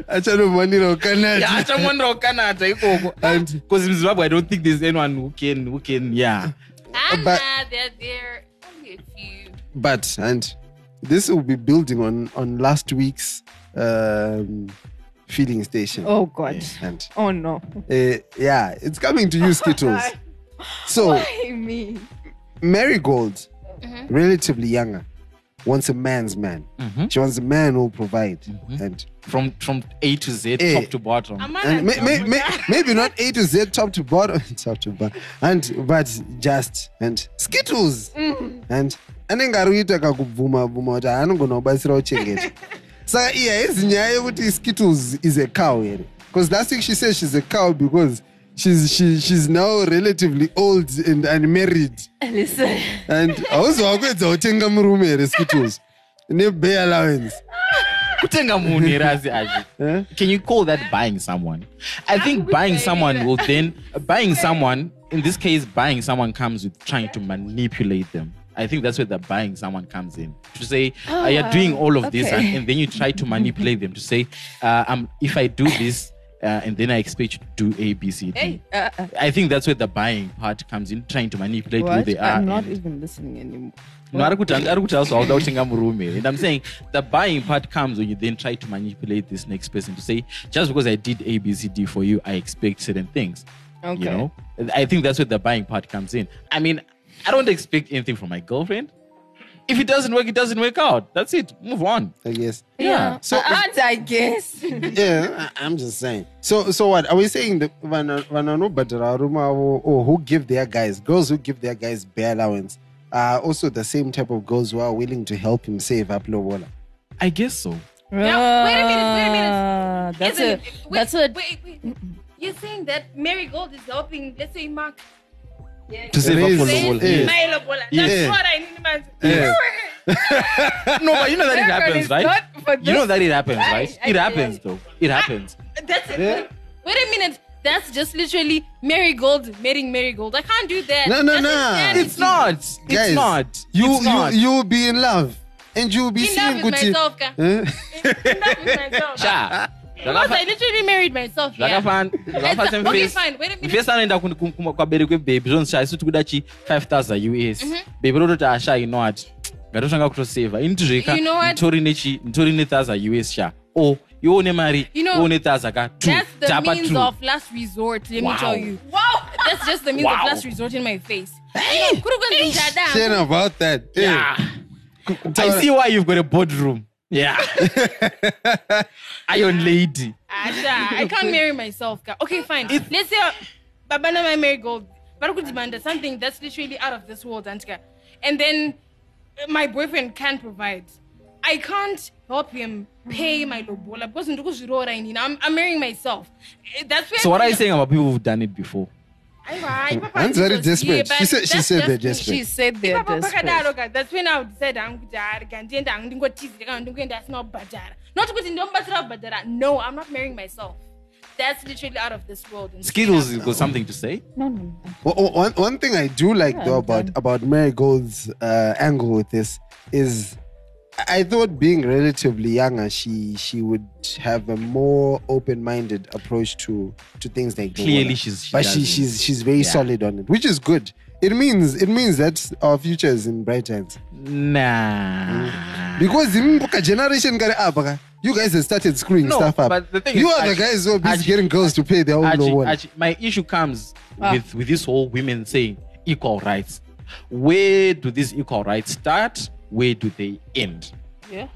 [SPEAKER 4] achanomwanirawo kanati
[SPEAKER 5] achamonera kukanata ikoko
[SPEAKER 4] And-
[SPEAKER 5] because in zimbabwe i don't think there's anyone who can who can yeah
[SPEAKER 6] Ah,
[SPEAKER 4] But-
[SPEAKER 6] they're there. Only a few.
[SPEAKER 4] but and this will be building on on last week's um feeling station
[SPEAKER 3] Oh God.
[SPEAKER 4] and
[SPEAKER 3] Oh
[SPEAKER 6] [laughs]
[SPEAKER 3] no.
[SPEAKER 4] uh, yeah it's coming to you
[SPEAKER 5] [laughs]
[SPEAKER 4] skittles so
[SPEAKER 3] Why me?
[SPEAKER 4] marigold
[SPEAKER 5] Mm-hmm.
[SPEAKER 4] relatively younger wants a man's man she wants a man who'll provide
[SPEAKER 5] Mm-hmm.
[SPEAKER 4] and
[SPEAKER 5] from from a to z
[SPEAKER 4] Eh.
[SPEAKER 5] top to bottom
[SPEAKER 6] I'm on
[SPEAKER 4] and may,
[SPEAKER 6] that.
[SPEAKER 4] may, may, maybe not A to Z, top to bottom, [laughs] top to bottom, and but just and skittles and anenge ari kuita kakubvuma bvuma kuti haanogona kubatsira uchengeta saka iyi haizi nyaya yekuti skittles is a cow here because last week she said she's a cow because she's, she, she's now relatively old and unmarried
[SPEAKER 3] Listen.
[SPEAKER 4] and hauziva kuedza kutenga murume here skittles nebay allowance
[SPEAKER 5] kutenga munhu here asi azhi
[SPEAKER 4] Eh?
[SPEAKER 5] can you call that buying someone i think buying someone will then buying someone in this case buying someone comes with trying to manipulate them I think that's where the buying someone comes in to say uh, you're doing all of this, and,
[SPEAKER 3] Ah, okay.
[SPEAKER 5] and then you try to manipulate them to say, uh, um, if I do this, uh, and then I expect you to do A, B, C, D.
[SPEAKER 3] Hey. Uh, uh,
[SPEAKER 5] I think that's where the buying part comes in, trying to manipulate who
[SPEAKER 3] what?
[SPEAKER 5] they are.
[SPEAKER 3] I'm not
[SPEAKER 5] and-
[SPEAKER 3] even listening anymore.
[SPEAKER 5] no, I could also without taking room here. And I'm saying the buying part comes when you then try to manipulate this next person to say, just because I did A, B, C, D for you, I expect certain things.
[SPEAKER 3] Okay.
[SPEAKER 5] You know, I think that's where the buying part comes in. I mean, I don't expect anything from my girlfriend. If it doesn't work, it doesn't work out. That's it. Move on.
[SPEAKER 4] I guess.
[SPEAKER 5] Yeah.
[SPEAKER 4] So-
[SPEAKER 3] and Uh, I
[SPEAKER 6] [laughs]
[SPEAKER 3] guess.
[SPEAKER 4] Yeah, I- I'm just saying. So, so what are we saying? The Vanano or who give their guys, girls who give their guys bare allowance, are also the same type of girls who are willing to help him save up Lobola.
[SPEAKER 5] I guess so.
[SPEAKER 6] Now, wait a minute, wait a minute.
[SPEAKER 8] Ah, That's
[SPEAKER 6] Isn't
[SPEAKER 8] a,
[SPEAKER 6] it- wait,
[SPEAKER 8] that's a,
[SPEAKER 6] Wait, wait. You're saying that Marigold is helping, let's say, Mark.
[SPEAKER 5] To save
[SPEAKER 4] It
[SPEAKER 5] up for
[SPEAKER 4] is.
[SPEAKER 5] Lobola.
[SPEAKER 4] It is.
[SPEAKER 5] Yes.
[SPEAKER 6] Milo Bola.
[SPEAKER 5] Yes.
[SPEAKER 6] That's what I need, man.
[SPEAKER 4] Yeah.
[SPEAKER 5] No, but you know that it happens,
[SPEAKER 3] is
[SPEAKER 5] right?
[SPEAKER 3] not for
[SPEAKER 5] You know that it happens, right?
[SPEAKER 6] I
[SPEAKER 5] It
[SPEAKER 6] did.
[SPEAKER 5] happens, though. It happens.
[SPEAKER 6] That's it.
[SPEAKER 4] Yeah.
[SPEAKER 6] Wait a minute. That's just literally Marigold marrying Marigold. I can't do that.
[SPEAKER 4] No, no,
[SPEAKER 6] That's
[SPEAKER 4] no.
[SPEAKER 6] insanity.
[SPEAKER 5] It's not. It's
[SPEAKER 4] Guys,
[SPEAKER 5] not.
[SPEAKER 4] You,
[SPEAKER 5] It's not.
[SPEAKER 4] you, you will be in love, and you will be
[SPEAKER 6] In love
[SPEAKER 4] seeing
[SPEAKER 6] with
[SPEAKER 4] good.
[SPEAKER 6] myself, ka.
[SPEAKER 4] Eh?
[SPEAKER 6] In love with
[SPEAKER 4] [laughs]
[SPEAKER 6] myself. [laughs]
[SPEAKER 5] Cha.
[SPEAKER 6] Because I literally married myself. Yeah. [laughs]
[SPEAKER 5] zvakafana
[SPEAKER 6] It's-
[SPEAKER 5] zvakafa
[SPEAKER 6] Okay, fine. Wait a minute.
[SPEAKER 5] mfesi anoenda kun- kun- kun- kwabereki kwebhebhi zvonzi haisi kuti kuda chi 5000 us
[SPEAKER 6] Mhm.
[SPEAKER 5] bhebhi rototi asha inowati ngatotanga kutosevha initi
[SPEAKER 6] You know
[SPEAKER 5] zveka
[SPEAKER 6] what?
[SPEAKER 5] nditori nechi nditori ne 1000 us sha Oh, o iwo une mari
[SPEAKER 6] You know,
[SPEAKER 5] iwo une 1000 ka two,
[SPEAKER 6] That's the
[SPEAKER 5] tapa
[SPEAKER 6] means
[SPEAKER 5] two.
[SPEAKER 6] of last resort, let
[SPEAKER 5] Wow.
[SPEAKER 6] me tell you. Wow. That's just the means of last resort in my face. You know, kuri kwenzi dada.
[SPEAKER 4] Saying about that. eh.
[SPEAKER 5] Yeah. i see why you've got a boardroom yeah iron lady
[SPEAKER 6] Asha, I can't marry myself. ka. Okay, fine. Let's say uh, Babana my marigold. But I could demand something that's literally out of this world, Antika. And then uh, my boyfriend can't provide. I can't help him pay my lobola because ndikuzvirora ini. Now I'm, I'm marrying myself. Uh, That's where
[SPEAKER 5] so what are you saying about people who've done it before
[SPEAKER 6] I, I,
[SPEAKER 4] One's very desperate. She said- she said they're desperate.
[SPEAKER 3] she said they're desperate.
[SPEAKER 6] pakadaro ka that's when i would decide hangu kuti hari kandienda hangu ndingotizire kana ndingoenda asina kubhadhara not kuti ndomubatsira kubhadhara no i'm not marrying myself that's literally out of this world
[SPEAKER 5] skittles has got something to say
[SPEAKER 3] No, no, no.
[SPEAKER 4] Well, o- one, one thing I do like though about about Marigold's uh, angle with this is, I- I thought being relatively younger, she she would have a more open-minded approach to to things like the
[SPEAKER 5] Clearly
[SPEAKER 4] water.
[SPEAKER 5] she's- she
[SPEAKER 4] but she,
[SPEAKER 5] doesn't.
[SPEAKER 4] she's she's very
[SPEAKER 5] Yeah.
[SPEAKER 4] solid on it, which is good. It means it means that our future is in bright hands
[SPEAKER 5] Uh-huh. nah
[SPEAKER 4] because the Mbuka generation got up. okay? You guys have started screwing
[SPEAKER 5] No,
[SPEAKER 4] stuff up.
[SPEAKER 5] but the thing
[SPEAKER 4] you
[SPEAKER 5] is,
[SPEAKER 4] are the
[SPEAKER 5] Archie-
[SPEAKER 4] guys who are busy
[SPEAKER 5] Archie-
[SPEAKER 4] getting girls to pay their own
[SPEAKER 5] Archie,
[SPEAKER 4] loan.
[SPEAKER 5] Archie, my issue comes
[SPEAKER 3] Ah.
[SPEAKER 5] with with this whole women saying equal rights. Where do these equal rights start? Where do they end?
[SPEAKER 3] Yeah.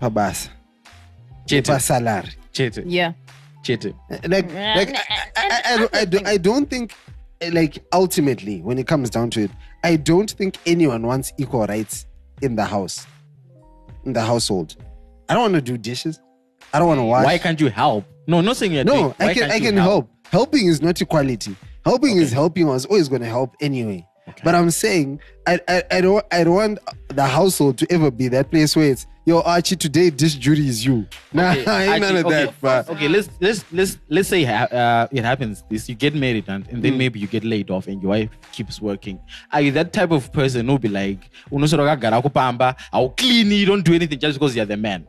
[SPEAKER 4] Pabasa,
[SPEAKER 5] Chete,
[SPEAKER 4] pasalari.
[SPEAKER 5] chete,
[SPEAKER 3] Yeah.
[SPEAKER 5] chete.
[SPEAKER 4] like like I, I, I, I, don't- I, don't, I don't think like ultimately when it comes down to it i don't think anyone wants equal rights in the house in the household i don't want to do dishes i don't want to wash
[SPEAKER 5] Why can't you help? No, not saying you're doing-
[SPEAKER 4] no
[SPEAKER 5] why
[SPEAKER 4] i can
[SPEAKER 5] can't
[SPEAKER 4] i
[SPEAKER 5] you
[SPEAKER 4] can help? [laughs] helping is not equality helping is helping i was always going to help anyway but i'm saying I, I i don't i don't want the household to ever be that place where it's yo archie today dish duty is you nah [laughs]
[SPEAKER 5] Okay,
[SPEAKER 4] ain't none
[SPEAKER 5] Archie,
[SPEAKER 4] of
[SPEAKER 5] Eh, okay,
[SPEAKER 4] that but
[SPEAKER 5] okay, let's let's let's let's say ha- uh, it happens. This you get married and, and
[SPEAKER 4] Mm.
[SPEAKER 5] then maybe you get laid off and your wife keeps working. Are you that type of person who'll be like, "Unosoro I'll clean you, don't do anything just because you're the man."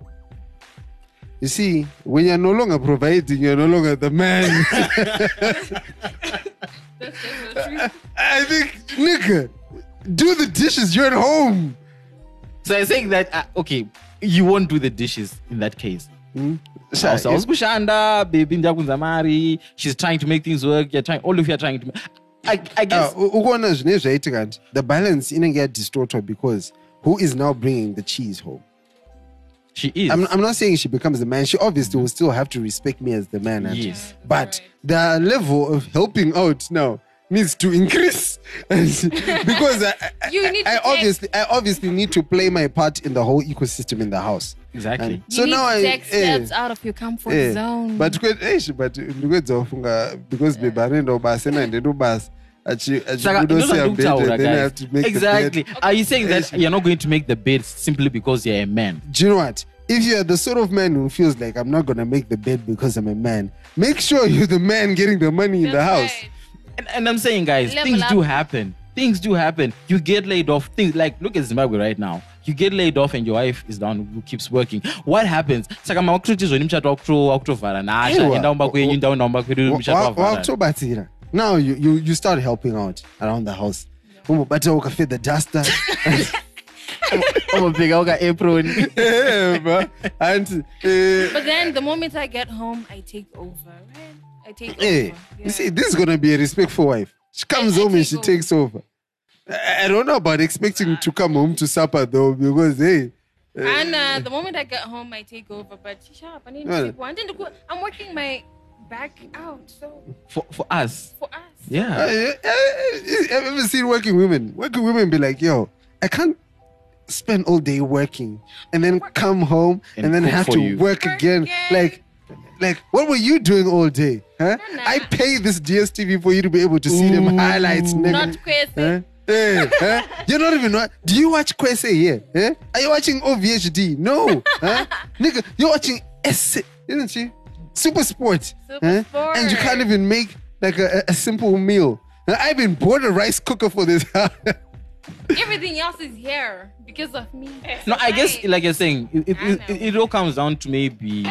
[SPEAKER 4] You see, when you're no longer providing, you're no longer the man. I think, nigga, do the dishes. You're at home.
[SPEAKER 5] So I'm saying that uh, okay, you won't do the dishes in that case.
[SPEAKER 4] So,
[SPEAKER 5] Also,
[SPEAKER 4] yeah,
[SPEAKER 5] Kushanda, baby ndiyakunza mari, she's trying to make things work. You're trying, all of you are trying to. ma- I, I
[SPEAKER 4] uh,
[SPEAKER 5] guess
[SPEAKER 4] u- ukuona zvine zvaiti kanti the balance inenge yadistortwa because who is now bringing the cheese home
[SPEAKER 5] she is.
[SPEAKER 4] I'm, I'm not saying she becomes the man she obviously will still have to respect me as the man and-
[SPEAKER 5] Yes.
[SPEAKER 4] but the level of helping out now needs to increase [laughs] because I, I,
[SPEAKER 6] You need
[SPEAKER 4] I
[SPEAKER 6] to take-
[SPEAKER 4] obviously I obviously need to play my part in the whole ecosystem in the house
[SPEAKER 5] exactly.
[SPEAKER 4] And so
[SPEAKER 6] you
[SPEAKER 4] now
[SPEAKER 6] need
[SPEAKER 4] I
[SPEAKER 6] to take
[SPEAKER 4] eh,
[SPEAKER 6] steps out of your comfort
[SPEAKER 4] eh,
[SPEAKER 6] zone
[SPEAKER 4] but kwe- eish, but ndikwenzafunga because babe anoenda kubasa ena handiendi kubasa achi-
[SPEAKER 5] Saka,
[SPEAKER 4] achibuda
[SPEAKER 5] those are
[SPEAKER 4] osiya
[SPEAKER 5] good
[SPEAKER 4] bed,
[SPEAKER 5] taura,
[SPEAKER 4] and then I have
[SPEAKER 5] guys.
[SPEAKER 4] to make the
[SPEAKER 5] exactly.
[SPEAKER 4] bed.
[SPEAKER 5] Are you saying that you're not going to make the bed simply because you're a man?
[SPEAKER 4] Do you know what? If you're the sort of man who feels like I'm not gonna make the bed because I'm a man, make sure you're the man getting the money in the house.
[SPEAKER 6] That's right.
[SPEAKER 5] And, and I'm saying, guys,
[SPEAKER 6] Level
[SPEAKER 5] things
[SPEAKER 6] up.
[SPEAKER 5] do happen. Things do happen. You get laid off. Things like look at Zimbabwe right now. You get laid off and your wife is down who keeps working. What happens? Saka makutotizo nimchato wakuto wakutovhara nasha
[SPEAKER 4] Ewa.
[SPEAKER 5] enda umba kwenyu enda unda umba kwedu
[SPEAKER 4] Wa-
[SPEAKER 5] mchato
[SPEAKER 4] wa-
[SPEAKER 5] wavhara.
[SPEAKER 4] wakutobatsira now you, you, uh,
[SPEAKER 6] [laughs]
[SPEAKER 4] you start helping out around the house umbobatira ukafeed the duster
[SPEAKER 5] umubheka uka-apron
[SPEAKER 4] Eh, bro. Auntie, eh,
[SPEAKER 6] But then the moment I get home, I take over. Right? I take
[SPEAKER 4] eh,
[SPEAKER 6] over.
[SPEAKER 4] you see, this is gonna be a respectful wife. She comes
[SPEAKER 6] I
[SPEAKER 4] home and
[SPEAKER 6] take
[SPEAKER 4] she
[SPEAKER 6] over.
[SPEAKER 4] takes over. I I don't know about expecting to come home to supper though, because hey,
[SPEAKER 6] And uh, the moment I get home, I take over. But shut up. I need
[SPEAKER 4] Yeah.
[SPEAKER 6] to take one. I'm working my back out. So
[SPEAKER 5] for, for us
[SPEAKER 6] for
[SPEAKER 4] [laughs]
[SPEAKER 6] us.
[SPEAKER 5] yeah
[SPEAKER 4] I, have ever seen working women. Working women be like, yo, I can't spend all day working and then come home and,
[SPEAKER 5] And
[SPEAKER 4] then
[SPEAKER 5] cook
[SPEAKER 4] have
[SPEAKER 5] for
[SPEAKER 4] to
[SPEAKER 5] you.
[SPEAKER 4] work again.
[SPEAKER 6] Working.
[SPEAKER 4] Like, like, what were you doing all day? Huh?
[SPEAKER 6] No, no.
[SPEAKER 4] I pay this DSTV for you to be able to see them highlights, nigga.
[SPEAKER 6] Not crazy.
[SPEAKER 4] Huh? Eh, huh? You're not even. wa- Do you watch Kwese here? Eh? Are you watching OVHD? No. huh? Nigga, you're watching S, isn't she? Super Sport. Eh?
[SPEAKER 6] Super Sport.
[SPEAKER 4] And you can't even make like a, a- a simple meal. Now, I've been bought a rice cooker for this. [laughs]
[SPEAKER 6] Everything else is here because of me.
[SPEAKER 5] no i guess like you're saying it, it,
[SPEAKER 6] I know.
[SPEAKER 5] it, it all comes down to maybe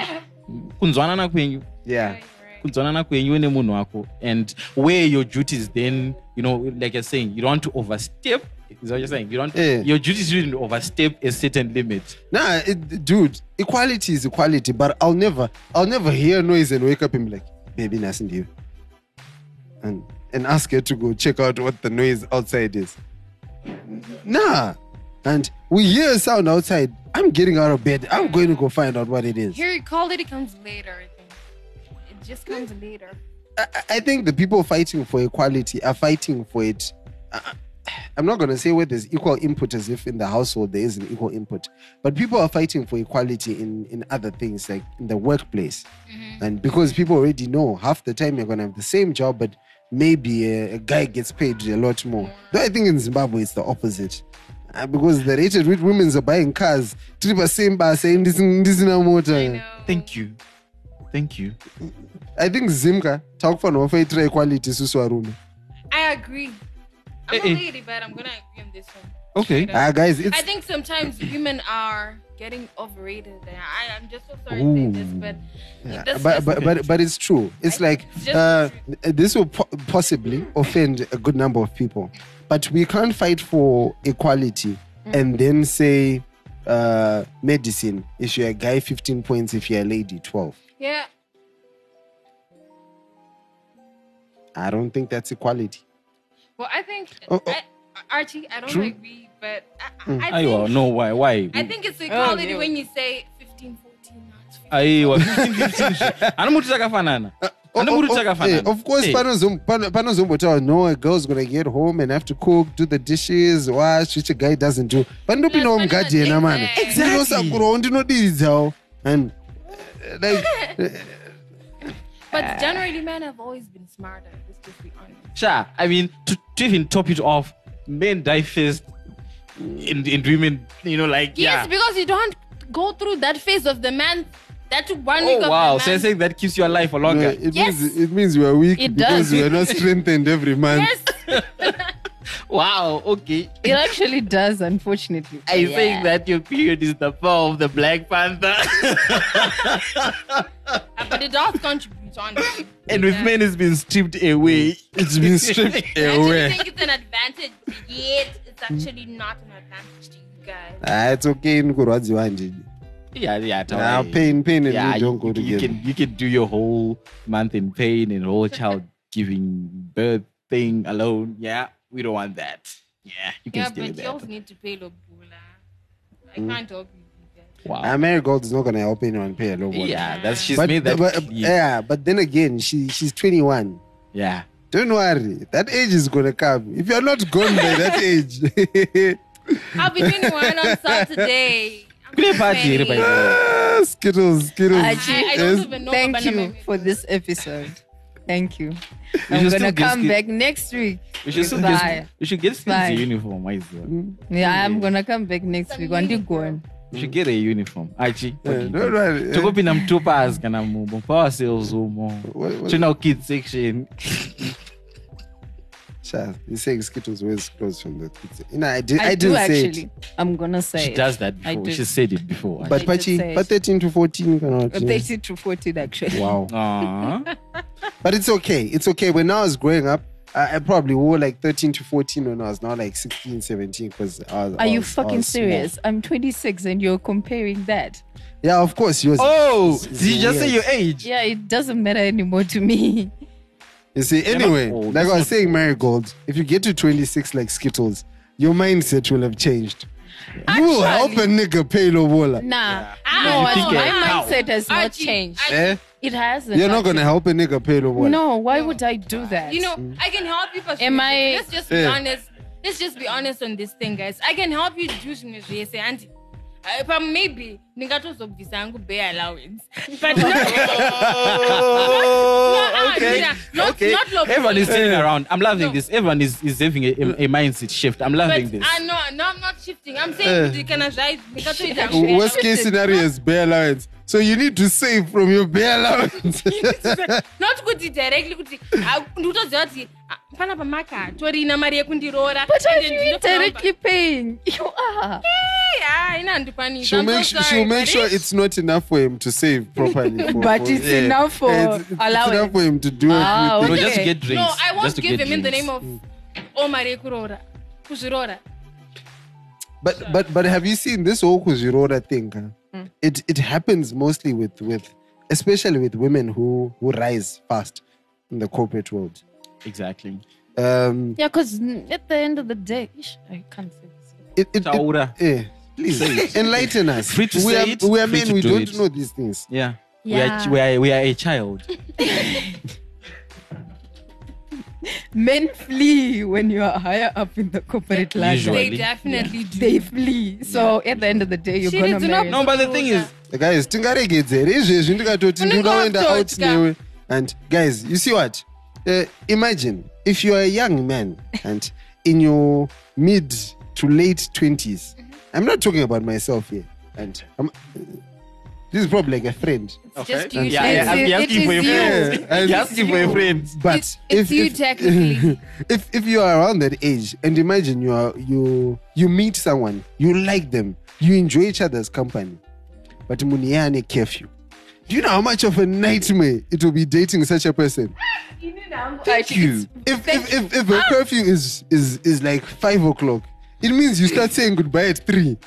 [SPEAKER 5] kunzwanana kwenyu
[SPEAKER 4] yeah.
[SPEAKER 6] Right, right.
[SPEAKER 5] kunzwanana kwenyu nemunhu wako and where your duties then you know like you're saying you don't want to overstep is what you're saying you don't
[SPEAKER 4] Yeah.
[SPEAKER 5] your duties shouldn't overstep a certain limit
[SPEAKER 4] Nah, it, dude, equality is equality, but I'll never, I'll never hear noise and wake up and be like, baby, nothing to you. And, and ask her to go check out what the noise outside is. Nah. And we hear a sound outside. I'm getting out of bed. I'm going to go find out what it is.
[SPEAKER 6] Here you call it. It comes later. I think. It just comes later.
[SPEAKER 4] I, I- I think the people fighting for equality are fighting for it. I, am not going to say where there's equal input as if in the household there is an equal input, but people are fighting for equality in, in other things like in the workplace.
[SPEAKER 6] Mm-hmm.
[SPEAKER 4] And because people already know half the time you're going to have the same job, but maybe a, a guy gets paid a lot more. Though I think in Zimbabwe it's the opposite. Uh, because the rated rich women are buying cars, tripa same bar saying this this na motor.
[SPEAKER 6] I know.
[SPEAKER 5] thank you thank you
[SPEAKER 4] I think Zimka talk for no fair equality suswaruna.
[SPEAKER 6] I agree.
[SPEAKER 5] Eh,
[SPEAKER 6] I'm
[SPEAKER 5] eh.
[SPEAKER 6] a lady, but I'm gonna agree on this one.
[SPEAKER 5] okay
[SPEAKER 6] Straight up.
[SPEAKER 4] Ah, guys, it's
[SPEAKER 6] I think sometimes women are getting overrated. And I, I'm just so sorry to say this, but that's
[SPEAKER 4] but,
[SPEAKER 6] just-
[SPEAKER 4] but but but it's true. It's
[SPEAKER 6] I-
[SPEAKER 4] like
[SPEAKER 6] it's just
[SPEAKER 4] uh,
[SPEAKER 6] the
[SPEAKER 4] this will po- possibly offend a good number of people, but we can't fight for equality
[SPEAKER 6] Mm.
[SPEAKER 4] and then say uh, medicine. If you're a guy, fifteen points. If you're a lady, twelve.
[SPEAKER 6] yeah,
[SPEAKER 4] I don't think that's equality.
[SPEAKER 6] well, I think
[SPEAKER 4] Oh, oh.
[SPEAKER 6] I, Archie, I don't
[SPEAKER 4] True. Mm.
[SPEAKER 6] agree, but I, I, I
[SPEAKER 5] aiwa
[SPEAKER 6] think
[SPEAKER 5] no why why
[SPEAKER 6] I think it's equality
[SPEAKER 3] yeah.
[SPEAKER 6] when you say 15, 14, not 15.
[SPEAKER 5] aiwa [laughs] 15 anomuti takafanana
[SPEAKER 4] Uh,
[SPEAKER 5] anomuti
[SPEAKER 4] eh,
[SPEAKER 5] takafanana
[SPEAKER 4] of course,
[SPEAKER 5] Eh,
[SPEAKER 4] panozom- pano- panozombotaura no, a girl's gonna get home and have to cook, do the dishes, wash, which a guy doesn't do. Panopindawo
[SPEAKER 6] That's
[SPEAKER 4] mugadi yena mana.
[SPEAKER 6] exactly.
[SPEAKER 4] Ndinosakurawo, ndinodiridzawo. And uh,
[SPEAKER 5] [laughs]
[SPEAKER 4] like,
[SPEAKER 5] Uh,
[SPEAKER 6] But generally, men have always been smarter. Let's just be honest.
[SPEAKER 5] sure i mean to, to even top it off men die first and, and women you know like
[SPEAKER 6] Yes,
[SPEAKER 5] yeah
[SPEAKER 6] because you don't go through that phase of the man, that one week
[SPEAKER 5] oh
[SPEAKER 6] of
[SPEAKER 5] wow
[SPEAKER 6] the
[SPEAKER 5] so you're
[SPEAKER 6] man.
[SPEAKER 5] saying that keeps your life for
[SPEAKER 4] no,
[SPEAKER 5] longer
[SPEAKER 4] it,
[SPEAKER 6] Yes.
[SPEAKER 4] means, it means we are weak
[SPEAKER 3] It
[SPEAKER 4] because
[SPEAKER 3] does.
[SPEAKER 4] we are not strengthened every month.
[SPEAKER 6] yes,
[SPEAKER 5] [laughs] wow okay
[SPEAKER 3] It actually does, unfortunately.
[SPEAKER 5] I think that your period is the fall of the Black
[SPEAKER 4] [laughs]
[SPEAKER 5] Panther,
[SPEAKER 6] but it does contribute, honestly.
[SPEAKER 5] and with men, it's been stripped [laughs] away.
[SPEAKER 4] It's been [laughs] stripped
[SPEAKER 6] I actually
[SPEAKER 4] away.
[SPEAKER 6] think it's an advantage, yet it's actually not an advantage to you guys.
[SPEAKER 4] Ah, it's okay. ndikurwadziwa handidi.
[SPEAKER 5] yeah, yeah, don't
[SPEAKER 4] Ah,
[SPEAKER 5] worry.
[SPEAKER 4] pain, pain, and
[SPEAKER 5] eh. Yeah,
[SPEAKER 4] me don't
[SPEAKER 5] you,
[SPEAKER 4] go
[SPEAKER 5] you
[SPEAKER 4] together.
[SPEAKER 5] can you can do your whole month in pain and whole child
[SPEAKER 6] [laughs]
[SPEAKER 5] giving birth thing alone. Yeah, we don't want that. Yeah, you can
[SPEAKER 6] Yeah,
[SPEAKER 5] stay
[SPEAKER 6] but
[SPEAKER 5] there.
[SPEAKER 6] y'all need to pay Lobula. I
[SPEAKER 4] Mm.
[SPEAKER 6] can't help you guys.
[SPEAKER 5] Wow.
[SPEAKER 4] Ah, Mary Gold is not gonna help anyone pay a low one.
[SPEAKER 5] yeah, that's she's
[SPEAKER 4] But,
[SPEAKER 5] made that.
[SPEAKER 4] but, eh.
[SPEAKER 5] clear.
[SPEAKER 4] yeah, but then again, she she's 21.
[SPEAKER 5] yeah.
[SPEAKER 4] Don't worry, that age is gonna come. If you're not gone by
[SPEAKER 3] [laughs]
[SPEAKER 4] that age, [laughs]
[SPEAKER 6] I'll be 21 on Saturday. I'm
[SPEAKER 5] Kune party
[SPEAKER 6] ready.
[SPEAKER 5] here, by the way.
[SPEAKER 4] ah, skittles, skittles.
[SPEAKER 3] I-
[SPEAKER 6] I, I
[SPEAKER 4] Yes.
[SPEAKER 6] don't even know
[SPEAKER 3] Thank
[SPEAKER 6] about
[SPEAKER 3] you
[SPEAKER 6] my-
[SPEAKER 3] for this episode. Thank you.
[SPEAKER 5] We
[SPEAKER 3] I'm
[SPEAKER 5] should still
[SPEAKER 3] gonna
[SPEAKER 5] get
[SPEAKER 3] come
[SPEAKER 5] ski-
[SPEAKER 3] back next week.
[SPEAKER 5] We should still
[SPEAKER 3] Bye.
[SPEAKER 5] get we should get
[SPEAKER 3] Bye.
[SPEAKER 5] Skin's uniform. Why is that?
[SPEAKER 3] Yeah, I'm gonna come back next
[SPEAKER 6] Some
[SPEAKER 3] week. When you
[SPEAKER 6] uniform.
[SPEAKER 3] going?
[SPEAKER 5] We
[SPEAKER 4] Mm-hmm.
[SPEAKER 5] should get a uniform. Archie. what do
[SPEAKER 4] Eh,
[SPEAKER 5] you
[SPEAKER 4] don't
[SPEAKER 5] think?
[SPEAKER 4] worry. eh.
[SPEAKER 5] tokopinda mutopasi kana mupower sales umo
[SPEAKER 4] What- what-
[SPEAKER 5] tinawo kid section
[SPEAKER 4] Sha, you saying skittles wears clothes from the kids. You know, I did. I,
[SPEAKER 3] I, do
[SPEAKER 4] didn't say
[SPEAKER 3] actually.
[SPEAKER 4] it.
[SPEAKER 3] I'm gonna say
[SPEAKER 5] she
[SPEAKER 3] it.
[SPEAKER 5] does that
[SPEAKER 3] I
[SPEAKER 5] before
[SPEAKER 3] do.
[SPEAKER 5] she said it before
[SPEAKER 4] But
[SPEAKER 3] I did say
[SPEAKER 4] Pachi,
[SPEAKER 3] it.
[SPEAKER 4] but 13 to 14, you cannot.
[SPEAKER 3] Uh, 30 to 40 actually.
[SPEAKER 4] Wow.
[SPEAKER 5] Aww.
[SPEAKER 6] [laughs]
[SPEAKER 4] But it's okay. It's okay. When I was growing up, I, I probably wore like 13 to 14 when I was now like 16, 17. Because I was, Oh, I
[SPEAKER 3] Are you
[SPEAKER 4] was- I was
[SPEAKER 3] fucking
[SPEAKER 4] small.
[SPEAKER 3] serious? I'm 26 and you're comparing that.
[SPEAKER 4] Yeah, of course. Yours.
[SPEAKER 5] Oh,
[SPEAKER 4] is-
[SPEAKER 5] did
[SPEAKER 4] is
[SPEAKER 5] you just say
[SPEAKER 4] weird.
[SPEAKER 5] your age?
[SPEAKER 3] Yeah, it doesn't matter anymore to me.
[SPEAKER 4] You see,
[SPEAKER 5] not
[SPEAKER 4] anyway,
[SPEAKER 5] old.
[SPEAKER 4] like
[SPEAKER 5] It's
[SPEAKER 4] I
[SPEAKER 5] not
[SPEAKER 4] was saying, Marigold, if you get to 26 like Skittles, your mindset will have changed. you will help a nigga pay
[SPEAKER 3] [laughs]
[SPEAKER 4] Lobola.
[SPEAKER 3] Nah.
[SPEAKER 6] You
[SPEAKER 3] No, I-
[SPEAKER 5] think
[SPEAKER 3] my
[SPEAKER 5] it- how?
[SPEAKER 3] mindset has not
[SPEAKER 6] Archie,
[SPEAKER 3] changed.
[SPEAKER 6] Archie,
[SPEAKER 4] Eh?
[SPEAKER 3] It hasn't.
[SPEAKER 4] You're not going to help a nigga pay Lobola.
[SPEAKER 3] No, why would I do that?
[SPEAKER 6] You know, I can help you for
[SPEAKER 3] Am I-
[SPEAKER 6] Let's just be
[SPEAKER 4] Yeah.
[SPEAKER 6] honest. Let's just be honest on this thing, guys. I can help you do things, yes, auntie. Uh, If I'm maybe ningatozobvisa yangu bear allowance, [laughs] but not,
[SPEAKER 5] Oh,
[SPEAKER 6] Not-
[SPEAKER 5] okay.
[SPEAKER 6] not- not-
[SPEAKER 5] okay.
[SPEAKER 6] not Lobola.
[SPEAKER 5] Everyone is turning around. I'm loving
[SPEAKER 6] No.
[SPEAKER 5] this. Everyone is, is having a, a, a mindset shift. I'm loving
[SPEAKER 6] but
[SPEAKER 5] this.
[SPEAKER 6] I know, ah, no, I'm not shifting. I'm saying you can advise.
[SPEAKER 4] W-
[SPEAKER 6] Nikatozoita yangu
[SPEAKER 4] Eh. Worst case scenario is bare allowance. So you need to save from your
[SPEAKER 3] [laughs]
[SPEAKER 4] bare allowance.
[SPEAKER 6] not kuti directly kuti ah, ndikutoziva kuti ah, panapa maka torina mari yekundiroora
[SPEAKER 3] But are
[SPEAKER 6] and then
[SPEAKER 3] you
[SPEAKER 6] ndinofanira
[SPEAKER 3] indirectly paying? [laughs] You are.
[SPEAKER 6] kuba- Hey, ah, ina
[SPEAKER 4] [laughs]
[SPEAKER 6] handikwanisi.
[SPEAKER 4] she'll
[SPEAKER 6] I'm so
[SPEAKER 4] make, su-
[SPEAKER 6] sorry,
[SPEAKER 4] she'll make
[SPEAKER 6] but
[SPEAKER 4] sure
[SPEAKER 6] it-
[SPEAKER 4] it's not enough for him to save properly.
[SPEAKER 3] [laughs]
[SPEAKER 4] for-
[SPEAKER 3] But
[SPEAKER 4] for-
[SPEAKER 3] it's enough for
[SPEAKER 4] it's, it's
[SPEAKER 3] allowance.
[SPEAKER 4] enough for him to do
[SPEAKER 3] Ah,
[SPEAKER 5] You know,
[SPEAKER 4] everything.
[SPEAKER 5] just to
[SPEAKER 3] okay.
[SPEAKER 5] get drinks.
[SPEAKER 6] no i won't
[SPEAKER 5] just to
[SPEAKER 6] give
[SPEAKER 5] get
[SPEAKER 6] him in the
[SPEAKER 5] drinks.
[SPEAKER 6] name of oh mari kuroora kuzviroora
[SPEAKER 4] But but but have you seen this whole Kuzirora thing? huh? It it happens mostly with with especially with women who who rise fast in the corporate world.
[SPEAKER 5] Exactly.
[SPEAKER 4] Um,
[SPEAKER 3] Yeah, because at the end of the day, Ish, I can't say this.
[SPEAKER 4] it, it, it-
[SPEAKER 5] Taura.
[SPEAKER 4] eh, please enlighten us.
[SPEAKER 5] Free to
[SPEAKER 4] we
[SPEAKER 5] say
[SPEAKER 4] are,
[SPEAKER 5] it,
[SPEAKER 4] we are
[SPEAKER 5] free
[SPEAKER 4] men.
[SPEAKER 5] to
[SPEAKER 4] we
[SPEAKER 5] do
[SPEAKER 4] don't
[SPEAKER 5] it.
[SPEAKER 4] know these things.
[SPEAKER 5] Yeah.
[SPEAKER 3] Yeah.
[SPEAKER 5] We, are, we, are, we are a child.
[SPEAKER 3] Men flee when you are higher up in the corporate ladder.
[SPEAKER 5] Usually.
[SPEAKER 6] they definitely
[SPEAKER 3] They
[SPEAKER 6] do
[SPEAKER 3] flee. So at the end of the day, you're
[SPEAKER 6] She
[SPEAKER 3] going to
[SPEAKER 6] did not
[SPEAKER 3] marry.
[SPEAKER 5] no, but the thing is,
[SPEAKER 4] The guys, tingaregedzere izvezvi ndikatoti
[SPEAKER 6] Unenge
[SPEAKER 4] ndinoenda out
[SPEAKER 6] watotya.
[SPEAKER 4] newe. And guys, you see what? Uh, imagine if you are a young man and in your mid to late twenties. I'm not talking about myself here, and I'm, this is probably like a friend.
[SPEAKER 6] It's just
[SPEAKER 5] Yeah,
[SPEAKER 6] you
[SPEAKER 5] yeah,
[SPEAKER 6] Shane.
[SPEAKER 5] I'm
[SPEAKER 3] It
[SPEAKER 5] asking
[SPEAKER 3] is
[SPEAKER 5] for your
[SPEAKER 3] you.
[SPEAKER 5] friends.
[SPEAKER 4] Yeah, and-
[SPEAKER 5] You're asking for your friends.
[SPEAKER 4] But
[SPEAKER 6] It's- it's you technically.
[SPEAKER 4] [laughs] if if you are around that age, and imagine you are you you meet someone, you like them, you enjoy each other's company, but Muniane curfew. Do you know how much of a nightmare it will be dating such a person?
[SPEAKER 3] Thank you.
[SPEAKER 4] If if if, if a curfew is is is like five o'clock, it means you start saying goodbye at three.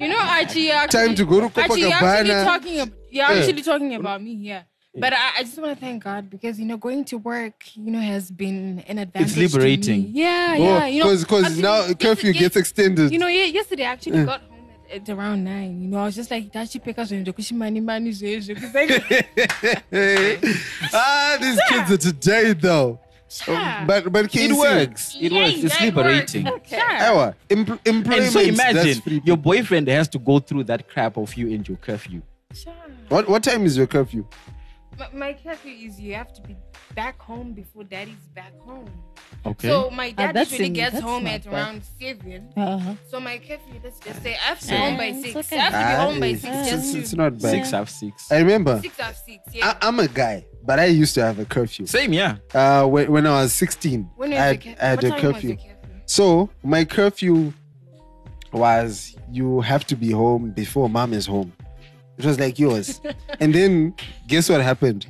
[SPEAKER 6] you know Archie, you're actually,
[SPEAKER 4] Time to go to
[SPEAKER 6] Archie, you're actually
[SPEAKER 4] Copacabana.
[SPEAKER 6] talking ab- you're actually talking about me here but I, I just want to thank God because you know going to work you know has been an advantage. to me.
[SPEAKER 5] liberating.
[SPEAKER 6] Yeah, yeah. You know,
[SPEAKER 4] because because
[SPEAKER 6] actually,
[SPEAKER 4] Oh, now
[SPEAKER 6] yes,
[SPEAKER 4] curfew
[SPEAKER 6] it-
[SPEAKER 4] gets extended. Mm.
[SPEAKER 6] You know, ye- yesterday I actually got home at, at around nine. You know, I was just like, "Dashi pick us when the kushimani mani zezhe."
[SPEAKER 4] [laughs]
[SPEAKER 6] 'Cause like,
[SPEAKER 4] [laughs] ah, these kids are today though.
[SPEAKER 6] sha.
[SPEAKER 4] Um, But but can
[SPEAKER 5] It
[SPEAKER 4] you see-
[SPEAKER 5] works. It
[SPEAKER 6] Yeah,
[SPEAKER 5] works. It's
[SPEAKER 6] yeah, it works.
[SPEAKER 5] liberating.
[SPEAKER 6] Sha.
[SPEAKER 4] Ewa, empl- employment.
[SPEAKER 5] And so
[SPEAKER 4] that's
[SPEAKER 5] imagine
[SPEAKER 4] free.
[SPEAKER 5] your boyfriend has to go through that crap of you and your curfew.
[SPEAKER 6] Sha.
[SPEAKER 4] What what time is your curfew?
[SPEAKER 6] My, my curfew is you have to be back home before daddy's back home.
[SPEAKER 5] Okay.
[SPEAKER 6] So my dad
[SPEAKER 3] Ah, that's
[SPEAKER 6] usually
[SPEAKER 3] in-
[SPEAKER 6] gets
[SPEAKER 3] that's
[SPEAKER 6] home
[SPEAKER 3] not
[SPEAKER 6] at
[SPEAKER 3] bad.
[SPEAKER 6] around seven.
[SPEAKER 3] Uh-huh.
[SPEAKER 6] So my curfew, let's just say I have to be home by
[SPEAKER 3] Seven.
[SPEAKER 6] six.
[SPEAKER 3] It's okay.
[SPEAKER 6] I have to be
[SPEAKER 4] Ah,
[SPEAKER 6] home by
[SPEAKER 4] it's-
[SPEAKER 6] six.
[SPEAKER 4] it's-
[SPEAKER 6] just
[SPEAKER 4] it's Ah,
[SPEAKER 6] to-
[SPEAKER 4] not bad.
[SPEAKER 5] six half six.
[SPEAKER 4] I remember.
[SPEAKER 6] six of six. Yeah.
[SPEAKER 4] I, I'm a guy, but I used to have a curfew.
[SPEAKER 5] Same, yeah.
[SPEAKER 4] Uh, when, when I was 16,
[SPEAKER 6] when
[SPEAKER 4] I
[SPEAKER 6] was your
[SPEAKER 4] had,
[SPEAKER 6] curfew?
[SPEAKER 4] I had
[SPEAKER 6] What
[SPEAKER 4] a
[SPEAKER 6] time was
[SPEAKER 4] curfew.
[SPEAKER 6] your curfew?
[SPEAKER 4] So my curfew was you have to be home before mom is home. It was like
[SPEAKER 6] [laughs]
[SPEAKER 4] yours. and then guess what happened?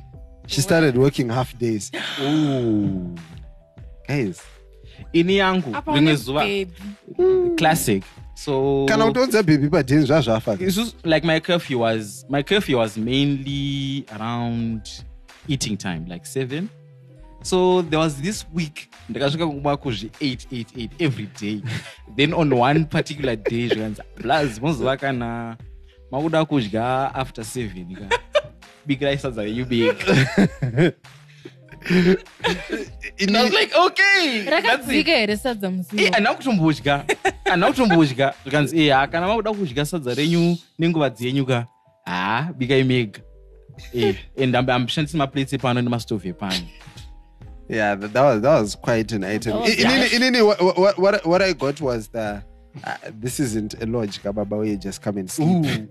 [SPEAKER 4] She started working half days.
[SPEAKER 5] Ooh.
[SPEAKER 4] Guys,
[SPEAKER 5] Ini yangu
[SPEAKER 6] Apa
[SPEAKER 5] rimwe
[SPEAKER 6] wana
[SPEAKER 5] zuva
[SPEAKER 6] baby.
[SPEAKER 5] classic. So
[SPEAKER 4] kana utonza baby padini zvazvafa
[SPEAKER 5] It's just like my curfew was my curfew was mainly around eating time like seven so there was this week ndakasvika kumba kuzvi888 every day then on one particular day zvikanzi plus muzuva kana makuda kudya after seven ka bikirai sadza reubeka and [laughs] i was like okay that's it.
[SPEAKER 6] Rakadzika here sadza musi.
[SPEAKER 5] Eh, ana kutombodya ana [laughs] kutombodya zvikanzi iya kana makuda kudya sadza renyu nenguva dzenyuka ha bikai mega Eh, and am- hamushandisi maplates epano nemastovhu epano
[SPEAKER 4] Yeah, that, that was that was quite an item.
[SPEAKER 3] was
[SPEAKER 4] In- in- in- in- in- what, what, what, what I got was the uh, this isn't a lodge, Kababa, where you just come and sleep.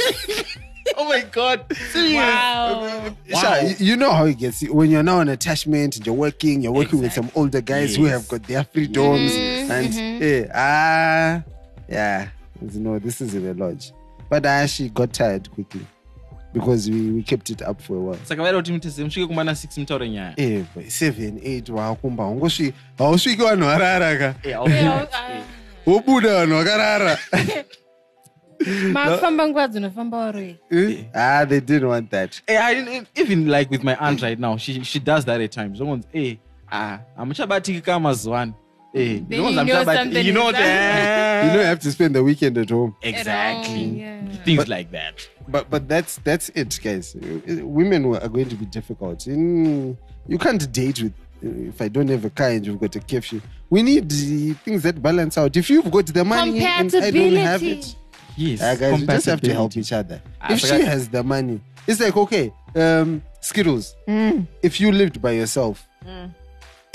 [SPEAKER 5] [laughs] oh my god
[SPEAKER 6] Wow.
[SPEAKER 4] [laughs] Sha, you- you know how it gets when you're now on attachment and you're working, you're working with some older guys who have got their freedoms and eh, ah yeah, you know this isn't a lodge. But I actually got tired quickly. because we, we kept it up for a while
[SPEAKER 5] saka vaida kuti mutese musvike kumana 6 mutaure nyaya
[SPEAKER 4] eh boy, 7 8 waakumba haungosvi hausviki vanhu varara ka
[SPEAKER 5] Eh, I'll be
[SPEAKER 6] Yeah,
[SPEAKER 5] honest,
[SPEAKER 6] uh,
[SPEAKER 5] eh.
[SPEAKER 4] wobuda vanhu vakarara [laughs]
[SPEAKER 6] mafamba nguva dzinofamba waroi
[SPEAKER 4] Eh? ah they didn't want that
[SPEAKER 5] Eh, I, didn't- even like with my aunt right now she, she does that at times someone's eh ah hamuchabatiki ka mazuva ano eh
[SPEAKER 6] Then you know something
[SPEAKER 5] you know
[SPEAKER 6] is up.
[SPEAKER 4] [laughs]
[SPEAKER 5] that
[SPEAKER 4] you know you have to spend the weekend at home
[SPEAKER 5] exactly
[SPEAKER 6] At all, Oh, yeah.
[SPEAKER 5] things
[SPEAKER 4] But-
[SPEAKER 5] like that
[SPEAKER 4] but but that's that's it guys Uh, women were- are going to be difficult in you can't date with uh, if i don't have a car and you've got a curfew we need uh, things that balance out if you've got the money and i don't have it
[SPEAKER 6] Compatibility.
[SPEAKER 5] yes
[SPEAKER 4] uh, guys we just have to help
[SPEAKER 5] compatibility. Ah,
[SPEAKER 4] each other
[SPEAKER 5] I
[SPEAKER 4] if she
[SPEAKER 5] forgot-
[SPEAKER 4] has the money it's like okay um skittles
[SPEAKER 3] Mm.
[SPEAKER 4] if you lived by yourself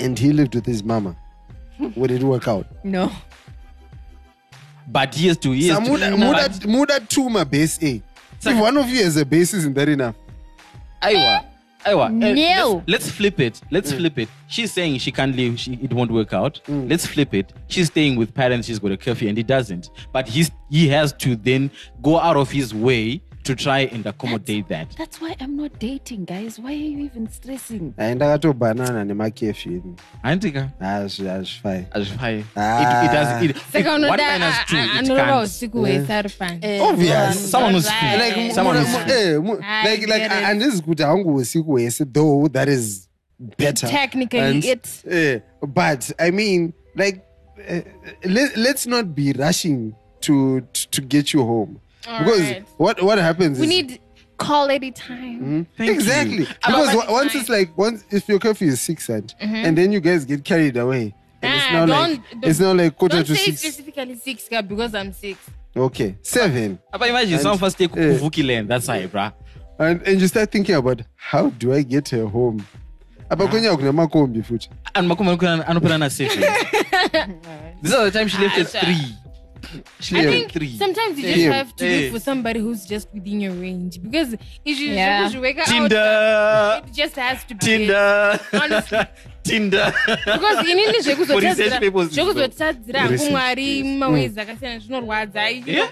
[SPEAKER 4] and he lived with his mama would it work out
[SPEAKER 3] No.
[SPEAKER 5] but years to years
[SPEAKER 4] Sa- muda, muda, muda two my base a if one of you has a base isn't that enough
[SPEAKER 5] Aiwa. Aiwa. Eh,
[SPEAKER 3] No.
[SPEAKER 5] let's- Let's flip it.
[SPEAKER 4] Mm.
[SPEAKER 5] Let's flip it. She's saying she can't leave. She, it won't work out. Let's flip it. She's staying with parents. She's got a curfew and it doesn't. But he's, he has to then go out of his way to try and accommodate that.
[SPEAKER 3] That's why I'm not dating, guys. Why are you even stressing?
[SPEAKER 4] and i got Ah, to banana and my curfew
[SPEAKER 5] Antika.
[SPEAKER 4] azvifai
[SPEAKER 5] It, it
[SPEAKER 4] Ah.
[SPEAKER 5] does. It, if
[SPEAKER 6] saka
[SPEAKER 5] one minus two, it
[SPEAKER 6] unoda
[SPEAKER 5] can't.
[SPEAKER 6] usiku hwese
[SPEAKER 3] Eh.
[SPEAKER 6] rupani
[SPEAKER 4] obvious
[SPEAKER 5] Someone was
[SPEAKER 6] Right.
[SPEAKER 5] free.
[SPEAKER 4] like
[SPEAKER 5] Someone
[SPEAKER 4] mu-
[SPEAKER 5] is
[SPEAKER 4] mu-
[SPEAKER 5] free.
[SPEAKER 4] eh, mu-
[SPEAKER 6] I
[SPEAKER 4] like like
[SPEAKER 6] get it.
[SPEAKER 4] andizi kuti hangu usiku hwese though that is better
[SPEAKER 6] technically
[SPEAKER 4] And-
[SPEAKER 6] it
[SPEAKER 4] eh, but i mean like eh, let, let's not be rushing to to, to get you home because
[SPEAKER 6] Alright.
[SPEAKER 4] what what happens
[SPEAKER 6] we
[SPEAKER 4] is,
[SPEAKER 6] need quality time
[SPEAKER 4] Hmm?
[SPEAKER 5] Thank you.
[SPEAKER 4] exactly
[SPEAKER 6] About
[SPEAKER 4] because
[SPEAKER 6] what
[SPEAKER 4] wa- once
[SPEAKER 6] time?
[SPEAKER 4] it's like once if your curfew is six and and then you guys get carried away and it's
[SPEAKER 6] Ah,
[SPEAKER 4] now like
[SPEAKER 6] don't-
[SPEAKER 4] it's now like quarter
[SPEAKER 6] don't
[SPEAKER 4] to
[SPEAKER 6] say
[SPEAKER 4] six
[SPEAKER 6] specifically six ka because i'm six
[SPEAKER 4] okay seven
[SPEAKER 5] But imagine
[SPEAKER 4] And-
[SPEAKER 5] some first take
[SPEAKER 4] eh.
[SPEAKER 5] Kuvukile and that's why, bruh.
[SPEAKER 4] and, and you start thinking about how do i get her home
[SPEAKER 6] Ah.
[SPEAKER 4] apa kwenyaa kuna makombi futi
[SPEAKER 5] And Makuma Anupana [laughs] savings. This is the time she left at three. She
[SPEAKER 6] I
[SPEAKER 5] left
[SPEAKER 6] think
[SPEAKER 5] at three.
[SPEAKER 6] sometimes you just
[SPEAKER 4] Hey.
[SPEAKER 6] have to
[SPEAKER 5] Hey.
[SPEAKER 6] look for somebody who's just within your range because if you
[SPEAKER 3] Yeah.
[SPEAKER 6] if you wake up
[SPEAKER 5] Tinder.
[SPEAKER 6] it just has to be
[SPEAKER 5] Tinder.
[SPEAKER 6] Honestly.
[SPEAKER 5] [laughs] Tinder.
[SPEAKER 6] because inini
[SPEAKER 5] [laughs] For research purposes, though.
[SPEAKER 6] zvekuzotadzira
[SPEAKER 4] Research,
[SPEAKER 6] kumwari
[SPEAKER 4] yes.
[SPEAKER 6] mawezi akasiyana zvinorwadza
[SPEAKER 5] Yeah.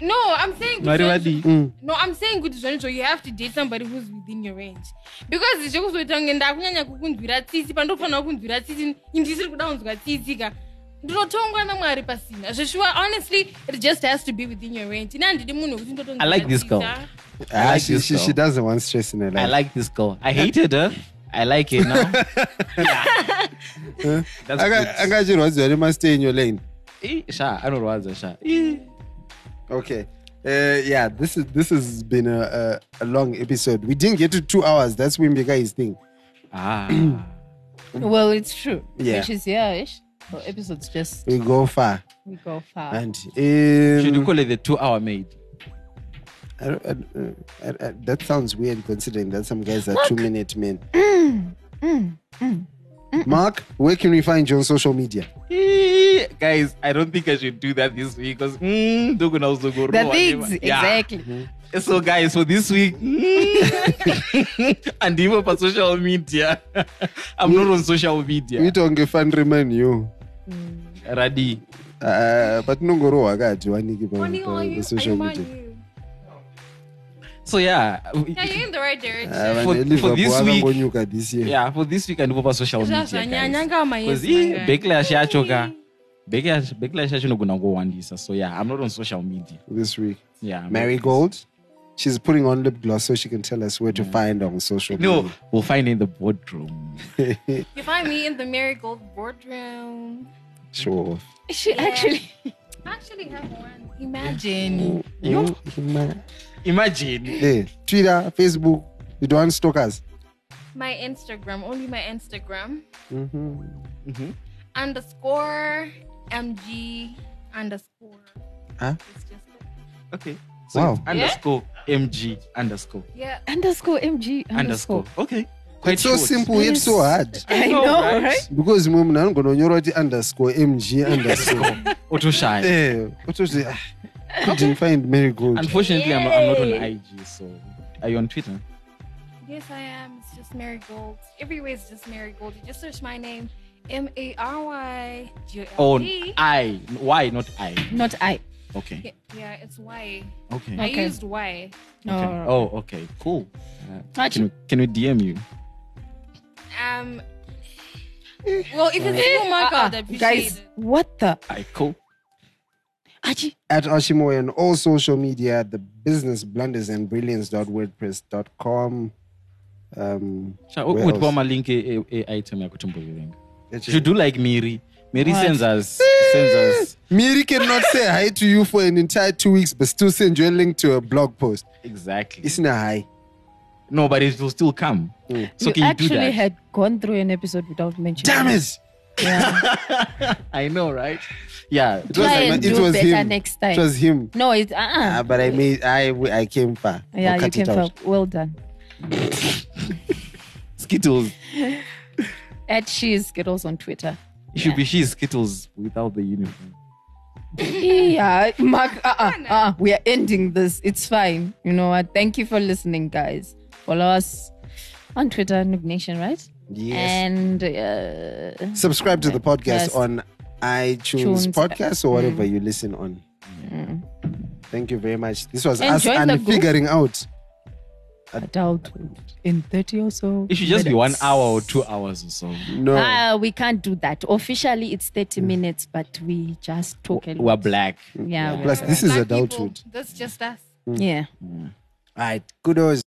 [SPEAKER 6] no i'm saying
[SPEAKER 5] Mwari
[SPEAKER 6] kuti-
[SPEAKER 5] vadi.
[SPEAKER 6] no i'm saying kuti zvanizvo you have to date somebody who's within your range because zvekuzoita kunge ndakunyanya kukunzwira tsitsi pandofanira kunzwira tsitsi indisiri kuda kunzwa tsitsika ndinotongwa namwari pasina zveshuwa honestly it just has to be within your range ine handidi munhu wekuti
[SPEAKER 5] I like this girl.
[SPEAKER 6] ndotonzwira
[SPEAKER 5] I
[SPEAKER 4] Ah,
[SPEAKER 5] like
[SPEAKER 4] she,
[SPEAKER 5] this
[SPEAKER 4] she,
[SPEAKER 5] girl.
[SPEAKER 4] she doesn't want stress in her life
[SPEAKER 5] I like this girl. I hated her. I like her [laughs] now. yeah. That's
[SPEAKER 4] Anga-
[SPEAKER 5] good.
[SPEAKER 4] angachirwadziwa nemastay in your lane
[SPEAKER 5] Eh, Sha, I don't know what's that, Sha.
[SPEAKER 4] okay Uh, yeah, this is this has been a, a, a long episode. We didn't get to two hours. That's Wimbigai's thing.
[SPEAKER 5] Ah.
[SPEAKER 3] Well, it's true.
[SPEAKER 4] Yeah.
[SPEAKER 3] Which is, yeah, ish. So episodes just,
[SPEAKER 4] We go far,
[SPEAKER 3] we go far.
[SPEAKER 4] and um,
[SPEAKER 5] Should you call it the two-hour maid?
[SPEAKER 4] I don't- I don't- uh, I- I- that sounds weird considering that some guys are two-minute men.
[SPEAKER 6] Mm,
[SPEAKER 4] Mark, where can we find you on social media?
[SPEAKER 5] Eh, Guys, I don't think I should do that this week because mm, they're gonna also go
[SPEAKER 3] the
[SPEAKER 5] raw,
[SPEAKER 3] things,
[SPEAKER 5] whatever. Yeah.
[SPEAKER 3] exactly.
[SPEAKER 4] Mm-hmm.
[SPEAKER 5] So, guys, for this week, [laughs] mm, and even for social media, I'm not on social
[SPEAKER 4] We
[SPEAKER 5] media.
[SPEAKER 4] don't give fun remind you.
[SPEAKER 5] Radi.
[SPEAKER 4] Uh, but no goro wakati waniki pa-
[SPEAKER 6] Only
[SPEAKER 4] pa-
[SPEAKER 6] on
[SPEAKER 4] pa
[SPEAKER 6] you,
[SPEAKER 4] mm, social
[SPEAKER 6] I'm on
[SPEAKER 4] media.
[SPEAKER 6] you.
[SPEAKER 5] So yeah,
[SPEAKER 6] Yeah, you're in the right direction.
[SPEAKER 4] Ah,
[SPEAKER 5] For-
[SPEAKER 4] vanhu
[SPEAKER 5] for
[SPEAKER 4] eLiverpool
[SPEAKER 5] this week-
[SPEAKER 4] vakangonyuka this year.
[SPEAKER 5] yeah. For this week, I know for social media. guys.
[SPEAKER 6] zvazvanyanyanga
[SPEAKER 5] because
[SPEAKER 6] mayezimangai
[SPEAKER 5] backlash yachoka backlash backlash yacho inogona kungowandisa so yeah i'm not on social media
[SPEAKER 4] This week.
[SPEAKER 5] yeah I'm
[SPEAKER 4] Marigold, she's putting on lip gloss so she can tell us where to find her on social
[SPEAKER 5] not- Mm. no
[SPEAKER 4] media.
[SPEAKER 5] we'll find it in the boardroom
[SPEAKER 6] you find me in the marigold boardroom
[SPEAKER 4] Sure.
[SPEAKER 3] She actually,
[SPEAKER 6] I actually have one imagine
[SPEAKER 5] you imagine
[SPEAKER 4] Hey, Eh, Twitter, Facebook, you don't want stalkers.
[SPEAKER 6] my instagram only my instagram
[SPEAKER 4] Mhm.
[SPEAKER 6] underscore mg underscore
[SPEAKER 4] Huh?
[SPEAKER 6] it's just
[SPEAKER 5] okay so
[SPEAKER 4] Wow.
[SPEAKER 5] it's underscore mg underscore
[SPEAKER 6] yeah
[SPEAKER 3] underscore MG
[SPEAKER 5] underscore
[SPEAKER 3] underscore.
[SPEAKER 5] okay
[SPEAKER 4] It's so
[SPEAKER 5] short.
[SPEAKER 4] simple yet so hard.
[SPEAKER 3] I know, right?
[SPEAKER 4] because mumwe munhu anogona kuti underscore mg [laughs] underscore
[SPEAKER 5] otoshaya
[SPEAKER 4] eh ototi ah, couldn't find mary gold
[SPEAKER 5] unfortunately I'm, I'm not on ig so are you on twitter
[SPEAKER 6] yes i am it's just marigold everywhere it's just marigold you just search my name m-a-r-y
[SPEAKER 5] on
[SPEAKER 4] Oh,
[SPEAKER 6] g-l-d
[SPEAKER 5] i why not i
[SPEAKER 3] Not I.
[SPEAKER 5] Okay.
[SPEAKER 6] Yeah, it's why.
[SPEAKER 5] Okay.
[SPEAKER 6] I
[SPEAKER 5] okay.
[SPEAKER 3] Okay.
[SPEAKER 6] used why.
[SPEAKER 3] Alright.
[SPEAKER 5] Oh, okay. Cool. Uh,
[SPEAKER 3] Actually-
[SPEAKER 5] can, we, can we DM you?
[SPEAKER 6] Um.
[SPEAKER 4] Eh.
[SPEAKER 6] Well, if it's a full mark, I would
[SPEAKER 3] Uh-uh.
[SPEAKER 4] Oh.
[SPEAKER 6] appreciate
[SPEAKER 3] Guys,
[SPEAKER 6] it.
[SPEAKER 3] what the?
[SPEAKER 5] I cool.
[SPEAKER 3] Achi.
[SPEAKER 4] At Oshimoy on all social media, the business blunders and brilliance.wordpress.com. Um,
[SPEAKER 5] Sha-
[SPEAKER 4] Where
[SPEAKER 5] would
[SPEAKER 4] else?
[SPEAKER 5] bomba link a, a, a item yakutumbuvirenga.
[SPEAKER 4] it's-
[SPEAKER 5] You should do like Miri. Miri
[SPEAKER 3] What?
[SPEAKER 5] sends us sends us
[SPEAKER 4] Miri cannot say hi to you for an entire two weeks, but still send you a link to a blog post.
[SPEAKER 5] exactly.
[SPEAKER 4] It's not hi.
[SPEAKER 5] no, but it will still come.
[SPEAKER 4] Mm.
[SPEAKER 5] So
[SPEAKER 3] you
[SPEAKER 5] can you do
[SPEAKER 3] actually
[SPEAKER 5] that?
[SPEAKER 3] had gone through an episode without mentioning.
[SPEAKER 4] Damn it!
[SPEAKER 3] Yeah.
[SPEAKER 5] [laughs] I know, right? Yeah. It was
[SPEAKER 3] Try
[SPEAKER 5] like,
[SPEAKER 3] and
[SPEAKER 4] it
[SPEAKER 3] do
[SPEAKER 4] was
[SPEAKER 3] better
[SPEAKER 4] him.
[SPEAKER 3] next
[SPEAKER 4] It
[SPEAKER 3] time.
[SPEAKER 4] was him.
[SPEAKER 3] no, it's uh uh
[SPEAKER 4] Ah, but I made I I came far. I'll
[SPEAKER 3] Yeah, you
[SPEAKER 4] cut
[SPEAKER 3] can
[SPEAKER 4] it out.
[SPEAKER 3] fuck. Well done.
[SPEAKER 5] Skittles.
[SPEAKER 3] At She's Skittles on Twitter.
[SPEAKER 5] It should be she Skittles without the uniform.
[SPEAKER 3] yeah, Mark, uh, uh, uh, we are ending this. It's fine. You know what? Thank you for listening, guys. Follow us on Twitter, Noob Nation, right?
[SPEAKER 4] Yes.
[SPEAKER 3] And uh,
[SPEAKER 4] Subscribe to the podcast
[SPEAKER 3] Yes.
[SPEAKER 4] on iTunes
[SPEAKER 3] Tunes.
[SPEAKER 4] podcast or whatever you listen on.
[SPEAKER 3] Mm.
[SPEAKER 4] Thank you very much. This was
[SPEAKER 3] And
[SPEAKER 4] us
[SPEAKER 3] join the
[SPEAKER 4] and
[SPEAKER 3] group.
[SPEAKER 4] figuring out.
[SPEAKER 3] adulthood in 30 or so.
[SPEAKER 5] It should just be one
[SPEAKER 3] minutes.
[SPEAKER 5] hour or two hours or so.
[SPEAKER 4] No,
[SPEAKER 3] Ah, we can't do that. Officially, it's 30 minutes, but we just talk a lot.
[SPEAKER 5] Mm. We're black.
[SPEAKER 3] Yeah.
[SPEAKER 4] Plus,
[SPEAKER 3] we're-
[SPEAKER 4] this is
[SPEAKER 6] Black people,
[SPEAKER 4] adulthood.
[SPEAKER 5] Mm.
[SPEAKER 6] That's just us.
[SPEAKER 3] yeah.
[SPEAKER 4] All right, kudos.